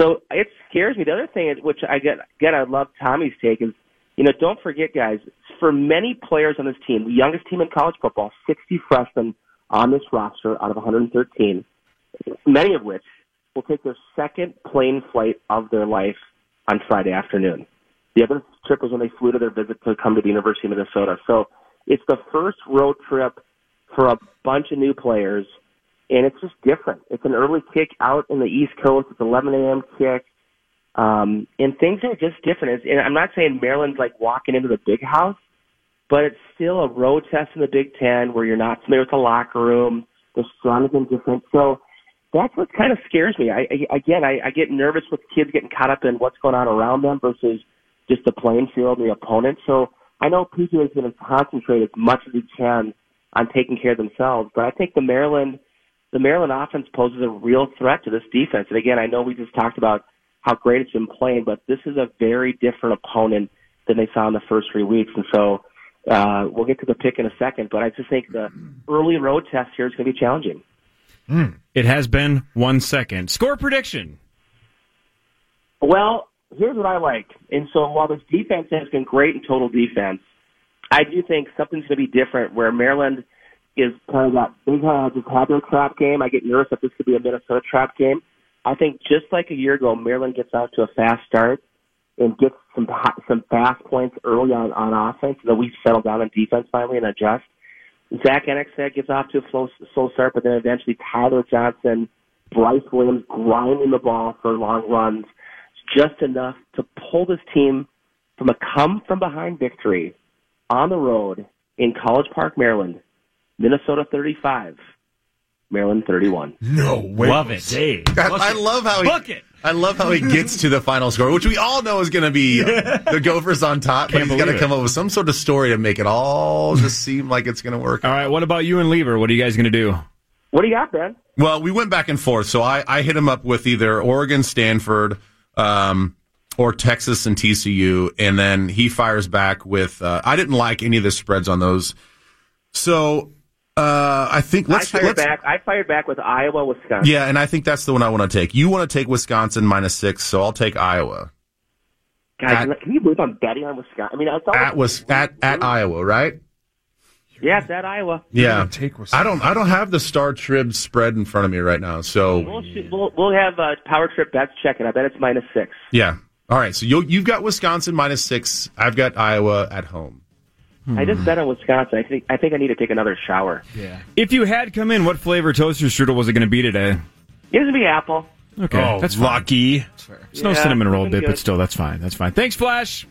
S17: So it scares me. The other thing, is, which I get, again, I love Tommy's take is, you know, don't forget, guys, for many players on this team, the youngest team in college football, 60 freshmen on this roster out of 113, many of which will take their second plane flight of their life on Friday afternoon. The other trip was when they flew to their visit to come to the University of Minnesota. So it's the first road trip for a bunch of new players, and it's just different. It's an early kick out in the East Coast. It's 11 a.m. kick, um, and things are just different. It's, and I'm not saying Maryland's like walking into the big house, but it's still a road test in the Big Ten where you're not familiar with the locker room. The sun has been different, so that's what kind of scares me. I, I again, I, I get nervous with kids getting caught up in what's going on around them versus just the playing field and the opponent. So I know PJ is going to concentrate as much as he can on taking care of themselves, but I think the Maryland the Maryland offense poses a real threat to this defense. And again, I know we just talked about how great it's been playing, but this is a very different opponent than they saw in the first three weeks. And so uh, we'll get to the pick in a second, but I just think the early road test here is going to be challenging.
S2: It has been one second. Score prediction.
S17: Well, here's what I like. And so while this defense has been great in total defense, I do think something's going to be different where Maryland is kind of got, they've uh, just had their trap game. I get nervous that this could be a Minnesota trap game. I think just like a year ago, Maryland gets out to a fast start and gets some hot, some fast points early on, on offense, and then we settle down on defense finally and adjust. Zach Enixhead gets off to a slow, slow start, but then eventually Tyler Johnson, Bryce Williams grinding the ball for long runs just enough to pull this team from a come from behind victory on the road in College Park, Maryland. Minnesota 35, Maryland 31.
S7: No way.
S10: Love it.
S7: I love how he,
S10: it.
S16: I love how he gets to the final score, which we all know is going to be uh, the Gophers on top.
S2: Can't
S16: but he's got
S2: believe
S16: to
S2: it.
S16: come up with some sort of story to make it all just seem like it's going to work. All
S2: right, what about you and Lieber? What are you guys going to do?
S17: What do you got, Ben?
S16: Well, we went back and forth, so I, I hit him up with either Oregon, Stanford, um, or Texas and TCU, and then he fires back with uh, I didn't like any of the spreads on those, so uh, I think
S17: I
S16: let's
S17: fired
S16: let's
S17: back. I fired back with Iowa, Wisconsin.
S16: yeah, and I think that's the one I want to take. You want to take Wisconsin minus six, so I'll take Iowa.
S17: Guys, can you believe I'm betting on Wisconsin? I mean, it's all
S16: At was at at Iowa, right?
S17: yeah, it's at Iowa.
S16: Yeah. I don't I don't have the Star Trib spread in front of me right now, so
S17: We'll, shoot- we'll, we'll have uh, Power Trip bets checking. I bet it's minus six.
S16: yeah. All right, so you you've got Wisconsin minus six. I've got Iowa at home.
S17: I just bet on Wisconsin. I think I think I need to take another shower.
S2: Hmm. Yeah. If you had come in, what flavor toaster strudel was it going to be today?
S17: It's gonna be apple.
S2: Okay,
S17: Oh,
S2: that's lucky. It's no
S17: Yeah,
S2: cinnamon roll
S17: something
S2: dip, but
S17: good.
S2: still, that's fine. That's fine. Thanks, Flash.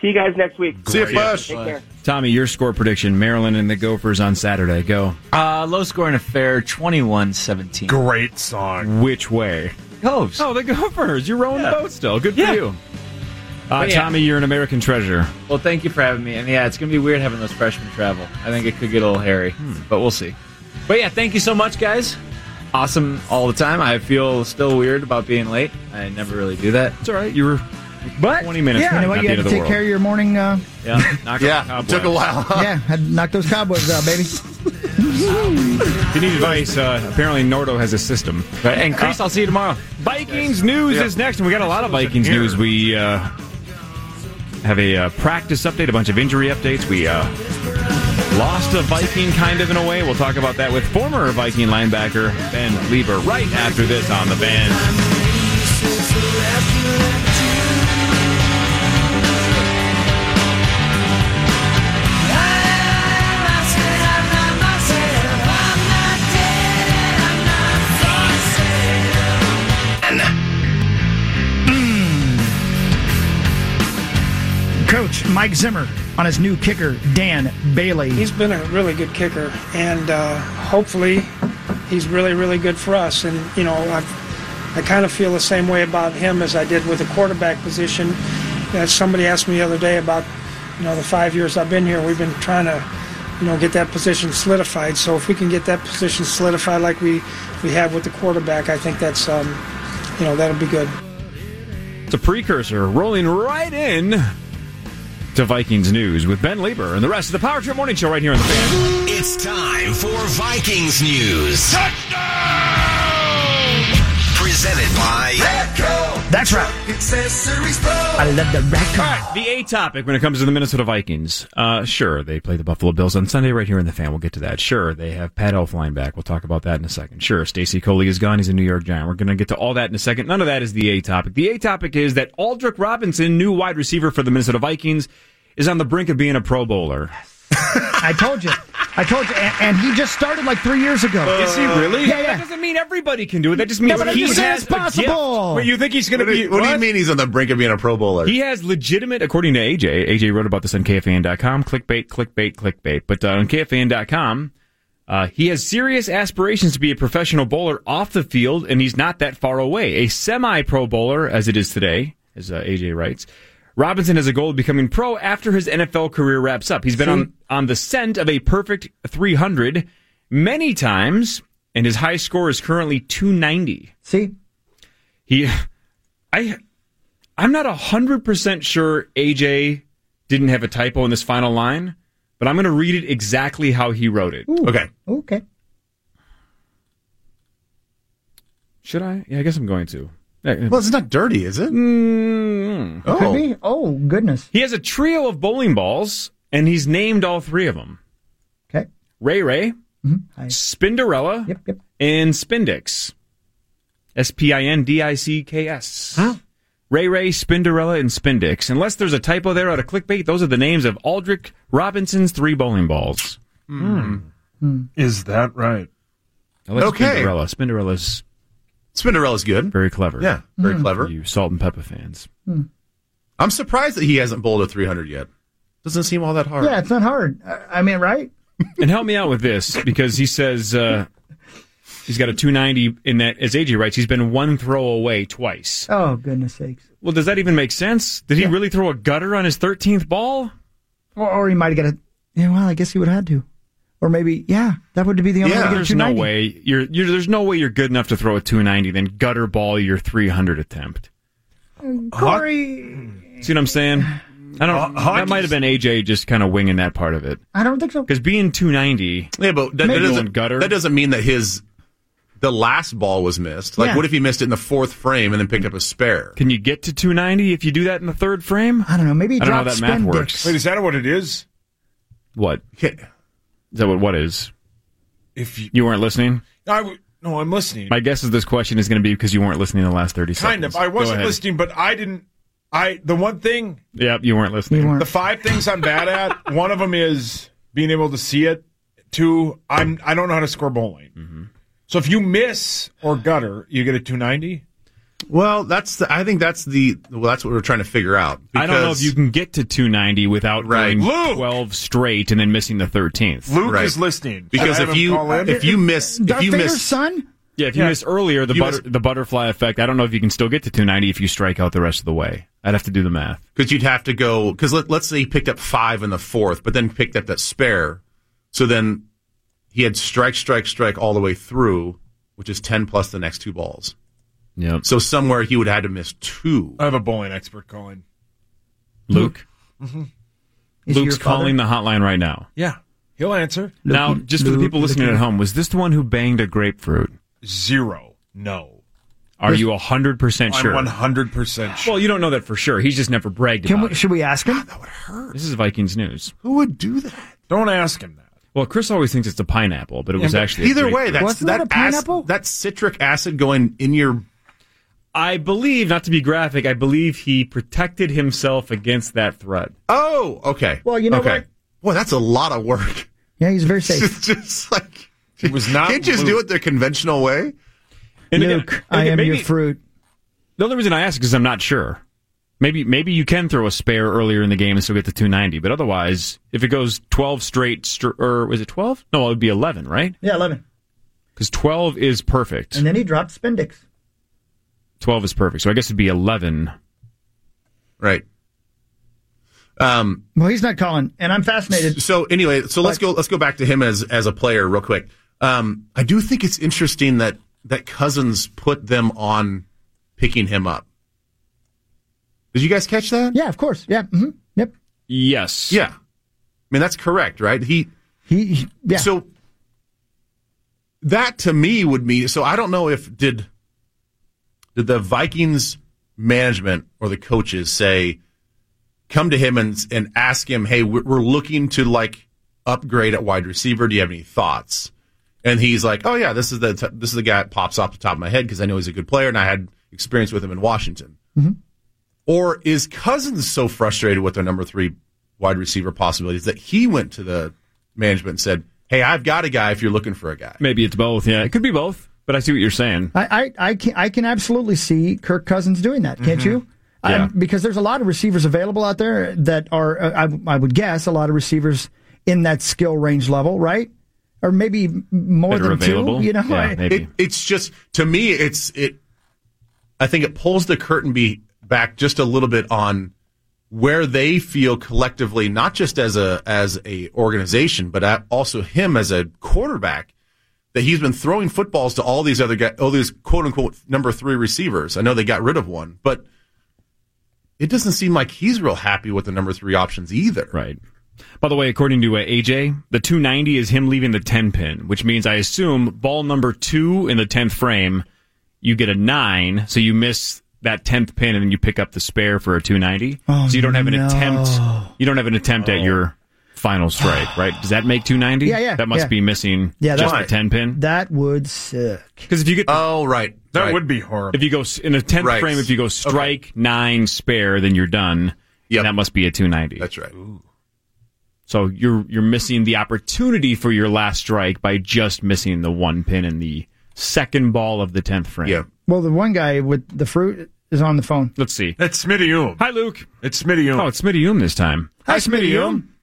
S17: See you guys next week.
S2: See you, Flash.
S17: Take care.
S2: Tommy, your score prediction: Maryland and the Gophers on Saturday. Go.
S10: Uh, low scoring affair, 21-17.
S2: Great song. Which way?
S10: Gophers.
S2: Oh, the Gophers. You're rowing the boat still. Good for you. Uh,
S10: But yeah.
S2: Tommy, you're an American treasure.
S10: Well, thank you for having me. And yeah, it's going to be weird having those freshmen travel. I think it could get a little hairy, but we'll see. But yeah, thank you so much, guys. Awesome all the time. I feel still weird about being late. I never really do that. It's
S2: all right. You were
S10: but
S2: 20 minutes
S6: Yeah, you know what? You had to take care of your morning. Uh,
S10: Yeah, knock
S16: Yeah,
S10: out the
S16: took a
S10: cobwebs.
S16: while.
S6: yeah, had to knock those cobwebs out, baby.
S2: If you need advice, uh, apparently Nordo has a system. Uh,
S10: Right, and Chris, I'll see you tomorrow.
S2: Vikings news
S10: Yeah.
S2: is next, and we got a lot of Vikings news. We uh, have a uh, practice update, a bunch of injury updates. We uh, lost a Viking, kind of in a way. We'll talk about that with former Viking linebacker Ben Lieber right after this on the band.
S6: Coach Mike Zimmer on his new kicker, Dan Bailey.
S12: He's been a really good kicker, and uh, hopefully, he's really, really good for us. And you know, I've, I kind of feel the same way about him as I did with the quarterback position. That somebody asked me the other day about, you know, the five years I've been here, we've been trying to, you know, get that position solidified. So if we can get that position solidified like we we have with the quarterback, I think that's, um, you know, that'll be good.
S2: It's a precursor rolling right in to Vikings news with Ben Lieber and the rest of the Power Trip Morning Show right here on the band.
S1: It's time for Vikings news. Touchdown! Presented by Petco.
S6: That's right.
S1: Accessories Pro.
S6: I love the record.
S2: The A topic when it comes to the Minnesota Vikings. Uh, sure, they play the Buffalo Bills on Sunday right here in the fan. We'll get to that. Sure, they have Pat Elfline back. We'll talk about that in a second. Sure, Stacy Coley is gone. He's a New York Giant. We're going to get to all that in a second. None of that is the A topic. The A topic is that Aldrick Robinson, new wide receiver for the Minnesota Vikings, is on the brink of being a Pro Bowler.
S6: I told you. I told you. And, and he just started like three years ago. Uh,
S2: is he really?
S6: Yeah, yeah.
S2: That doesn't mean everybody can do it. That just means
S6: Yeah, but
S2: he
S6: I'm just saying
S2: has
S6: it's possible.
S2: A gift. Wait, you think he's going to
S16: What do
S2: be?
S16: you- what do you
S2: what?
S16: mean he's on the brink of being a Pro Bowler?
S2: He has legitimate, according to AJ, AJ wrote about this on KFAN.com, clickbait, clickbait, clickbait. But uh, on KFAN.com, uh, he has serious aspirations to be a professional bowler off the field, and he's not that far away. A semi pro bowler, as it is today, as uh, AJ writes. Robinson has a goal of becoming pro after his NFL career wraps up. He's been on, on the scent of a perfect 300 many times, and his high score is currently 290.
S6: See?
S2: He, I, I'm not hundred percent sure AJ didn't have a typo in this final line, but I'm going to read it exactly how he wrote it. Okay.
S6: Okay.
S2: Should I? Yeah, I guess I'm going to.
S16: Well, it's not dirty, is it?
S2: Mm.
S6: Could be. Oh, goodness.
S2: He has a trio of bowling balls, and he's named all three of them.
S6: Okay. Mm-hmm.
S2: Ray Ray, Spinderella, and Spindex. S P I N D I C K S. Ray Ray, Spinderella, and Spindix. Unless there's a typo there out of clickbait, those are the names of Aldrich Robinson's three bowling balls.
S7: Hmm. Is that right?
S2: okay. Spinderella. Spinderella's.
S16: Spinderella's good.
S2: Very clever. Hmm.
S16: Yeah, very
S6: Mm.
S16: clever.
S2: You salt and pepper fans.
S16: I'm surprised that he hasn't bowled a 300 yet. Doesn't seem all that hard.
S6: Yeah, Uh, it's not hard. I, I mean, right?
S2: and help me out with this because he says uh, He's got a 290 in that, as AJ writes, he's been one throw away twice.
S6: Oh, goodness sakes.
S2: Well, does that even make sense? Did he really throw a gutter on his 13th ball?
S6: Or, or he might have got a. Yeah, well, I guess he would have had to. Or maybe, yeah, that would be the only way to get a
S2: there's no
S6: 290.
S2: way you're, you're there's no way you're good enough to throw a 290 then gutter ball your 300 attempt.
S6: Mm, Corey,
S2: See what I'm saying? I don't.
S6: Ho-
S2: that might have been AJ just kind of winging that part of it
S6: I don't think so.
S2: because being 290.
S16: Yeah, but that, that
S2: Maybe.
S16: doesn't
S2: Gutter.
S16: that doesn't mean that his the last ball was missed. Like,
S2: Yeah.
S16: what if he missed it in the fourth frame and then picked up a spare?
S2: Can you get to 290 if you do that in the third frame?
S6: I don't know. Maybe
S2: I don't know how that math works.
S7: Wait, is that what it is?
S2: What? Is that what what is?
S7: If you,
S2: you weren't listening,
S7: I w- no, I'm listening.
S2: my guess is this question is going to be because you weren't listening the last 30
S7: kind
S2: seconds.
S7: of. I
S2: Go
S7: wasn't
S2: ahead.
S7: listening, but I didn't. I the one thing
S2: Yep, you weren't listening.
S7: The five things I'm bad at. One of them is being able to see it. Two, I'm I don't know how to score bowling.
S3: Mm-hmm.
S7: So if you miss or gutter, you get a 290.
S16: Well, that's the, I think that's the well, that's what we're trying to figure out.
S2: I don't know if
S16: Because-
S2: you can get to 290 without
S16: Right.
S2: going 12 straight and then missing the 13th.
S16: Luke Right. is
S7: listening.
S16: Because if you if you miss if
S6: Darth
S16: you
S6: Vader's
S16: miss
S6: son?
S2: Yeah, if you
S6: Yeah.
S2: miss earlier, the
S6: You
S2: butter, the butterfly effect. I don't know if you can still get to 290 if you strike out the rest of the way. I'd have to do the math.
S16: because you'd have to go because let, let's say he picked up five in the fourth, but then picked up that spare, so then he had strike, strike, strike all the way through, which is ten plus the next two balls.
S2: Yeah.
S16: So somewhere he would have had to miss two.
S7: I have a bowling expert calling.
S2: Luke,
S7: Mhm.
S2: Luke's calling the hotline right now.
S7: Yeah, he'll answer.
S2: now, just for the people listening at home, was this the one who banged a grapefruit?
S7: zero. No.
S2: Are you 100% sure?
S7: I'm 100% sure.
S2: Well, you don't know that for sure. He's just never bragged
S6: Can
S2: about
S6: we, should we ask him?
S2: it. This is Vikings news.
S16: Who would do that?
S7: Don't ask him that.
S2: Well, Chris always thinks it's a pineapple, but it was actually a
S16: either way.
S2: grapefruit.
S16: That's that, pineapple? that's citric acid going in your.
S2: I believe, not to be graphic, I believe he protected himself against that threat.
S16: Oh, okay.
S6: Well, you know
S16: okay.
S6: what?
S16: Well, that's a lot of work.
S6: Yeah, he's very safe.
S16: It's just like
S7: it was not.
S16: Can't you just do it the conventional way.
S2: And again-
S6: Luke,
S2: and
S6: I
S2: again,
S6: am
S2: maybe-
S6: your fruit.
S2: The only reason I ask is I'm not sure. Maybe maybe you can throw a spare earlier in the game and still get the 290, but otherwise, if it goes 12 straight, str- or was it 12? No, it would be 11, right?
S6: Yeah, 11.
S2: Because 12 is perfect.
S6: And then he dropped Spendix.
S2: 12 is perfect, so I guess it'd be 11.
S16: Right. Um,
S6: Well, he's not calling, and I'm fascinated.
S16: So anyway, so let's go. Let's go back to him as as a player real quick. Um, I do think it's interesting that that Cousins put them on picking him up. Did you guys catch that?
S6: Yeah, of course. Yeah. hmm Yep.
S2: Yes.
S16: Yeah. I mean that's correct, right? He
S6: he yeah.
S16: So that to me would mean so I don't know if did did the Vikings management or the coaches say come to him and and ask him, "Hey, we're, we're looking to like upgrade at wide receiver. Do you have any thoughts?" And he's like, "Oh yeah, this is the t- this is the guy that pops off the top of my head because I know he's a good player and I had experience with him in Washington." Or is Cousins so frustrated with their number three wide receiver possibilities that he went to the management and said, "Hey, I've got a guy. If you're looking for a guy,
S2: Maybe it's both. Yeah, it could be both, but I see what you're saying.
S6: I, I, I can I can absolutely see Kirk Cousins doing that. Can't
S2: Mhm.
S6: you?
S2: Yeah.
S6: Um, because there's a lot of receivers available out there that are uh, I, I would guess a lot of receivers in that skill range level, right? Or maybe m- more
S16: That are
S6: than two. You know, I-
S16: It, it's just to me, it's it. I think it pulls the curtain be back just a little bit on where they feel collectively, not just as a as a organization, but a- also him as a quarterback. That he's been throwing footballs to all these other guys, all these quote unquote number three receivers. I know they got rid of one, but it doesn't seem like he's real happy with the number three options either.
S2: Right. By the way, according to uh, AJ, the 290 is him leaving the 10 pin, which means I assume ball number two in the 10th frame, you get a nine, so you miss that 10th pin and then you pick up the spare for a 290.
S6: Oh,
S2: so you don't have an
S6: no.
S2: attempt. You don't have an attempt at your final strike, right? Does that make 290?
S6: Yeah, yeah,
S2: That must
S6: yeah.
S2: be missing
S6: Yeah,
S2: just
S6: that's-
S2: the 10 pin.
S6: that would suck.
S2: Because if you get
S16: oh right,
S2: that
S7: would be horrible.
S2: If you go s- in the tenth
S7: Right.
S2: frame, if you go strike nine spare, then you're done. Yeah, that must be a two ninety.
S16: That's right.
S2: So you're you're missing the opportunity for your last strike by just missing the one pin in the second ball of the tenth frame. Yeah.
S6: Well, the one guy with the fruit is on the phone.
S2: Let's see.
S7: That's Smitty Oom.
S2: Hi, Luke.
S7: It's Smitty Oom.
S2: Oh, it's Smitty Oom this time.
S6: Hi, Smitty Oom.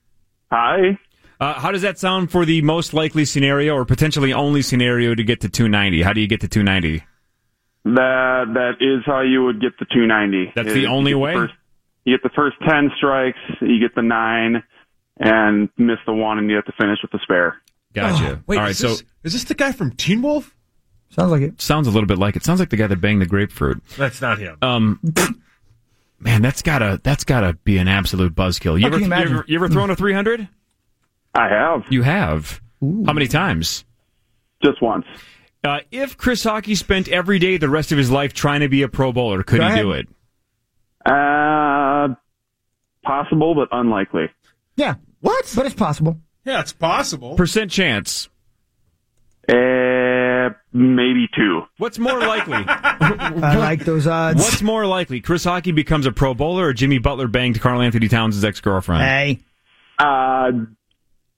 S18: Hi.
S2: Uh, how does that sound for the most likely scenario or potentially only scenario to get to 290? How do you get to 290?
S18: That that is how you would get the 290.
S2: That's
S18: Is
S2: the
S18: you
S2: only
S18: get
S2: way?
S18: first- you get the first 10 strikes, you get the nine, and miss the one, and you have to finish with the spare.
S2: Gotcha.
S7: Oh, Wait,
S2: All right,
S7: is
S2: so
S7: this, is this the guy from Teen Wolf?
S6: Sounds like it.
S2: Sounds a little bit like it. Sounds like the guy that banged the grapefruit.
S7: That's not him.
S2: Um, man, that's gotta that's gotta be an absolute buzzkill. You
S7: How
S2: ever,
S7: can you
S2: you,
S7: imagine?
S2: ever you ever thrown a three hundred?
S18: I have.
S2: You have. How many times?
S18: Just once.
S2: Uh, if Chris Hockey spent every day the rest of his life trying to be a Pro Bowler, could
S18: Go
S2: he
S18: ahead.
S2: do it?
S18: Uh, possible, but unlikely.
S6: Yeah. What? But it's possible.
S7: Yeah, it's possible.
S2: Percent chance.
S18: Uh, maybe two.
S2: What's more likely?
S6: I like those odds.
S2: What's more likely? Chris Hockey becomes a Pro Bowler, or Jimmy Butler banged Carl Anthony Towns' ex girlfriend?
S6: Hey.
S18: Uh,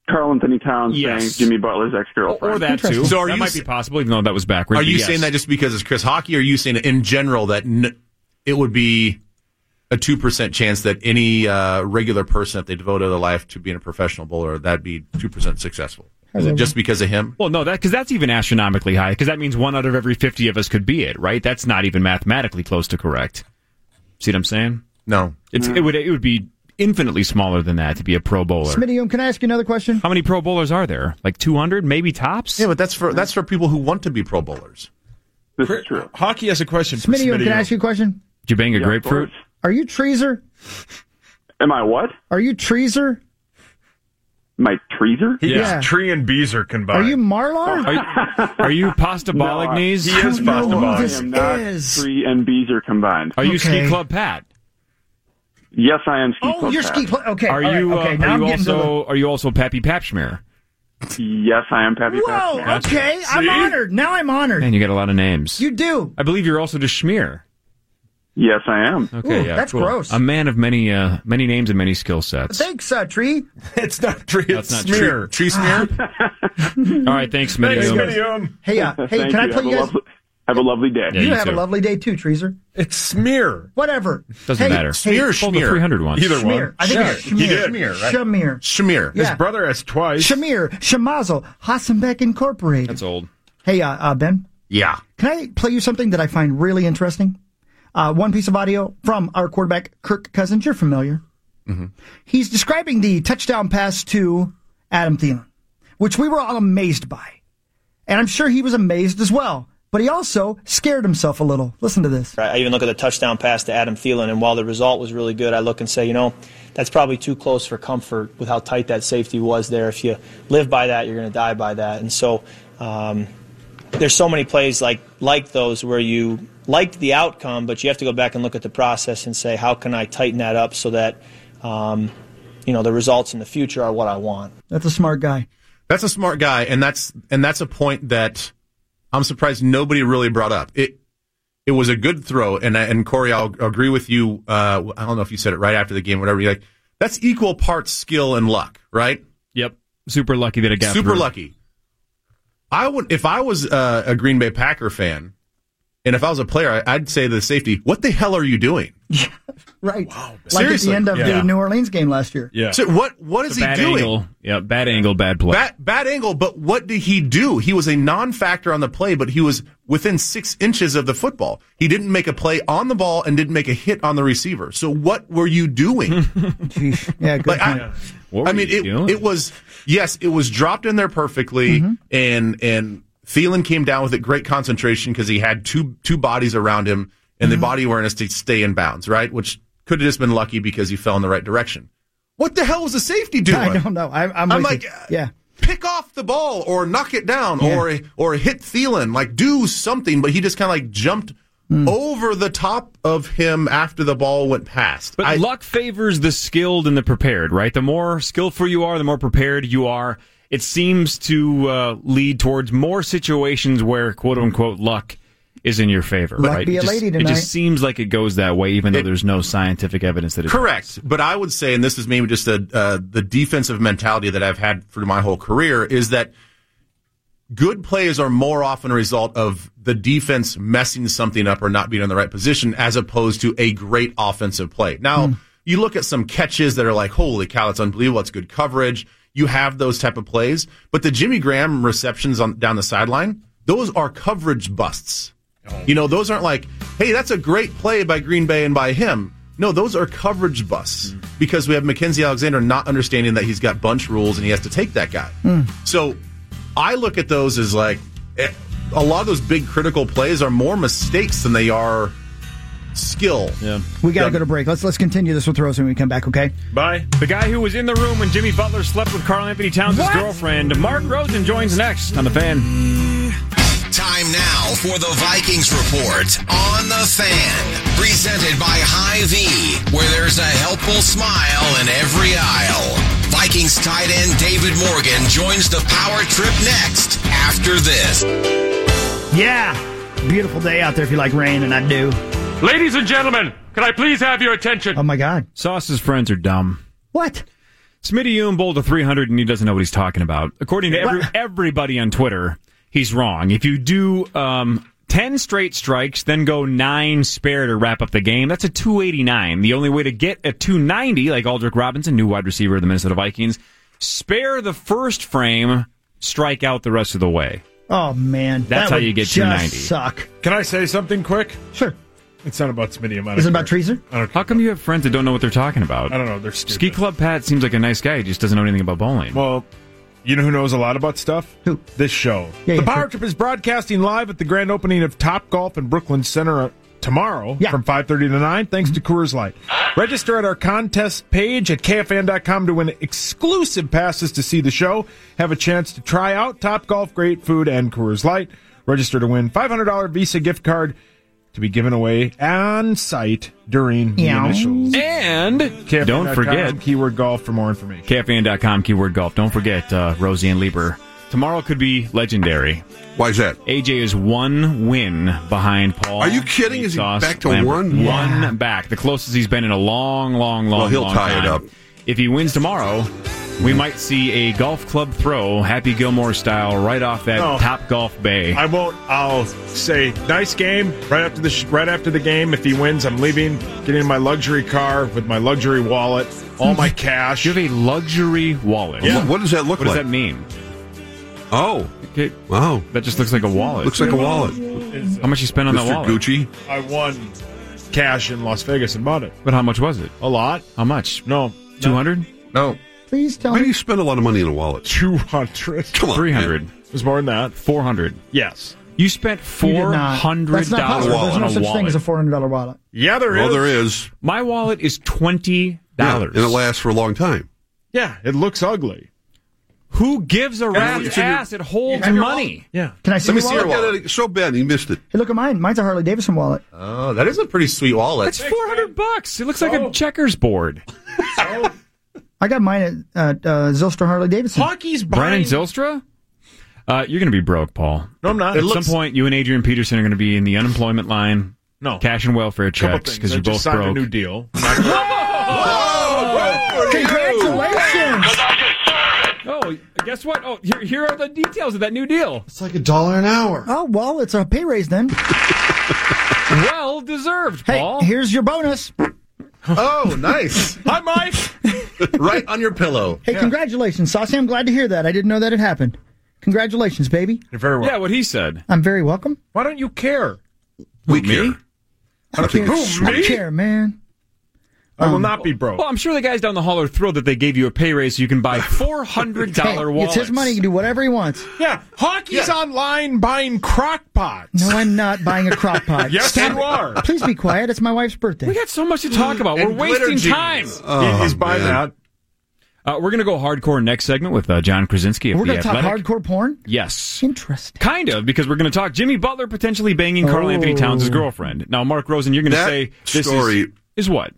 S18: Carl Anthony Towns saying Jimmy Butler's ex girlfriend.
S2: Or that too.
S16: So are
S2: that
S16: you
S2: might
S16: s-
S2: be possible, even though that was backwards.
S16: Are you
S2: but yes.
S16: saying that just because it's Chris Hockey? Or are you saying in general that n- it would be a two percent chance that any uh, regular person, if they devoted their life to being a professional bowler, that'd be two percent successful? Is it just because of him?
S2: Well, no, that because that's even astronomically high. Because that means one out of every fifty of us could be it, right? That's not even mathematically close to correct. See what I'm saying?
S16: No,
S2: it's it would it would be infinitely smaller than that to be a Pro Bowler.
S6: Smitty, um, can I ask you another question?
S2: How many Pro Bowlers are there? Like 200, maybe tops. Yeah,
S16: but that's for that's for people who want to be Pro Bowlers.
S18: This is true.
S7: Hockey has a question for
S6: Smitty, um, can I
S7: Smitty.
S6: ask you a question?
S2: Did you bang a
S6: Yeah, of
S2: grapefruit?
S6: Are you Treaser?
S18: Am I what?
S6: Are you Treaser?
S18: My treaser?
S6: He Yeah. is
S7: tree and bees are
S6: Are
S7: combined.
S6: you Marlar?
S2: Oh, Are you, are you pasta bolognese?
S18: He is
S6: pasta
S18: I am not three and bees are combined.
S2: Are you ski club Pat?
S18: Yes, I am ski
S6: Oh,
S18: club.
S6: you're
S18: Pat.
S6: ski. Pl- okay.
S2: Are
S6: all right,
S2: you uh,
S6: okay, now
S2: are
S6: I'm
S2: you
S6: getting to the-
S2: also are you also Pappy Papschmier?
S18: Yes, I am Pappy
S6: Whoa.
S18: Papschmier.
S6: Okay. I'm honored. Now I'm honored.
S2: Man, you got a lot of names.
S6: You do.
S2: I believe you're also just Schmier.
S18: Yes, I am.
S2: Okay,
S6: Ooh,
S2: yeah,
S6: that's
S2: cool.
S6: gross.
S2: A man of many uh, many names and many skill sets.
S6: Thanks, uh, Tree.
S7: it's not tree.
S2: That's
S7: It's
S2: not
S7: smear.
S16: Tree smear.
S2: All right, thanks,
S7: Thanks,
S2: Smitty.
S7: Smitty.
S6: Hey, uh, hey,
S18: um, Thank
S6: can I
S18: you.
S6: play
S18: have
S6: you
S18: a
S6: guys?
S18: lovely, have a lovely day.
S2: Yeah,
S6: you
S2: you
S6: have
S2: too.
S6: a lovely day too, Treaser.
S7: It's smear.
S6: Whatever.
S2: Doesn't
S6: Hey,
S2: matter.
S6: hey,
S16: Smear,
S2: Pulled a
S16: smear.
S2: 300 once.
S16: Either
S6: Smear.
S16: one.
S6: I think it's
S16: Sure. He
S6: Smear.
S16: did. Smear, right?
S6: Smear.
S16: Shamir.
S6: Yeah.
S7: His brother has twice.
S6: Shamir, Shamazel, Hassenbeck Incorporated.
S2: That's old.
S6: hey, uh, uh, Ben,
S16: Yeah.
S6: can I play you something that I find really interesting? Uh, one piece of audio from our quarterback, Kirk Cousins. You're familiar.
S3: Mm-hmm.
S6: He's describing the touchdown pass to Adam Thielen, which we were all amazed by. And I'm sure he was amazed as well. But he also scared himself a little. Listen to this.
S19: I even look at the touchdown pass to Adam Thielen, and while the result was really good, I look and say, you know, that's probably too close for comfort with how tight that safety was there. If you live by that, you're going to die by that. And so um, there's so many plays like like those where you liked the outcome, but you have to go back and look at the process and say, how can I tighten that up so that um, you know the results in the future are what I want.
S6: That's a smart guy.
S16: That's a smart guy, and that's and that's a point that I'm surprised nobody really brought up. It it was a good throw, and I- and Corey, I'll, agree with you. Uh, I don't know if you said it right after the game, whatever. You're like, that's equal parts skill and luck, right?
S2: Yep. Super lucky that it got
S16: Super
S2: through.
S16: lucky. I would if I was uh, a Green Bay Packer fan, and if I was a player, I, I'd say to the safety, "What the hell are you doing?
S6: Right. like
S16: Seriously.
S6: at the end of
S16: Yeah.
S6: the New Orleans game last year.
S2: Yeah.
S16: So what what is
S2: It's a
S16: he
S2: bad
S16: doing?
S2: angle. Yeah, bad angle, bad play.
S16: Bad, bad angle, but what did he do? He was a non-factor on the play, but he was within six inches of the football. He didn't make a play on the ball and didn't make a hit on the receiver. So what were you doing?
S6: Jeez. Yeah, good
S16: Like,
S6: point.
S16: I,
S2: What were
S16: I mean,
S2: you
S16: it,
S2: doing?
S16: it was yes, it was dropped in there perfectly,
S6: Mm-hmm.
S16: and and Thielen came down with it great concentration because he had two two bodies around him and
S6: Mm-hmm.
S16: the body awareness to stay in bounds, right? Which could have just been lucky because he fell in the right direction. What the hell was the safety doing?
S6: I don't know. I, I'm,
S16: I'm
S6: with
S16: like, uh,
S6: you. yeah.
S16: pick off the ball or knock it down
S6: Yeah.
S16: or or hit Thielen, like do something. But he just kind of like jumped over the top of him after the ball went past.
S2: But
S16: I-
S2: luck favors the skilled and the prepared, right? The more skillful you are, the more prepared you are. It seems to uh, lead towards more situations where "quote unquote" luck is in your favor,
S6: Luck
S2: right?
S6: be
S2: it,
S6: a
S2: just,
S6: lady
S2: it
S6: tonight.
S2: just seems like it goes that way, even though there's no scientific evidence that it.
S16: Correct, but I would say, and this is maybe just a, uh, the defensive mentality that I've had for my whole career, is that good plays are more often a result of the defense messing something up or not being in the right position, as opposed to a great offensive play. Now you look at some catches that are like, "Holy cow, that's unbelievable! That's good coverage." you have those type of plays. But the Jimmy Graham receptions on down the sideline, those are coverage busts. You know, those aren't like, hey, that's a great play by Green Bay and by him. No, those are coverage busts because we have Mackenzie Alexander not understanding that he's got bunch rules and he has to take that guy. So I look at those as like eh, a lot of those big critical plays are more mistakes than they are skill. Yeah.
S6: We got to go to break. Let's let's continue this with Rosen when we come back, okay?
S2: Bye. The guy who was in the room when Jimmy Butler slept with Carl Anthony Towns' girlfriend, Mark Rosen, joins next on the fan.
S1: Time now for the Vikings Report on the Fan, presented by Hy-Vee, where there's a helpful smile in every aisle. Vikings tight end David Morgan joins the power trip next after this.
S6: Yeah. Beautiful day out there if you like rain, and I do.
S11: Ladies and gentlemen, can I please have your attention?
S6: Oh my God.
S2: Sauce's friends are dumb.
S6: What?
S2: Smitty Hume bowled a 300 and he doesn't know what he's talking about. According to every, everybody on Twitter, he's wrong. If you do um, 10 straight strikes, then go 9 spare to wrap up the game, that's a 289. The only way to get a 290, like Aldrich Robinson, new wide receiver of the Minnesota Vikings, spare the first frame, strike out the rest of the way.
S6: Oh man,
S2: That's
S6: That
S2: how
S6: would
S2: you get
S6: just
S2: 290.
S6: Suck.
S7: Can I say something quick?
S6: Sure.
S7: It's not about Smitty. i
S2: Is it
S6: about Treaser?
S2: How come you have friends that don't know what they're talking about?
S7: I don't know. They're stupid.
S2: Ski Club Pat seems like a nice guy. He just doesn't know anything about bowling.
S7: Well, you know who knows a lot about stuff? Who? This show. the Power Trip is broadcasting live at the grand opening of Top Golf in Brooklyn Center uh, tomorrow from 5.30 to 9, thanks to Coors Light. Register at our contest page at kfn.com to win exclusive passes to see the show. Have a chance to try out Top Golf, great food, and Coors Light. Register to win $500 Visa gift card to be given away on site during the
S2: Yeah.
S7: initials.
S2: And
S7: KFN.com,
S2: don't forget-
S7: keyword golf for more information.
S2: Caffeine.com, keyword golf. Don't forget uh, Rosie and Lieber. Tomorrow could be legendary.
S8: Why is that?
S2: AJ is one win behind Paul.
S8: Are you kidding? Is he
S2: Sauce
S8: back to
S2: Lambert.
S8: one?
S2: One back. The closest he's been in a long, long, long,
S8: Well, he'll
S2: long
S8: tie it
S2: time.
S8: up.
S2: If he wins tomorrow, we might see a golf club throw, Happy Gilmore style, right off that
S7: No.
S2: top golf bay.
S7: I won't. I'll say nice game right after the sh- right after the game. If he wins, I'm leaving, getting in my luxury car with my luxury wallet, all my cash. You
S2: have a luxury wallet.
S7: Yeah.
S8: What does that look
S2: What does
S8: like?
S2: that mean?
S8: Oh,
S2: okay.
S8: wow!
S2: That just looks like a wallet.
S8: Looks like a wallet.
S2: How much you spend on that
S8: Mr.
S2: wallet?
S8: Gucci.
S7: I won cash in Las Vegas and bought it.
S2: But how much was it?
S7: A lot.
S2: How much?
S7: No.
S2: Two hundred.
S8: No.
S6: Please tell
S8: Why do you spend a lot of money in a wallet?
S7: Two hundred.
S8: Come on.
S2: Three hundred.
S7: It was more than that.
S2: Four hundred.
S7: Yes.
S2: You spent
S6: You
S2: four
S6: did not.
S2: hundred
S6: That's not
S2: dollars
S6: possible. There's
S2: on
S6: no
S2: a
S6: such
S2: wallet.
S6: thing as a four hundred dollar wallet.
S7: Yeah, there is.
S8: well, there is.
S2: My wallet is twenty dollars.
S8: and it lasts for a long time.
S7: Yeah, it looks ugly.
S2: Who gives a rat's
S8: it's in your-
S2: ass? It holds
S6: have your
S2: money.
S7: Yeah.
S6: Can I see
S8: Let me
S6: your
S8: see your
S6: wallet?
S8: wallet. So bad, you missed it.
S6: Hey, look at mine. Mine's a Harley Davidson wallet.
S8: Oh, that is a pretty sweet wallet.
S2: It's four hundred bucks. It looks like a checkers board.
S6: I got mine at, at uh, Zilstra Harley Davidson.
S7: Hockey's
S2: Brandon Zilstra. Uh, you're going to be broke, Paul.
S7: No, I'm not.
S2: At
S7: It
S2: some
S7: looks-
S2: point, you and Adrian Peterson are going to be in the unemployment line.
S7: No.
S2: cash and welfare
S7: Couple
S2: checks
S7: things.
S2: because
S7: I
S2: you're
S7: just
S2: both
S7: signed a
S2: broke.
S7: new deal.
S8: Oh!
S6: Congratulations!
S2: Oh, guess what? Oh, here, here are the details of that new deal.
S20: It's like a dollar an hour.
S6: Oh well, it's a pay raise then.
S2: well deserved,
S6: Hey,
S2: Paul.
S6: here's your bonus.
S8: Oh, nice.
S7: Hi, Mike.
S8: right on your pillow.
S6: Hey, congratulations, Saucy. I'm glad to hear that. I didn't know that had happened. Congratulations, baby.
S7: You're very
S2: Yeah, what he said.
S6: I'm very welcome.
S7: Why don't you care?
S8: We care. I don't think it's
S6: I don't
S8: sweet.
S6: care, Um, man.
S7: I will not be broke.
S2: Well, I'm sure the guys down the hall are thrilled that they gave you a pay raise so you can buy four hundred
S6: Hey,
S2: dollar wallets.
S6: it's his money. He can do whatever he wants.
S7: Yeah, hockey's
S6: Yeah.
S7: online buying crock pots.
S6: No, I'm not buying a crock pot.
S7: Yes,
S6: Stop
S7: you
S6: it.
S7: are.
S6: Please be quiet. It's my wife's birthday.
S2: We got so much to talk about. We're
S7: And glitter
S2: wasting
S7: jeans.
S2: time.
S6: Oh,
S7: He- he's buying
S8: man.
S7: that.
S2: Uh, we're going to go hardcore next segment with uh, John Krasinski of
S6: We're
S2: The
S6: going to talk
S2: Athletic.
S6: hardcore porn.
S2: Yes.
S6: Interesting.
S2: Kind of, because we're going to talk Jimmy Butler potentially banging Carl
S6: Oh.
S2: Anthony Towns' girlfriend. Now, Mark Rosen, you're going to
S8: That
S2: say this
S8: story-
S2: is, is what?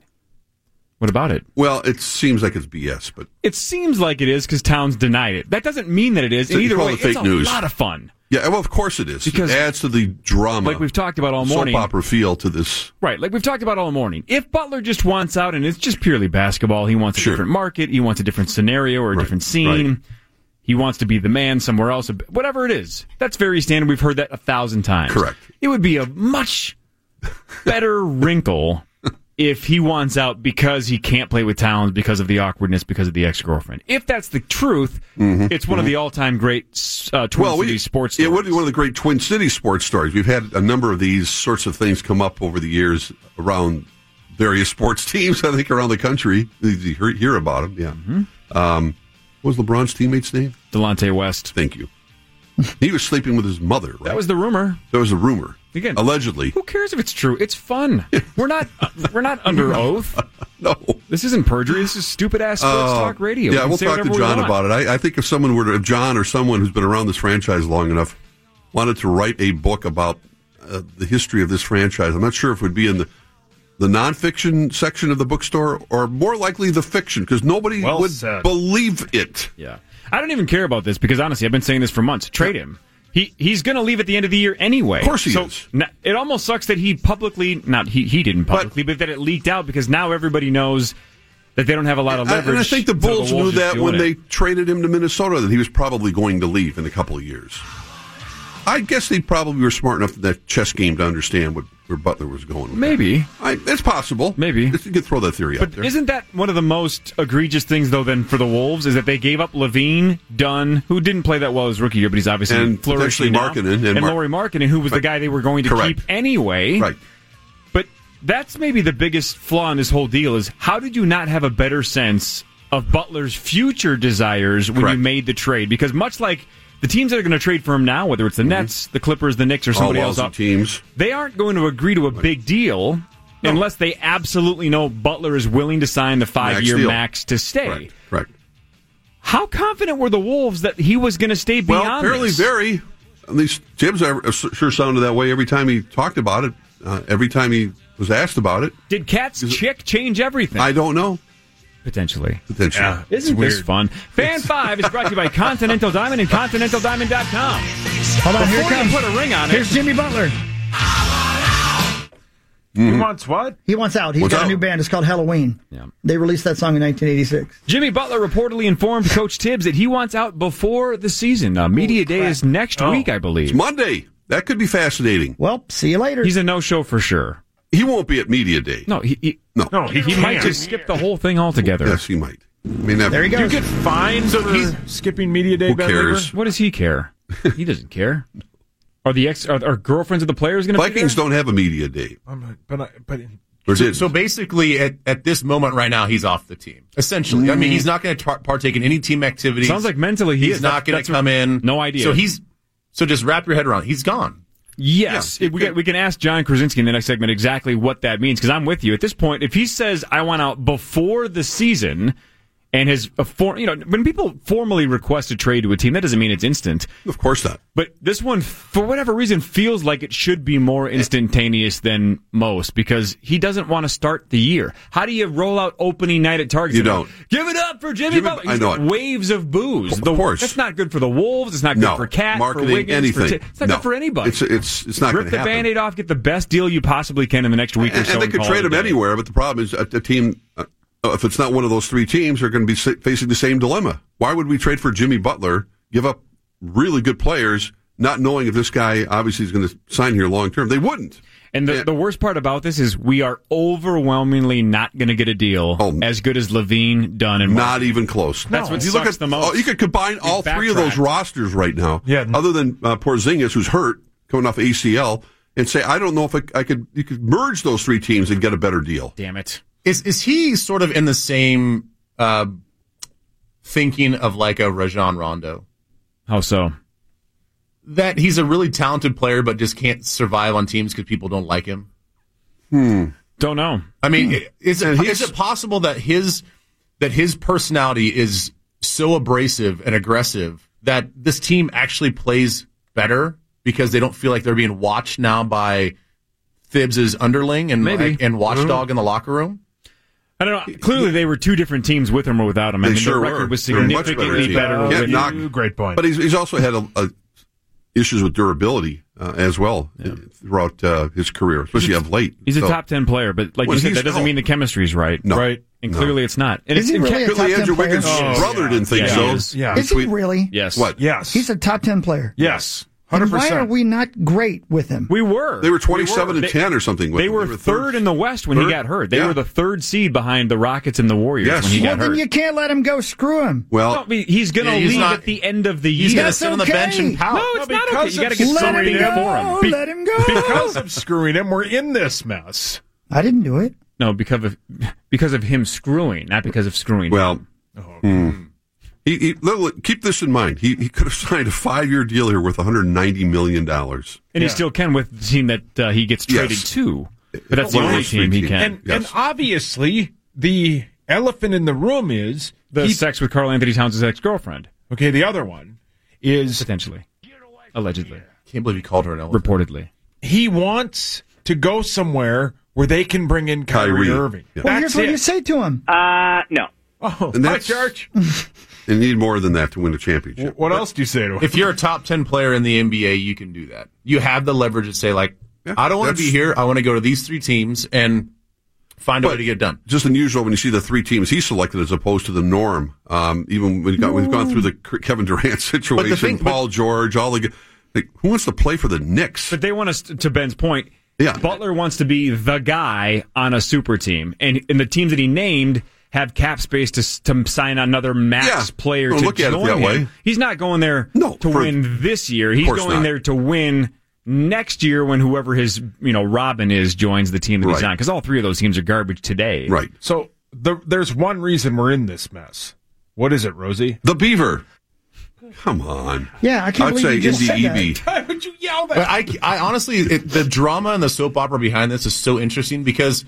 S2: What about it?
S8: Well, it seems like it's BS, but
S2: It seems like it is because Towns denied it. That doesn't mean that it is.
S8: So
S2: And
S8: you
S2: either
S8: call
S2: way,
S8: it fake
S2: it's
S8: news.
S2: a lot of fun.
S8: yeah, well, of course it is.
S2: Because-
S8: it adds to the drama,
S2: Like we've talked about all morning.
S8: soap opera feel to this.
S2: Right, like we've talked about all morning. If Butler just wants out and it's just purely basketball, he wants a different market, he wants a different scenario or a different scene.
S8: right.
S2: He wants to be the man somewhere else, whatever it is. That's very standard. We've heard that a thousand times.
S8: Correct.
S2: It would be a much better wrinkle if he wants out because he can't play with Towns because of the awkwardness because of the ex girlfriend. If that's the truth,
S8: Mm-hmm.
S2: it's one of the all time great uh, Twin
S8: well, we-
S2: Cities sports.
S8: It would be one of the great Twin City sports stories. We've had a number of these sorts of things come up over the years around various sports teams. I think around the country, you hear, hear about them. Yeah. Um, what was LeBron's teammate's name?
S2: Delonte West.
S8: Thank you. he was sleeping with his mother. Right? That was
S2: the rumor.
S8: That was a rumor.
S2: Again,
S8: allegedly.
S2: Who cares if it's true? It's fun. We're not we're not under oath.
S8: no,
S2: this isn't perjury. This is stupid ass sports
S8: Uh,
S2: talk radio.
S8: Yeah, we'll talk to John about it. I, I think if someone were to, if John or someone who's been around this franchise long enough wanted to write a book about uh, the history of this franchise, I'm not sure if it would be in the the nonfiction section of the bookstore or more likely the fiction because nobody
S2: Well
S8: would
S2: said.
S8: believe it.
S2: Yeah. I don't even care about this because honestly, I've been saying this for months. Trade him. He he's going to leave at the end of the year anyway. Of course he is. it almost sucks that he publicly not he he didn't publicly, but, that it leaked out because now everybody knows that they don't have a lot of
S8: I-
S2: leverage.
S8: and I think the
S2: so
S8: Bulls knew
S2: Wolves just
S8: that
S2: doing
S8: when
S2: it.
S8: they traded him to Minnesota that he was probably going to leave in a couple of years. I guess they probably were smart enough in that chess game to understand what where Butler was going.
S2: Maybe
S8: I, it's possible.
S2: Maybe you
S8: could throw that theory out
S2: But
S8: there.
S2: isn't that one of the most egregious things though? Then for the Wolves is that they gave up Levine, Dunn, who didn't play that well his rookie year, but he's obviously
S8: And
S2: flourishing
S8: potentially
S2: now,
S8: Markkanen and
S2: and,
S8: Mar-
S2: Laurie Markkinen, who was the guy they were going to
S8: Correct.
S2: keep anyway. Right. But that's maybe the biggest flaw in this whole deal is how did you not have a better sense of Butler's future desires when you made the trade? Because much like the teams that are going to trade for him now, whether it's the
S8: Mm-hmm.
S2: Nets, the Clippers, the Knicks, or
S8: All
S2: somebody else,
S8: lousy
S2: up,
S8: teams.
S2: they aren't going to agree to a big deal unless they absolutely know Butler is willing to sign the five year
S8: deal.
S2: max to stay. Right.
S8: right.
S2: How confident were the Wolves that he was going to stay
S8: Well,
S2: beyond?
S8: apparently
S2: this?
S8: very. At least Jibs uh, sure sounded that way every time he talked about it. Uh, every time he was asked about it.
S2: Did Cat's chick change everything?
S8: I don't know.
S2: Potentially.
S8: Potentially.
S2: Isn't this fun? Fan 5 is brought to you by Continental Diamond and ContinentalDiamond.com.
S6: Hold on, here it
S2: Before you
S6: comes.
S2: put a ring on it-
S6: Here's Jimmy Butler.
S2: Mm-hmm.
S7: He wants what?
S6: He wants out. He's
S2: Wants
S6: got
S2: out.
S6: a new band. It's called Halloween. Yeah. They released that song in 1986.
S2: Jimmy Butler reportedly informed Coach Tibbs that he wants out before the season. Uh, media day is next
S7: Oh.
S2: week, I believe.
S8: It's Monday. That could be fascinating.
S6: Well, see you later.
S2: He's a no show for sure.
S8: He won't be at media day.
S2: No, he, he
S8: no,
S2: no, he, might just skip the whole thing altogether.
S8: Yes, he might. I mean, that-
S6: There he
S7: You get fined
S2: So
S7: for skipping media day. Ben Lieber?
S2: What does he care? He doesn't care. Are the ex are, are girlfriends of the players going to
S8: Vikings don't have a media day.
S7: I'm like, but I, but
S8: Or
S16: So,
S8: did.
S16: so basically, at, at this moment right now, he's off the team. Essentially, I mean, he's not going to tar- partake in any team activities.
S2: Sounds like mentally he
S16: he's
S2: is.
S16: not
S2: That's-
S16: going
S2: that's
S16: to come in.
S2: no idea.
S16: So he's so just wrap your head around. it. He's gone.
S2: Yes,
S16: Yeah.
S2: If we, get, we can ask John Krasinski in the next segment exactly what that means because I'm with you at this point. If he says I want out before the season, and his a for, you know when people formally request a trade to a team, that doesn't mean it's instant.
S8: Of course not.
S2: But this one, for whatever reason, feels like it should be more instantaneous than most because he doesn't want to start the year. How do you roll out opening night at Target?
S8: You
S2: Center?
S8: don't.
S2: give it up for Jimmy
S8: Jimmy-
S2: Butler.
S8: I know it.
S2: Waves of booze.
S8: Of
S2: The-
S8: course.
S2: that's not good for the Wolves. It's not good
S8: no
S2: for Cat.
S8: marketing
S2: for Wiggins,
S8: anything.
S2: For Ti- it's not
S8: No.
S2: good for anybody.
S8: It's it's it's not
S2: Rip
S8: going to
S2: the
S8: happen.
S2: band-aid off, get the best deal you possibly can in the next week or
S8: and,
S2: so.
S8: and they could
S2: call
S8: trade
S2: it a
S8: him
S2: day.
S8: anywhere, but the problem is a, a team. Uh, if it's not one of those three teams, are going to be si- facing the same dilemma. Why would we trade for Jimmy Butler, give up really good players, not knowing if this guy obviously is going to sign here long term? They wouldn't.
S2: And the, the worst part about this is we are overwhelmingly not going to get a deal as good as Levine, Dunn, and
S8: Oh. Not even close.
S2: That's what
S8: If you
S2: sucks
S8: look at
S2: the most.
S8: oh, you could combine
S2: You
S8: all three of those
S2: backtrack.
S8: rosters right now. Yeah. Other than uh, Porzingis, who's hurt coming off ACL, and say I don't know if I, I could. You could merge those three teams and get a better deal.
S2: Damn it!
S16: Is is he sort of in the same uh, thinking of like a Rajon Rondo?
S2: How so?
S16: That he's a really talented player, but just can't survive on teams because people don't like him.
S2: Hmm. Don't know.
S16: I mean, i- Hmm. is it,
S2: And
S16: is it possible that his that his personality is so abrasive and aggressive that this team actually plays better because they don't feel like they're being watched now by Thibs' underling and
S2: Maybe.
S16: and watchdog in the locker room?
S2: I don't know. Clearly, they were two different teams with him or without him. I
S8: They
S2: mean,
S8: sure
S2: their record
S8: were.
S2: was
S8: They were much
S2: significantly
S8: better team.
S2: better.
S8: Yeah,
S2: with-
S8: knock-
S7: Great point.
S8: But he's, he's also had a, a issues with durability uh, as well uh, throughout uh, his career, especially of late.
S2: He's a
S8: So-
S2: top ten player, but like
S8: Well,
S2: you said,
S8: he's-
S2: that doesn't
S8: no.
S2: mean the chemistry's right.
S8: No.
S2: Right. And
S8: No.
S2: clearly, it's not. And
S8: Is he really a Clearly, top 10 Andrew player? Wiggins' brother didn't think
S2: yeah,
S8: so.
S2: he is.
S6: Is he really?
S2: Yes.
S8: What?
S7: Yes.
S6: He's a top 10 player.
S7: Yes.
S6: Then Why are we not great with him?
S2: We were.
S8: They were 27 and 10 or something with
S2: They
S8: him.
S2: were,
S8: They were
S2: third,
S8: third-
S2: in the West when
S8: third?
S2: he got hurt. They
S8: Yeah.
S2: were the third seed behind the Rockets and the Warriors
S8: Yes.
S2: when he
S8: Well,
S2: got
S6: Then
S2: hurt.
S6: you can't let him go. Screw him.
S8: Well,
S2: No, I mean, he's going to
S6: Yeah, he's
S2: leave
S6: not-
S2: at the end of the year.
S6: he's gonna sit on the That's bench and okay. pout.
S2: No, it's
S6: No,
S2: not
S6: because
S2: okay. You got to
S6: of
S2: get
S6: Let him
S2: somebody
S6: go.
S2: there for him.
S6: Be- Let him go.
S7: Because of screwing him, we're in this mess.
S6: I didn't do it.
S2: No, because of because of him screwing, not because of screwing.
S8: Well,
S2: Oh,
S8: Hmm. He, he, little- keep this in mind. He, he could have signed a five year deal here worth $190 million.
S2: and he still can with the team that uh, he gets traded
S8: Yes.
S2: to. But that's
S8: One
S2: the
S8: of
S2: only
S8: those three
S2: team he
S8: teams.
S2: can.
S7: And, and obviously, the elephant in the room is
S2: the sex with Carl Anthony Towns' ex girlfriend.
S7: Okay, the other one is
S2: potentially, allegedly.
S16: Can't believe he called her an elephant.
S2: Reportedly,
S7: he wants to go somewhere where they can bring in Kyrie,
S8: Kyrie.
S7: Irving.
S8: Yeah.
S6: Well, here's
S7: That's
S6: what
S7: it.
S6: you say to him.
S7: Uh, no. Oh,
S8: And
S7: hi,
S8: that's-
S7: Church.
S8: They need more than that to win a championship.
S7: What else do you say to him?
S16: If you're a top 10 player in the NBA, you can do that. You have the leverage to say, like, I don't want to be here. I want to go to these three teams and find a way to get done.
S8: Just unusual when you see the three teams he selected as opposed to the norm. Um, even when he got, we've gone through the Kevin Durant situation,
S2: thing- but-
S8: Paul George, all the. g- Like, who wants to play for the Knicks?
S2: But they want us to Ben's point. Yeah. Butler wants to be the guy on a super team, and and the teams that he named have cap space to s- to sign another max
S8: Yeah.
S2: player
S8: Well,
S2: to
S8: look at it
S2: join
S8: that
S2: him.
S8: way.
S2: He's not going there to
S8: for-
S2: win this year. He's
S8: course
S2: going
S8: not.
S2: there to win next year when whoever his you know Robin is joins the team that he's
S7: Right.
S2: on because all three of those teams are garbage today.
S8: Right.
S7: So the, there's one reason we're in this mess. What is it, Rosie?
S8: The Beaver. Come on.
S6: Yeah,
S8: I can't I'd believe say you just said NDEB. that.
S7: Why would you yell
S16: But I, I honestly, it, the drama and the soap opera behind this is so interesting because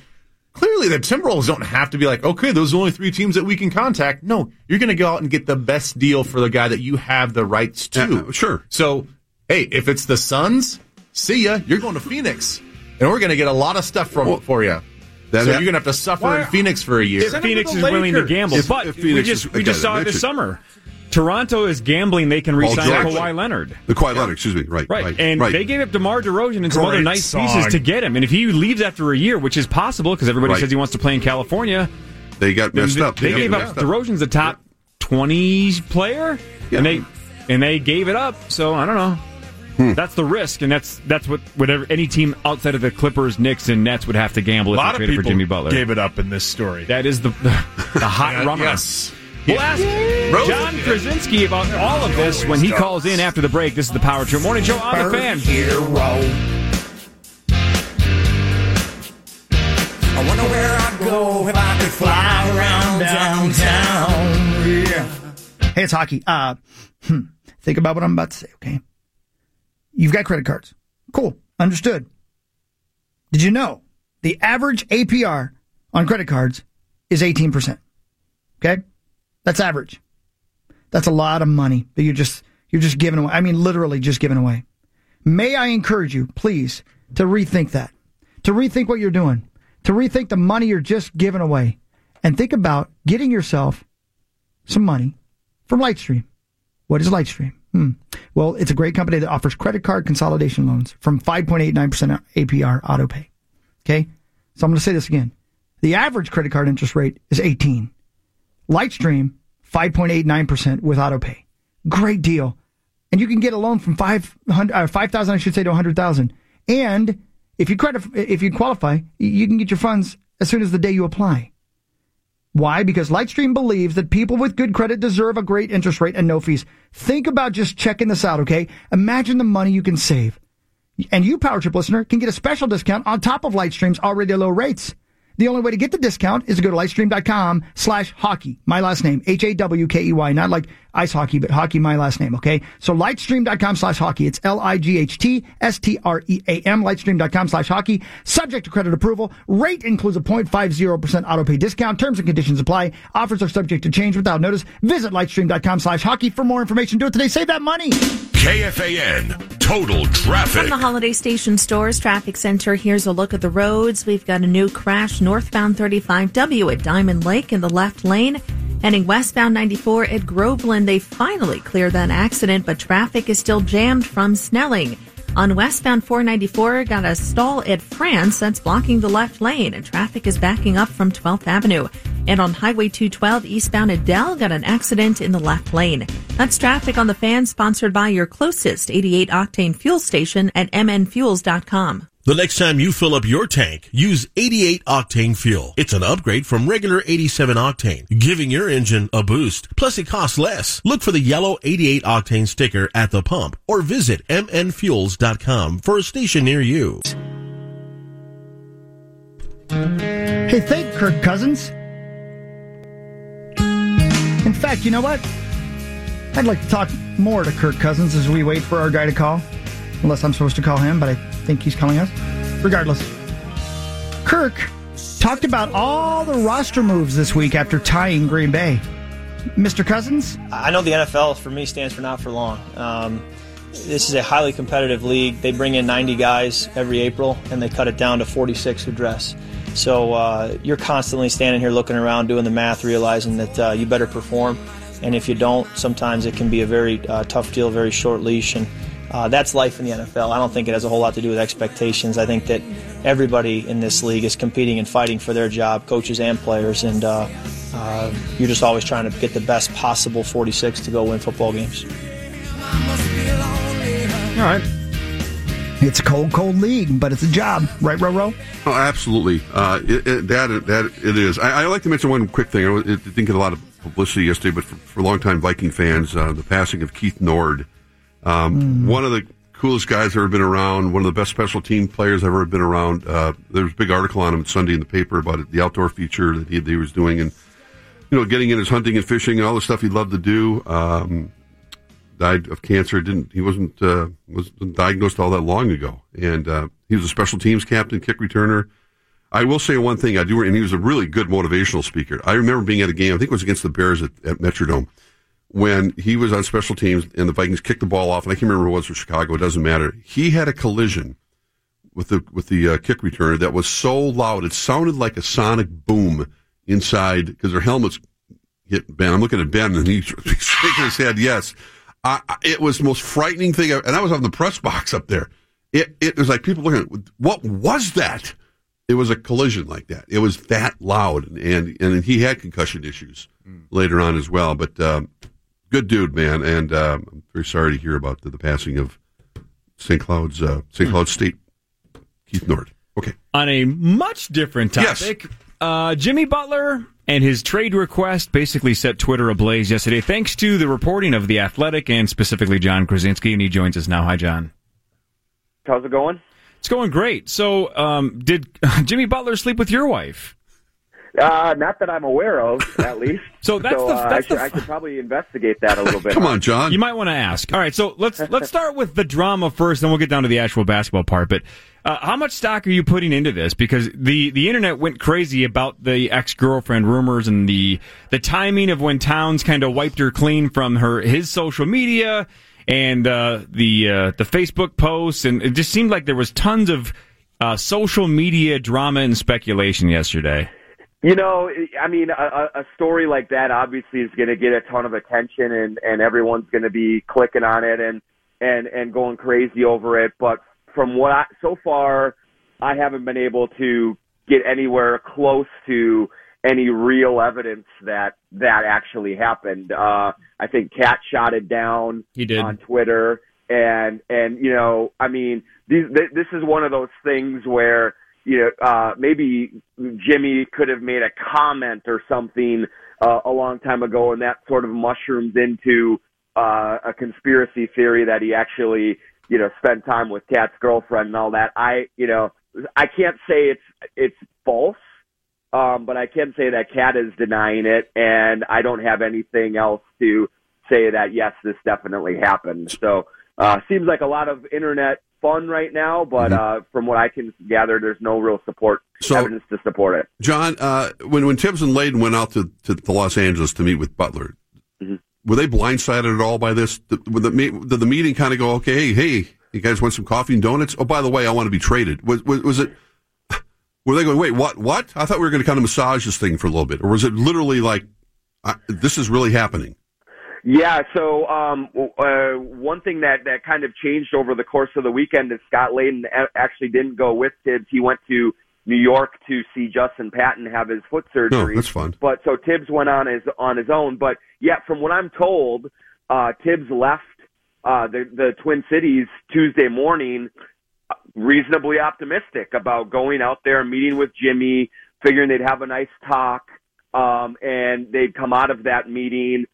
S16: clearly the Timberwolves don't have to be like, okay, those are the only three teams that we can contact. No, you're going to go out and get the best deal for the guy that you have the rights to.
S8: sure.
S16: So, hey, if it's the Suns, see ya. You're going to Phoenix, and we're going to get a lot of stuff from for you. So
S8: that-
S16: you're going to have to suffer
S2: Why-
S16: in Phoenix for a year.
S2: If Phoenix is willing to gamble,
S16: If-
S2: but
S16: if
S2: we
S16: Phoenix
S2: just
S16: is-
S2: we just
S16: again,
S2: saw
S16: I
S2: it this
S16: mentioned-
S2: summer. Toronto is gambling; they can re-sign
S8: Exactly.
S2: Kawhi Leonard.
S8: The Kawhi Leonard, excuse me. Right. Right.
S2: And
S8: right.
S2: they gave up DeMar DeRozan and some
S8: Great
S2: other nice
S8: song.
S2: pieces to get him. And if he leaves after a year, which is possible because everybody
S8: Right.
S2: says he wants to play in California,
S8: They got
S2: then
S8: messed
S2: th-
S8: up.
S2: They,
S8: got
S2: gave
S8: messed
S2: up
S8: up.
S2: DeRozan's the top twenty player, and they and they gave it up. So I don't know.
S8: Hmm.
S2: That's the risk, and that's that's what whatever any team outside of the Clippers, Knicks, and Nets would have to gamble
S7: A
S2: if
S7: lot
S2: they
S7: of
S2: traded
S7: people
S2: for Jimmy Butler.
S7: gave it up in this story.
S2: That is the the, the hot
S7: Yeah,
S2: rummer.
S7: yes.
S2: We'll
S7: Yeah.
S2: ask
S7: Rose-
S2: John Krasinski about all of this when he calls in after the break. This is the Power Trip Morning Show on the Fan.
S3: I wonder where I'd go if I could fly around downtown. Yeah.
S6: Hey, it's hockey. Uh, hmm. Think about what I'm about to say, okay? You've got credit cards. Cool. Understood. Did you know the average APR on credit cards is 18%? Okay? That's average. That's a lot of money that you're just you're just giving away. I mean literally just giving away. May I encourage you, please, to rethink that. To rethink what you're doing. To rethink the money you're just giving away and think about getting yourself some money from Lightstream. What is Lightstream? Hmm. Well, it's a great company that offers credit card consolidation loans from 5.89% APR auto pay. Okay? So I'm going to say this again. The average credit card interest rate is 18. Lightstream, 5.89% with auto pay. Great deal. And you can get a loan from 500, uh, 5,000, I should say, to 100,000. And if you credit, if you qualify, you can get your funds as soon as the day you apply. Why? Because Lightstream believes that people with good credit deserve a great interest rate and no fees. Think about just checking this out, okay? Imagine the money you can save. And you, Power Trip listener, can get a special discount on top of Lightstream's already low rates. The only way to get the discount is to go to lightstream.com slash hockey. My last name, H-A-W-K-E-Y, E not like ice hockey, but hockey, my last name, okay? So lightstream.com slash hockey. It's E L-I-G-H-T-S-T-R-E-A-M, lightstream.com slash hockey. Subject to credit approval. Rate includes a 0.50% auto pay discount. Terms and conditions apply. Offers are subject to change without notice. Visit lightstream.com slash hockey for more information. Do it today. Save that money.
S20: KFAN, total
S21: From
S20: traffic.
S21: the Holiday Station Stores Traffic Center, here's a look at the roads. We've got a new crash northbound 35W at Diamond Lake in the left lane. Heading westbound 94 at Groveland, they finally cleared that accident, but traffic is still jammed from Snelling. On westbound 494, got a stall at France that's blocking the left lane, and traffic is backing up from 12th Avenue. And on Highway 212 eastbound at Dell, got an accident in the left lane. That's traffic on the fan sponsored by your closest 88 octane fuel station at mnfuels.com.
S4: The next time you fill up your tank, use 88 octane fuel. It's an upgrade from regular 87 octane, giving your engine a boost. Plus it costs less. Look for the yellow 88 octane sticker at the pump or visit mnfuels.com for a station near you.
S6: Hey, thank Kirk Cousins. In fact, you know what? I'd like to talk more to Kirk Cousins as we wait for our guy to call. Unless I'm supposed to call him, but I think he's calling us. Regardless, Kirk talked about all the roster moves this week after tying Green Bay. Mr. Cousins,
S19: I know the NFL for me stands for not for long. Um, this is a highly competitive league. They bring in 90 guys every April, and they cut it down to 46 who dress. So uh, you're constantly standing here looking around, doing the math, realizing that uh, you better perform. And if you don't, sometimes it can be a very uh, tough deal, very short leash, and uh, that's life in the NFL. I don't think it has a whole lot to do with expectations. I think that everybody in this league is competing and fighting for their job, coaches and players, and uh, uh, you're just always trying to get the best possible 46 to go win football games.
S6: all right. It's a cold, cold league, but it's a job, right, Roro?
S8: Oh, absolutely. Uh, it, it, that that it is. I, I like to mention one quick thing. I was- it didn't get a lot of publicity yesterday, but for, for longtime Viking fans, uh, the passing of Keith Nord, um, one of the coolest guys I've ever been around, one of the best special team players I've ever been around. Uh, there was a big article on him Sunday in the paper about it, the outdoor feature that he, that he was doing, and you know, getting in his hunting and fishing and all the stuff he loved to do. Um, died of cancer. Didn't he wasn't uh, was diagnosed all that long ago, and uh, he was a special teams captain, kick returner. I will say one thing. I do, and he was a really good motivational speaker. I remember being at a game. I think it was against the Bears at, at Metrodome when he was on special teams, and the Vikings kicked the ball off. And I can't remember who it was for Chicago. It doesn't matter. He had a collision with the with the uh, kick returner that was so loud it sounded like a sonic boom inside because their helmets hit Ben. I'm looking at Ben and he's shaking his head. Yes, I, I- it was the most frightening thing. I, and I was on the press box up there. It it was like people looking. at What was that? It was a collision like that. It was that loud, and and he had concussion issues later on as well. But um, good dude, man, and um, I'm very sorry to hear about the, the passing of St. Cloud's uh, St. Cloud State Keith Nord. Okay.
S2: On a much different topic, uh, Jimmy Butler and his trade request basically set Twitter ablaze yesterday, thanks to the reporting of The Athletic and specifically John Krasinski, and he joins us now. Hi, John.
S22: How's it going?
S2: It's going great. So, um, did Jimmy Butler sleep with your wife?
S22: Uh, not that I'm aware of, at least.
S2: so that's the-
S22: uh,
S2: that's
S22: I, should, I should probably investigate that a little bit.
S2: You might want to ask. All right, so let's let's start with the drama first, then we'll get down to the actual basketball part. But uh, how much stock are you putting into this? Because the the internet went crazy about the ex girlfriend rumors and the the timing of when Towns kind of wiped her clean from her his social media and uh, the uh, the Facebook posts, and it just seemed like there was tons of uh, social media drama and speculation yesterday.
S22: You know, I mean, a, a a story like that obviously is going to get a ton of attention, and and everyone's going to be clicking on it and and and going crazy over it. But from what I so far, I haven't been able to get anywhere close to any real evidence that that actually happened. Uh, I think Cat shot it down
S2: He did.
S22: on Twitter, and and you know, I mean, these th- this is one of those things where you know uh, maybe Jimmy could have made a comment or something uh, a long time ago, and that sort of mushrooms into uh, a conspiracy theory that he actually you know spent time with Cat's girlfriend and all that. I you know I can't say it's it's false. Um, but I can say that Kat is denying it, and I don't have anything else to say that yes, this definitely happened. So uh, seems like a lot of internet fun right now, but uh, from what I can gather, there's no real support evidence to support it.
S8: John, uh, when when Tibbs and Layden went out to, to, to Los Angeles to meet with Butler, were they blindsided at all by this? Did, were the, me- did the meeting kind of go, okay, hey, hey, you guys want some coffee and donuts? Oh, by the way, I want to be traded. Was, was, was it? Were they going? Wait, what? What? I thought we were going to kind of massage this thing for a little bit, or was it literally like, I, this is really happening?
S22: Yeah. So um, w- uh, one thing that that kind of changed over the course of the weekend is Scott Layden a- actually didn't go with Tibbs. He went to New York to see Justin Patton have his foot surgery.
S8: No, Oh, that's fine.
S22: But so Tibbs went on his on his own. But yeah, from what I'm told, uh, Tibbs left uh, the the Twin Cities Tuesday morning, uh, reasonably optimistic about going out there, meeting with Jimmy, figuring they'd have a nice talk, um, and they'd come out of that meeting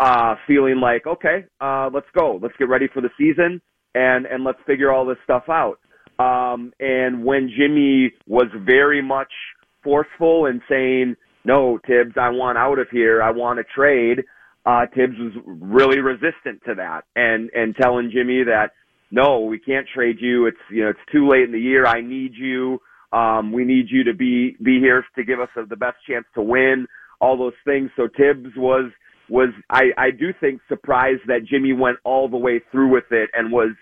S22: uh, feeling like, okay, uh, let's go, let's get ready for the season, and and let's figure all this stuff out. Um, and when Jimmy was very much forceful and saying, "No, Tibbs, I want out of here. I want to trade," uh, Tibbs was really resistant to that, and and telling Jimmy that, "No, we can't trade you. It's you know it's too late in the year. I need you. Um, we need you to be be here to give us the best chance to win. All those things." So Tibbs was was I, I do think surprised that Jimmy went all the way through with it and was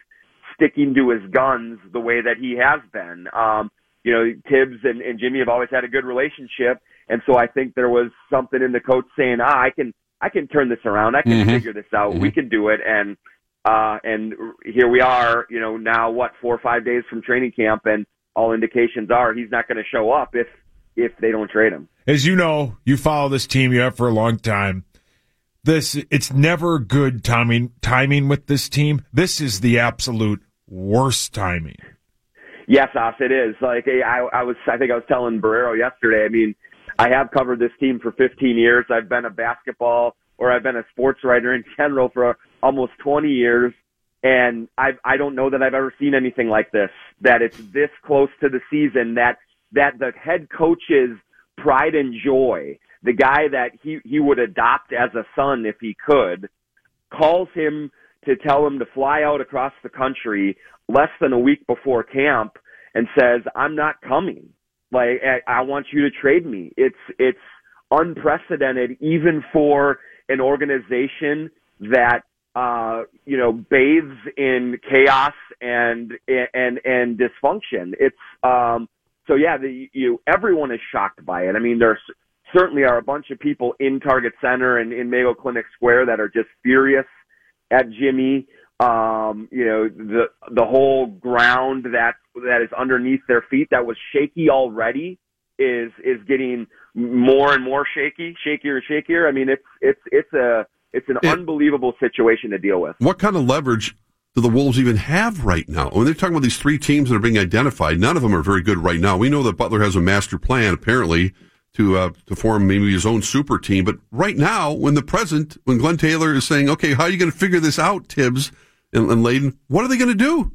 S22: sticking to his guns the way that he has been. Um, you know, Tibbs and, and Jimmy have always had a good relationship, and so I think there was something in the coach saying, "Ah, I can, I can turn this around. I can
S23: Mhm.
S22: figure this out. We can do it." And uh, and here we are. You know, now what, four or five days from training camp, and all indications are he's not going to show up if if they don't trade him.
S7: As you know, you follow this team, you have for a long time. This it's never good timing timing with this team. This is the absolute worst timing.
S22: Yes, Os, it is. Like I, I was, I think I was telling Barrero yesterday. I mean, I have covered this team for 15 years. I've been a basketball or I've been a sports writer in general for almost 20 years, and I, I don't know that I've ever seen anything like this. That it's this close to the season. That that the head coach's pride and joy, the guy that he he would adopt as a son if he could, calls him to tell him to fly out across the country less than a week before camp and says, "I'm not coming. Like I, I want you to trade me." It's it's unprecedented, even for an organization that uh, you know bathes in chaos and and and dysfunction. It's um, so yeah, the, you everyone is shocked by it. I mean, there's certainly are a bunch of people in Target Center and in Mayo Clinic Square that are just furious at Jimmy. Um, you know, the the whole ground that that is underneath their feet that was shaky already is is getting more and more shaky, shakier and shakier. I mean, it's it's it's a it's an unbelievable situation to deal with.
S8: What kind of leverage do the Wolves even have right now? When they're talking about these three teams that are being identified, none of them are very good right now. We know that Butler has a master plan, apparently, to uh, to form maybe his own super team. But right now, when the present, when Glenn Taylor is saying, "Okay, how are you going to figure this out, Tibbs and, and Layden? What are they going to do?"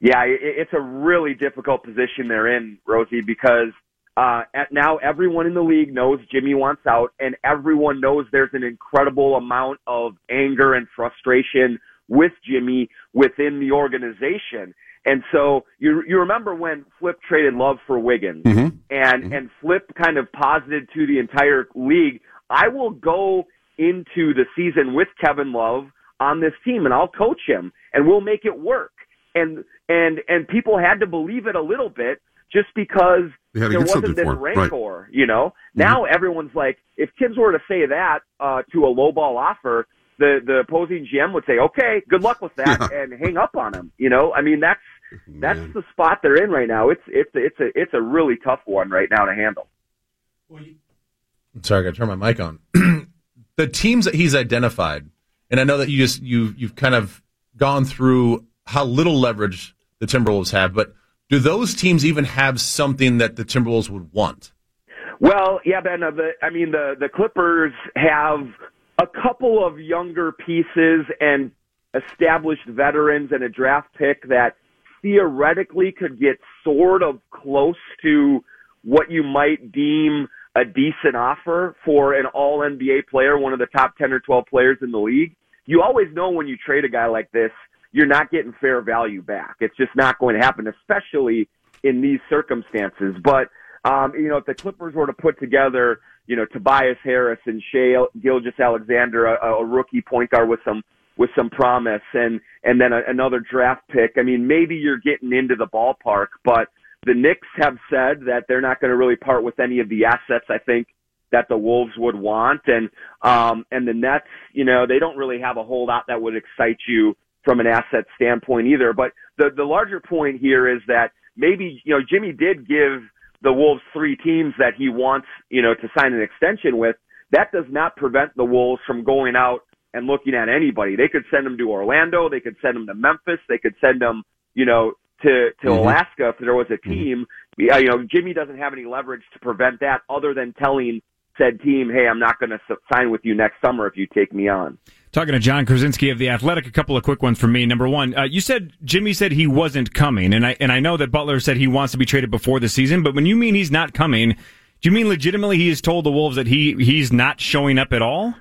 S22: Yeah, i- i- it's a really difficult position they're in, Rosie, because uh, at now everyone in the league knows Jimmy wants out, and everyone knows there's an incredible amount of anger and frustration with Jimmy within the organization. And so you you remember when Flip traded Love for Wiggins, and and Flip kind of posited to the entire league, I will go into the season with Kevin Love on this team, and I'll coach him, and we'll make it work and and and people had to believe it a little bit just because
S8: They had
S22: there
S8: to get
S22: wasn't
S8: something
S22: this
S8: for it, right. Mm-hmm.
S22: rancor, you know. Now everyone's like, if kids were to say that uh, to a lowball offer, the the opposing GM would say, okay, good luck with that, and hang up on him. You know, I mean that's that's the spot they're in right now. It's it's it's a it's a really tough one right now to handle.
S16: I'm sorry, I got to turn my mic on. the teams that he's identified, and I know that you just you you've kind of gone through how little leverage the Timberwolves have, but do those teams even have something that the Timberwolves would want?
S22: Well, yeah, Ben. Uh, the, I mean, the the Clippers have a couple of younger pieces and established veterans and a draft pick that theoretically could get sort of close to what you might deem a decent offer for an all NBA player, one of the top 10 or 12 players in the league. You always know when you trade a guy like this, you're not getting fair value back. It's just not going to happen, especially in these circumstances. But, um, you know, if the Clippers were to put together, you know, Tobias Harris and Shea Gilgis Alexander, a, a rookie point guard with some with some promise and and then a, another draft pick. I mean, maybe you're getting into the ballpark, but the Knicks have said that they're not going to really part with any of the assets. I think that the Wolves would want, and um, and the Nets, you know, they don't really have a whole lot that would excite you from an asset standpoint either. But the the larger point here is that maybe you know Jimmy did give the Wolves three teams that he wants, you know, to sign an extension with, that does not prevent the Wolves from going out and looking at anybody. They could send him to Orlando, they could send him to Memphis, they could send him, you know, to to
S23: Mhm.
S22: Alaska if there was a team. Yeah, You know, Jimmy doesn't have any leverage to prevent that other than telling said team, "Hey, I'm not going to sign with you next summer if you take me on."
S2: Talking to John Krasinski of the Athletic, a couple of quick ones from me. Number one, uh, you said Jimmy said he wasn't coming, and I and I know that Butler said he wants to be traded before the season. But when you mean he's not coming, do you mean legitimately he has told the Wolves that he he's not showing up at all?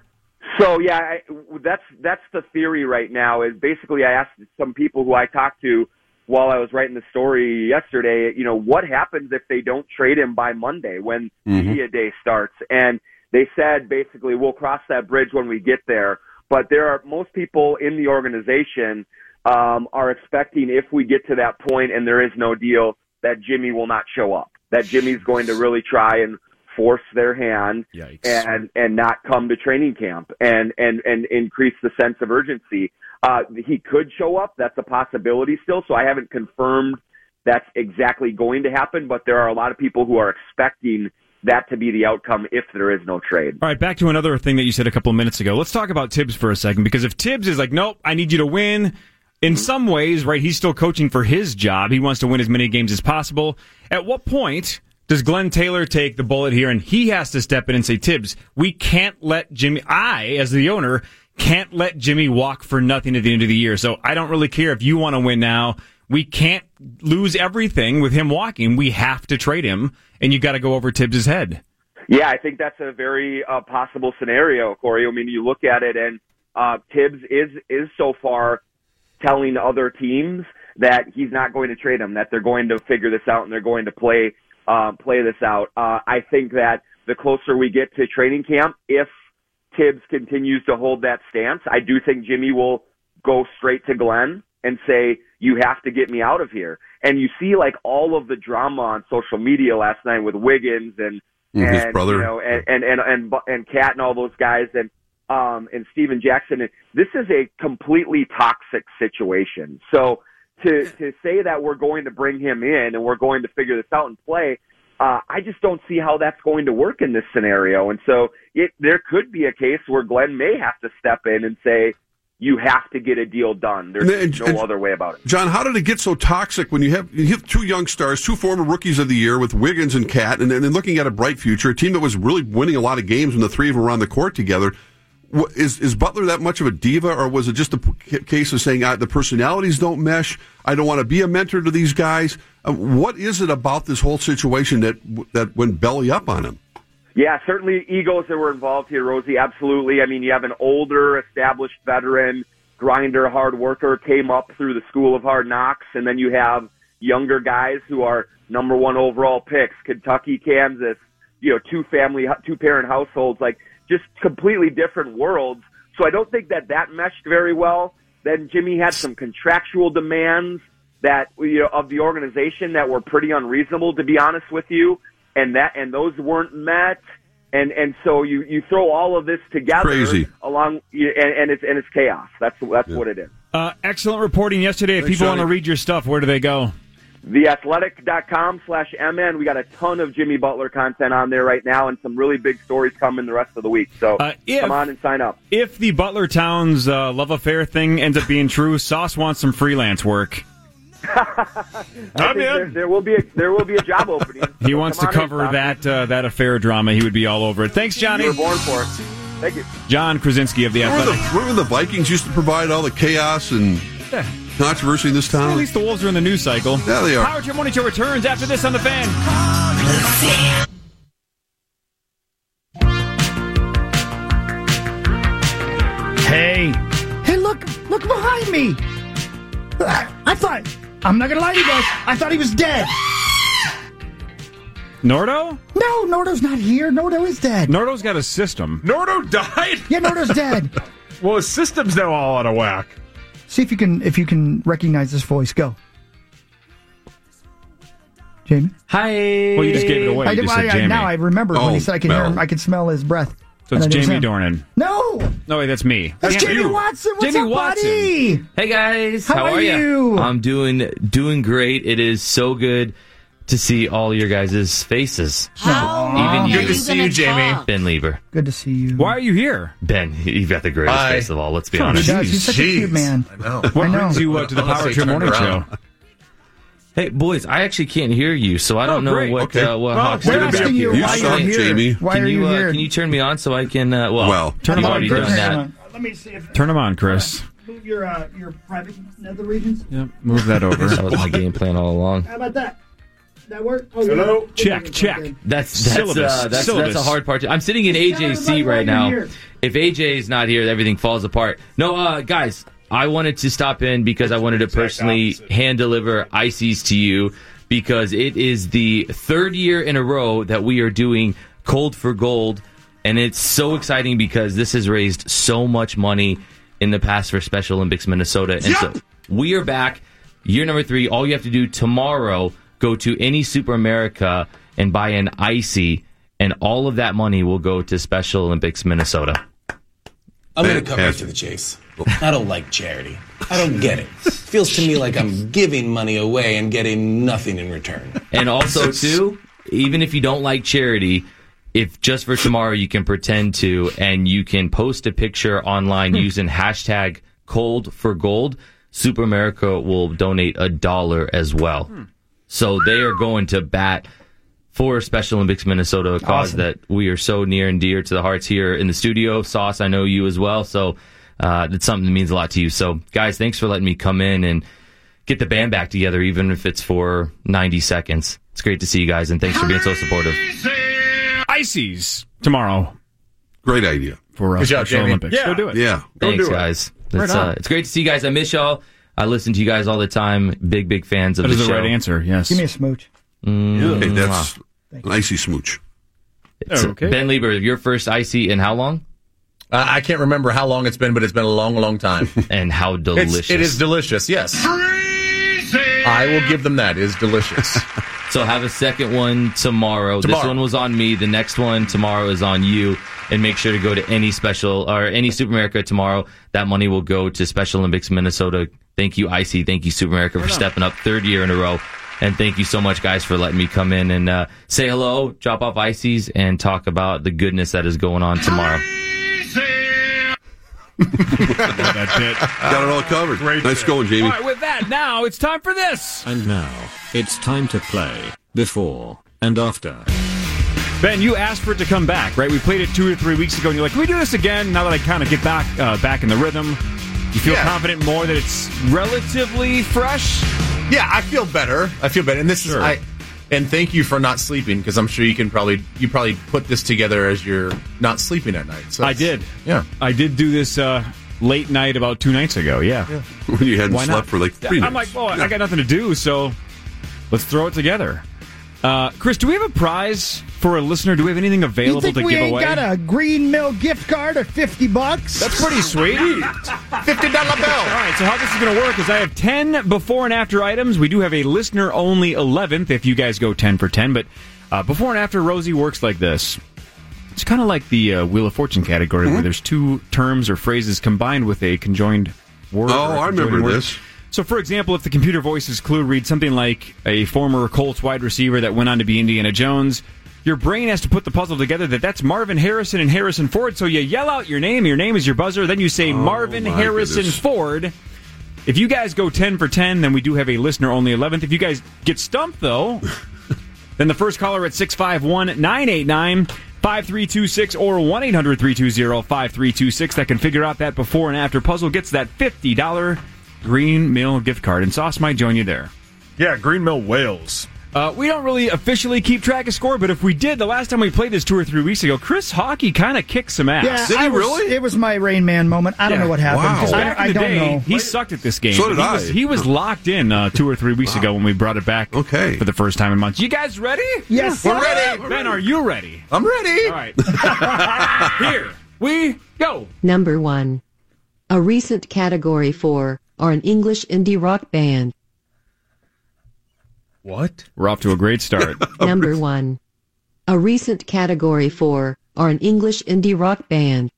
S22: So yeah, I, that's that's the theory right now. Is basically I asked some people who I talked to while I was writing the story yesterday. You know, what happens if they don't trade him by Monday when
S23: Mhm.
S3: Mm-hmm.
S22: media day starts? And they said basically we'll cross that bridge when we get there. But there are most people in the organization um, are expecting if we get to that point and there is no deal that Jimmy will not show up. That Jimmy's going to really try and force their hand and and not come to training camp and and and increase the sense of urgency. Uh, he could show up. That's a possibility still. So I haven't confirmed that's exactly going to happen, but there are a lot of people who are expecting that to be the outcome if there is no trade.
S2: All right, back to another thing that you said a couple of minutes ago. Let's talk about Tibbs for a second because if Tibbs is like, nope, I need you to win. In some ways, right, he's still coaching for his job. He wants to win as many games as possible. At what point does Glenn Taylor take the bullet here and he has to step in and say, Tibbs, we can't let Jimmy, I, as the owner, can't let Jimmy walk for nothing at the end of the year. So I don't really care if you want to win now. We can't lose everything with him walking. We have to trade him and you got to go over Tibbs's head.
S22: Yeah, I think that's a very uh, possible scenario, Corey. I mean, you look at it, and uh, Tibbs is is so far telling other teams that he's not going to trade him, that they're going to figure this out and they're going to play uh, play this out. Uh, I think that the closer we get to training camp, if Tibbs continues to hold that stance, I do think Jimmy will go straight to Glenn and say, you have to get me out of here. And you see like all of the drama on social media last night with Wiggins and,
S8: Mm,
S22: and
S8: his brother.
S22: you know, and, and, and, and, Bu- and Cat and all those guys and, um, and Steven Jackson. And This is a completely toxic situation. So to, to say that we're going to bring him in and we're going to figure this out and play, uh, I just don't see how that's going to work in this scenario. And so it, there could be a case where Glenn may have to step in and say, you have to get a deal done. There's
S8: And then-
S22: no
S8: and-
S22: other way about it.
S8: John, how did it get so toxic when you have you have two young stars, two former rookies of the year with Wiggins and Cat, and then and looking at a bright future, a team that was really winning a lot of games when the three of them were on the court together? Wha- Is is Butler that much of a diva, or was it just a p- case of saying uh, the personalities don't mesh? I don't want to be a mentor to these guys. Uh, what is it about this whole situation that that went belly up on him?
S22: Yeah, certainly egos that were involved here, Rosie. Absolutely. I mean, you have an older, established veteran, grinder, hard worker, came up through the school of hard knocks, and then you have younger guys who are number one overall picks, Kentucky, Kansas, you know, two family, two parent households, like just completely different worlds. So I don't think that that meshed very well. Then Jimmy had some contractual demands that you know of the organization that were pretty unreasonable, to be honest with you, and that and those weren't met. And and so you you throw all of this together
S8: Crazy.
S22: along, and, and it's and it's chaos. That's that's what it is.
S2: Uh, excellent reporting yesterday. If
S22: Thanks,
S2: people want to
S22: Johnny.
S2: read your stuff, where do they go?
S22: theathletic.com slash mn we got a ton of jimmy butler content on there right now and some really big stories coming the rest of the week so
S2: if-
S22: come on and sign up
S2: If the Butler Towns uh, love affair thing ends up being true, Sauce wants some freelance work.
S22: I think there, there will be a there will be a job opening
S2: He wants to
S22: come on in,
S2: cover that uh, that affair drama. He would be all over it. Thanks, Johnny.
S22: you were born for it thank you
S2: John Krasinski of the
S8: Remember the,
S2: Athletic.
S8: remember the Vikings used to provide all the chaos and
S2: Yeah.
S8: controversy in this
S2: At
S8: town?
S2: least the Wolves are in the news cycle.
S8: Yeah, they are.
S2: Howard, your morning show returns after this on the fan. Hey.
S6: Hey, look, look behind me. I, I thought, I'm not gonna lie to you guys, I thought he was dead.
S2: Nordo?
S6: No, Nordo's not here. Nordo is dead.
S2: Nordo's got a system.
S7: Nordo died?
S6: Yeah, Nordo's dead.
S7: well, his system's now all out of whack.
S6: See if you can if you can recognize this voice. Go. Jamie?
S2: Hi. Well, you just gave it away.
S6: I
S2: you
S6: did-
S2: just said
S6: I- I-
S2: Jamie.
S6: now I remember when he said I could hear him, I could smell his breath.
S2: So it's
S6: And I knew it was
S2: Jamie
S6: him.
S2: Dornan.
S6: No!
S2: No, wait, that's me.
S6: That's
S2: Damn
S6: Jamie
S2: you.
S6: Watson. What's
S2: Jamie
S6: up,
S2: Watson.
S6: buddy?
S13: Hey guys,
S6: How,
S13: how,
S6: are
S13: ya?
S6: you?
S13: I'm doing doing great. It is so good
S23: to see all your guys' faces.
S6: How
S23: Even
S6: long
S23: you.
S6: are Good to you see gonna you, Jamie. talk?
S23: Ben Lieber.
S6: Good to see you.
S2: Why are you here?
S23: Ben, you've got the greatest
S2: Hi.
S23: face of all. Let's be
S2: Oh,
S23: honest.
S2: jeez, he's
S6: such a cute Jeez. man. I know. What I know. brings you, uh, to the Power Trip Morning
S23: Show? Hey boys, I actually can't hear you, so I don't know
S6: Oh, great.
S23: what
S6: Okay.
S23: uh, what
S6: Well,
S23: Hawks
S6: we're
S23: doing back
S6: asking you
S23: here.
S6: why you're
S23: Can
S6: here. Jamie. Why
S23: can
S6: are you
S23: uh,
S6: here?
S23: Can you turn me on so I can? Uh, well,
S2: Well, turn
S23: you've
S2: him on,
S23: already
S2: Chris.
S23: done that.
S6: Uh, Let me see if
S2: Turn him on, Chris.
S6: move your uh, your private nether regions.
S2: Yep, move that over.
S23: that was my game plan all along.
S6: How about that? That work? Oh,
S2: Hello?
S6: yeah.
S2: Check, check.
S23: That's that's
S2: Syllabus,
S23: uh, that's,
S2: syllabus.
S23: that's a hard part. To, I'm sitting in AJ's seat right
S6: you're
S23: now.
S6: here.
S23: If AJ is not here, everything falls apart. No, uh, guys, I wanted to stop in because I wanted to personally hand deliver ices to you because it is the third year in a row that we are doing Cold for Gold, and it's so exciting because this has raised so much money in the past for Special Olympics Minnesota, and so we are back. Year number three. All you have to do tomorrow go to any Super America and buy an icy, and all of that money will go to Special Olympics Minnesota.
S15: I'm going to cut right to the chase. I don't like charity. I don't get it. Feels to me like I'm giving money away and getting nothing in return.
S23: And also, too, even if you don't like charity, if just for tomorrow you can pretend to and you can post a picture online using hashtag cold for gold, Super America will donate a dollar as well. So they are going to bat for Special Olympics Minnesota, a cause
S13: Awesome.
S23: that we are so near and dear to the hearts here in the studio. Sauce, I know you as well. So uh, that's something that means a lot to you. So, guys, thanks for letting me come in and get the band back together, even if it's for 90 seconds. It's great to see you guys, and thanks for being so supportive.
S2: Ices tomorrow.
S8: Great idea
S2: for uh,
S23: Good job,
S2: Special
S23: Jamie.
S2: Olympics.
S23: Yeah.
S2: Go do it.
S8: Yeah,
S23: Thanks, guys.
S2: Right
S23: It's,
S2: on.
S23: uh, it's great to see you guys. I miss y'all. I listen to you guys all the time. Big, big fans of
S2: That
S23: the
S2: is the
S23: show.
S2: right answer, yes.
S6: Give me a smooch.
S23: Mm,
S8: Hey, that's
S23: mwah.
S8: an icy smooch.
S23: It's, uh, Ben Lieber, your first icy in how long?
S13: Uh, I can't remember how long it's been, but it's been a long, long time.
S23: and how delicious.
S13: it is delicious, yes. I will give them that. It is delicious.
S23: So have a second one tomorrow. This
S13: Tomorrow.
S23: one was on me. The next one tomorrow is on you. And make sure to go to any special or any Super America tomorrow. That money will go to Special Olympics Minnesota. Thank you, IC. Thank you, Super America, for stepping up third year in a row. And thank you so much, guys, for letting me come in and uh, say hello, drop off ICs, and talk about the goodness that is going on tomorrow.
S8: Got it all covered. nice going,
S2: All
S8: Jamie.
S2: right, with that, now it's time for this.
S24: And now, it's time to play before and after.
S2: Ben, you asked for it to come back, right? We played it two or three weeks ago, and you're like, "Can we do this again?" Now that I kind of get back uh, back in the rhythm, you feel
S13: Yeah.
S2: confident more that it's relatively fresh.
S13: Yeah, I feel better. I feel better. And this is I and thank you for not sleeping because I'm sure you can probably you probably put this together as you're not sleeping at night. So
S2: I did.
S13: Yeah,
S2: I did do this uh, late night about two nights ago. Yeah,
S8: when you hadn't
S2: Why not?
S8: slept for like three
S2: I'm
S8: nights.
S2: like, well, I got nothing to do, so let's throw it together. Uh, Chris, do we have a prize for a listener? Do we have anything
S6: You
S2: available
S6: think
S2: to
S6: we
S2: give
S6: ain't
S2: away?
S6: got a Green Mill gift card of fifty bucks?
S2: That's pretty sweet.
S13: Fifty dollar bill.
S2: All right, so how this is going to work is I have 10 before and after items. We do have a listener only 11th if you guys go 10 for 10, but uh, before and after Rosie works like this. It's kind of like the uh, Wheel of Fortune category
S8: Mm-hmm.
S2: where there's two terms or phrases combined with a conjoined word.
S8: Oh,
S2: or a
S8: I remember
S2: conjoining word.
S8: this.
S2: So, for example, if the computer voices clue reads something like a former Colts wide receiver that went on to be Indiana Jones, your brain has to put the puzzle together that that's Marvin Harrison and Harrison Ford. So you yell out your name, your name is your buzzer, then you say Marvin
S8: my
S2: Harrison
S8: goodness.
S2: Ford. If you guys go 10 for 10, then we do have a listener only 11th. If you guys get stumped, though, then the first caller at 651 989 5326 or 1 800 320 5326 that can figure out that before and after puzzle gets that $50 Green Mill gift card. And Sauce might join you there.
S7: Yeah, Green Mill Wales.
S2: Uh, we don't really officially keep track of score, but if we did, the last time we played this two or three weeks ago, Chris Hockey kind of kicked some ass.
S6: Yeah, I was, It was my Rain Man moment. I don't know what happened.
S2: Oh. Back
S6: I, I
S2: in the
S6: don't
S2: day,
S6: know.
S2: He sucked at this game.
S6: So
S2: but
S6: did
S2: he
S6: I.
S2: Was, he was locked in uh, two or three weeks ago when we brought it back okay. for the first time in months. You guys ready?
S6: Yes,
S2: We're
S6: sir.
S2: ready. Ben, are you ready?
S13: I'm ready.
S2: All right. Here we go.
S25: Number 1. A recent category for are an English indie rock band.
S13: What?
S2: We're off to a great start.
S25: Number 1. A recent category for are an English indie rock band.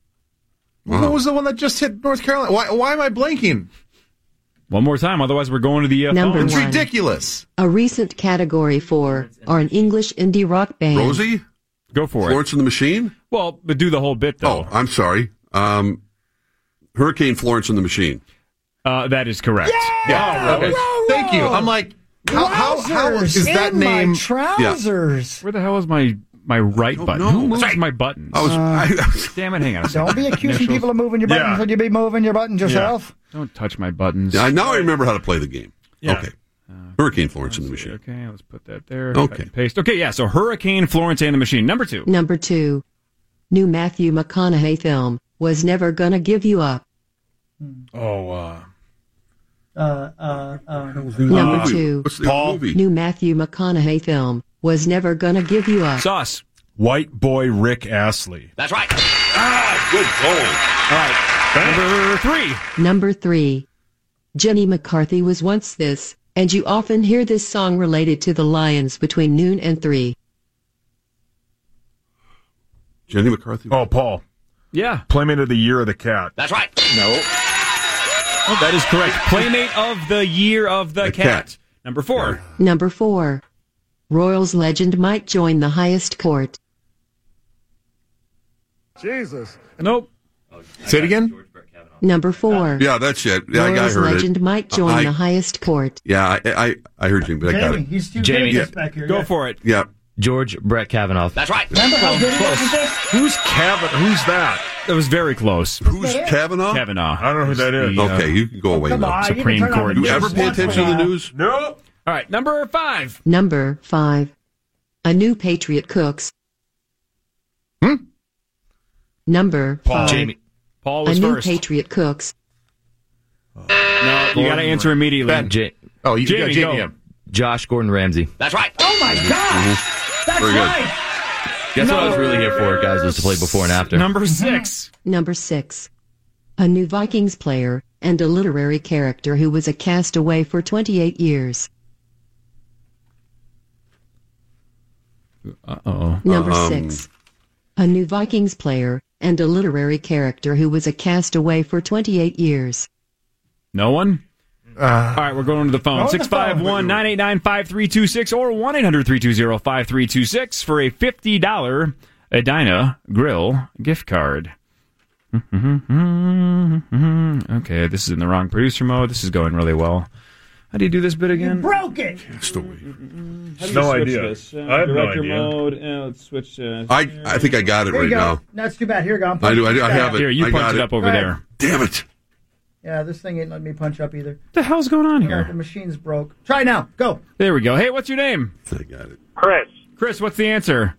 S13: What was the one that just hit North Carolina? Why, why am I blanking?
S2: One more time, otherwise we're going to the uh,
S25: Number
S2: phones.
S25: one. A recent Category 4 or an English indie rock band.
S8: Rosie?
S2: Go for
S8: it. Florence and the Machine?
S2: Well, but do the whole bit,
S8: though. Oh, I'm sorry. Um, Hurricane Florence and the Machine.
S2: Uh, that is correct. Oh,
S13: Yeah. okay. Thank you. I'm like, how, how, how is that name?
S2: Where the hell is my my right button?
S13: know.
S2: Who moves
S13: That's right.
S2: my buttons?
S13: I was-
S2: Damn it! Hang on. A second.
S6: Uh, Don't be accusing
S2: Initials.
S6: people of moving your buttons
S2: Yeah.
S6: when you be moving your buttons yourself.
S2: Don't touch my buttons.
S8: Yeah, now I remember how to play the game.
S2: Yeah.
S8: Okay. Hurricane Florence and the Machine.
S2: Okay, let's put that there.
S8: Okay.
S2: Cut and Paste. Okay, yeah. So Hurricane Florence and the Machine, number two.
S25: Number 2. New Matthew McConaughey film, Was Never Gonna Give You Up.
S13: Oh, uh,
S6: Uh, uh, uh,
S25: Number 2. New Matthew McConaughey film, Was Never Gonna Give You Up.
S2: Sauce.
S7: White boy Rick Astley.
S24: That's right. Ah, good goal.
S2: All right. Number three.
S25: Number 3. Jenny McCarthy was once this, and you often hear this song related to the Lions between noon and 3.
S8: Jenny McCarthy.
S7: Oh, Paul.
S2: Yeah.
S7: Playmate of the Year of the Cat.
S24: That's right.
S7: No.
S2: Oh, that is correct. Playmate of the Year of the, cat.
S8: cat.
S2: Number four.
S25: Number 4. Royals legend might join the highest court.
S7: Jesus.
S2: Nope.
S8: Say it again?
S25: Number 4.
S8: Yeah, that's it. Yeah, I, I
S25: Royals
S8: heard
S25: legend
S8: it.
S25: might join
S8: I-
S25: the highest court.
S8: Yeah, I, I, I heard you, but I got it.
S23: Jamie,
S8: Yeah.
S2: go for it.
S8: Yeah.
S23: George Brett Kavanaugh. That's right.
S6: Remember how good it was with this?
S2: Who's Kavanaugh? Who's that? That was very close.
S8: Who's Kavanaugh?
S2: Kavanaugh. uh,
S7: I don't know who that is.
S8: Okay, you can go away
S6: Oh,
S25: Come
S8: now.
S25: on, you can
S2: Supreme
S25: turn on
S2: Court.
S25: the
S8: You ever pay attention to the news?
S7: No.
S2: All right. Number five.
S25: Number 5. A new patriot cooks. Hmm? Number 5.
S23: Jamie.
S2: Paul
S25: a
S2: was
S25: new
S2: first.
S25: patriot cooks.
S2: No, you got to answer immediately.
S23: Ben. Ja-
S13: oh, you- yeah,
S2: Jamie,
S13: Jamie,
S2: go.
S13: yeah.
S23: Josh Gordon Ramsay.
S24: That's right.
S6: Oh my God! That's
S23: Mm-hmm. Very good.
S6: right.
S23: Guess what I was really here for, guys, was to play before and after.
S2: Number six.
S25: Number 6. A new Vikings player and a literary character who was a castaway for 28 years.
S2: Uh oh.
S25: Number
S8: um,
S25: 6. A new Vikings player and a literary character who was a castaway for 28 years.
S2: No one? All right, we're going to the phone.
S25: Go to the
S2: 651 989 5326 or 1 800 320 5326 for a $50 Edina Grill gift card. Okay, this is in the wrong producer mode. This is going really well. How do you do this bit again?
S6: Broke it.
S7: No idea. I have no idea.
S2: uh, mode. Uh, let's switch. Uh,
S8: I, I think I got it
S6: Here
S8: right
S6: you go.
S8: now.
S6: No, it's too bad. Here you go. I'm
S8: I do. I,
S6: punching
S8: do, I
S6: this
S8: have
S6: guy.
S8: it.
S2: Here, you
S8: I
S2: punch
S8: got
S2: it up over
S6: Right.
S2: there.
S8: Damn it.
S6: Yeah, this thing ain't letting me punch up either.
S2: the hell's going on
S6: Oh,
S2: here?
S6: the machine's broke. Try now. Go.
S2: There we go. Hey, what's your name?
S8: I got it.
S9: Chris,
S2: Chris, what's the answer?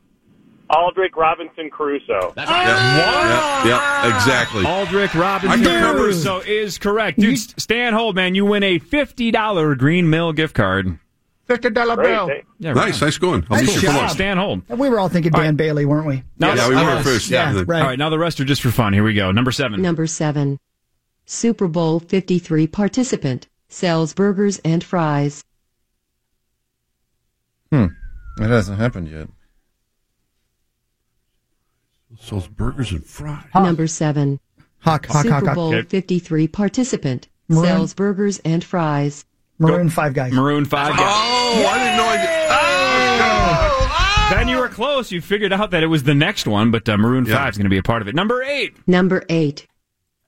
S9: Aldrich Robinson Crusoe. That's
S8: Yeah, yeah, exactly.
S2: Aldrich Robinson
S8: I can remember.
S2: Caruso is correct. Dude, st- stay on hold, man. You win a $50 Green Mill gift card.
S6: Fifty dollar
S2: Yeah, right
S8: nice,
S2: on.
S8: nice going. I'll
S6: Nice
S8: miss you
S6: job.
S8: for lunch.
S2: Stay on hold.
S6: And we were all thinking Dan Bailey, weren't we?
S2: Now-
S8: Yeah, we were first.
S6: Yeah,
S8: Yeah.
S6: right.
S2: All right, now the rest are just for fun. Here we go. Number seven.
S25: Number 7. Super Bowl 53 participant sells burgers and fries.
S16: It hasn't happened yet.
S8: Sells burgers and fries.
S25: Number 7.
S6: Hawk, hawk, hawk,
S25: Super
S6: hawk.
S25: Bowl 53 participant
S6: Maroon.
S25: sells burgers and fries.
S6: Maroon Five guys.
S2: Maroon 5. guys.
S8: Oh, I didn't know I did.
S6: Oh!
S2: Ben, you were close. You figured out that it was the next one, but uh, Maroon 5 is going to be a part of it. Number eight.
S25: Number 8.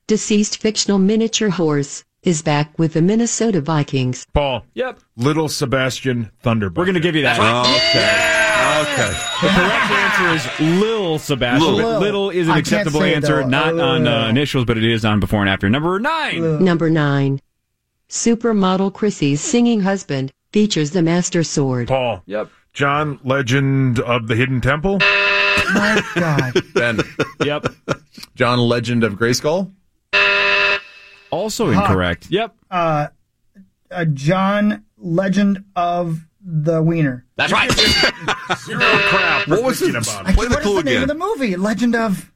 S25: Deceased fictional miniature horse is back with the Minnesota Vikings.
S7: Paul.
S2: Yep.
S7: Little Sebastian Thunderbucket.
S2: We're going to give you that.
S8: Okay. Okay.
S2: The correct answer is Lil Sebastian.
S8: Lil.
S2: Uh, Little, little is an
S6: I can't
S2: acceptable
S6: say it,
S2: answer,
S6: though.
S2: not on uh, initials, but it is on before and after. Number nine.
S25: Number 9. Supermodel Chrissy's singing husband features the Master Sword.
S7: Paul.
S2: Yep.
S7: John, Legend of the Hidden Temple.
S6: My God.
S13: Ben.
S2: Yep.
S13: John Legend of Grayskull.
S2: Also incorrect. Yep.
S6: Uh, uh, John, Legend of the Wiener.
S24: That's right.
S7: Zero crap.
S8: What was it?
S7: Thinking about
S6: I-
S7: it.
S8: Play the
S6: what is
S8: clue
S6: the name
S8: again.
S6: of the movie? Legend of.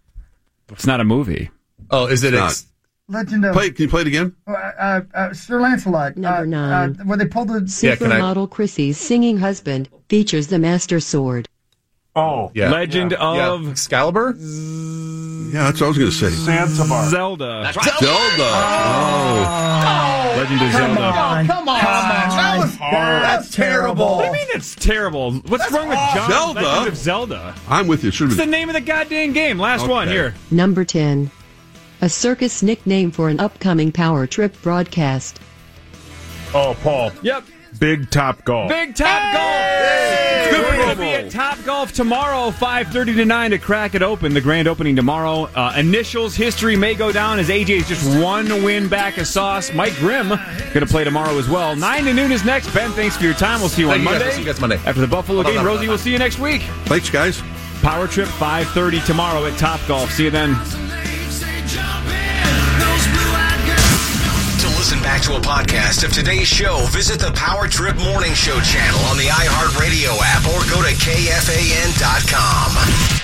S2: It's not a movie.
S13: Oh, is it?
S8: It's
S13: Ex-
S6: Legend of.
S8: Play. Can you play it again?
S6: Uh, uh, uh, Sir Lancelot.
S25: Number
S6: uh,
S25: nine.
S6: Uh, where they pulled the.
S13: Yeah, can I-
S25: Supermodel Chrissy's singing husband features the Master Sword.
S7: Oh,
S13: yeah.
S2: Legend of
S13: Yeah. Excalibur.
S8: Yeah, that's what I was going to say.
S7: Zanzibar.
S2: Zelda.
S24: That's right.
S8: Zelda. Oh.
S2: Legend of
S3: Come
S2: Zelda.
S3: on. Come on. That was hard. That's terrible.
S2: What do you mean it's terrible? What's wrong with John
S8: Zelda?
S2: Legend of Zelda?
S8: I'm with you. Should
S2: It's
S8: have
S2: the
S8: been.
S2: name of the goddamn game. Last one
S8: Okay.
S2: here.
S25: Number 10. A circus nickname for an upcoming power trip broadcast.
S7: Oh, Paul.
S2: Yep.
S7: Big top golf.
S2: Big Top Golf. We're going to be at Top Golf tomorrow, five thirty to nine to crack it open. The grand opening tomorrow. Uh, initials history may go down as AJ is just one win back of sauce. Mike Grimm going to play tomorrow as well. Nine to noon is next. Ben, thanks for your time. We'll see you
S13: Thank
S2: on
S13: you guys.
S2: Monday.
S13: We'll see you guys Monday.
S2: after the Buffalo
S13: Blah,
S2: game.
S13: blah, blah,
S2: Rosie, we'll see you next week.
S8: Thanks, guys.
S2: Power trip five thirty tomorrow at Top Golf. See you then.
S1: To listen back to a podcast of today's show, visit the Power Trip Morning Show channel on the iHeartRadio app or go to KFAN.com.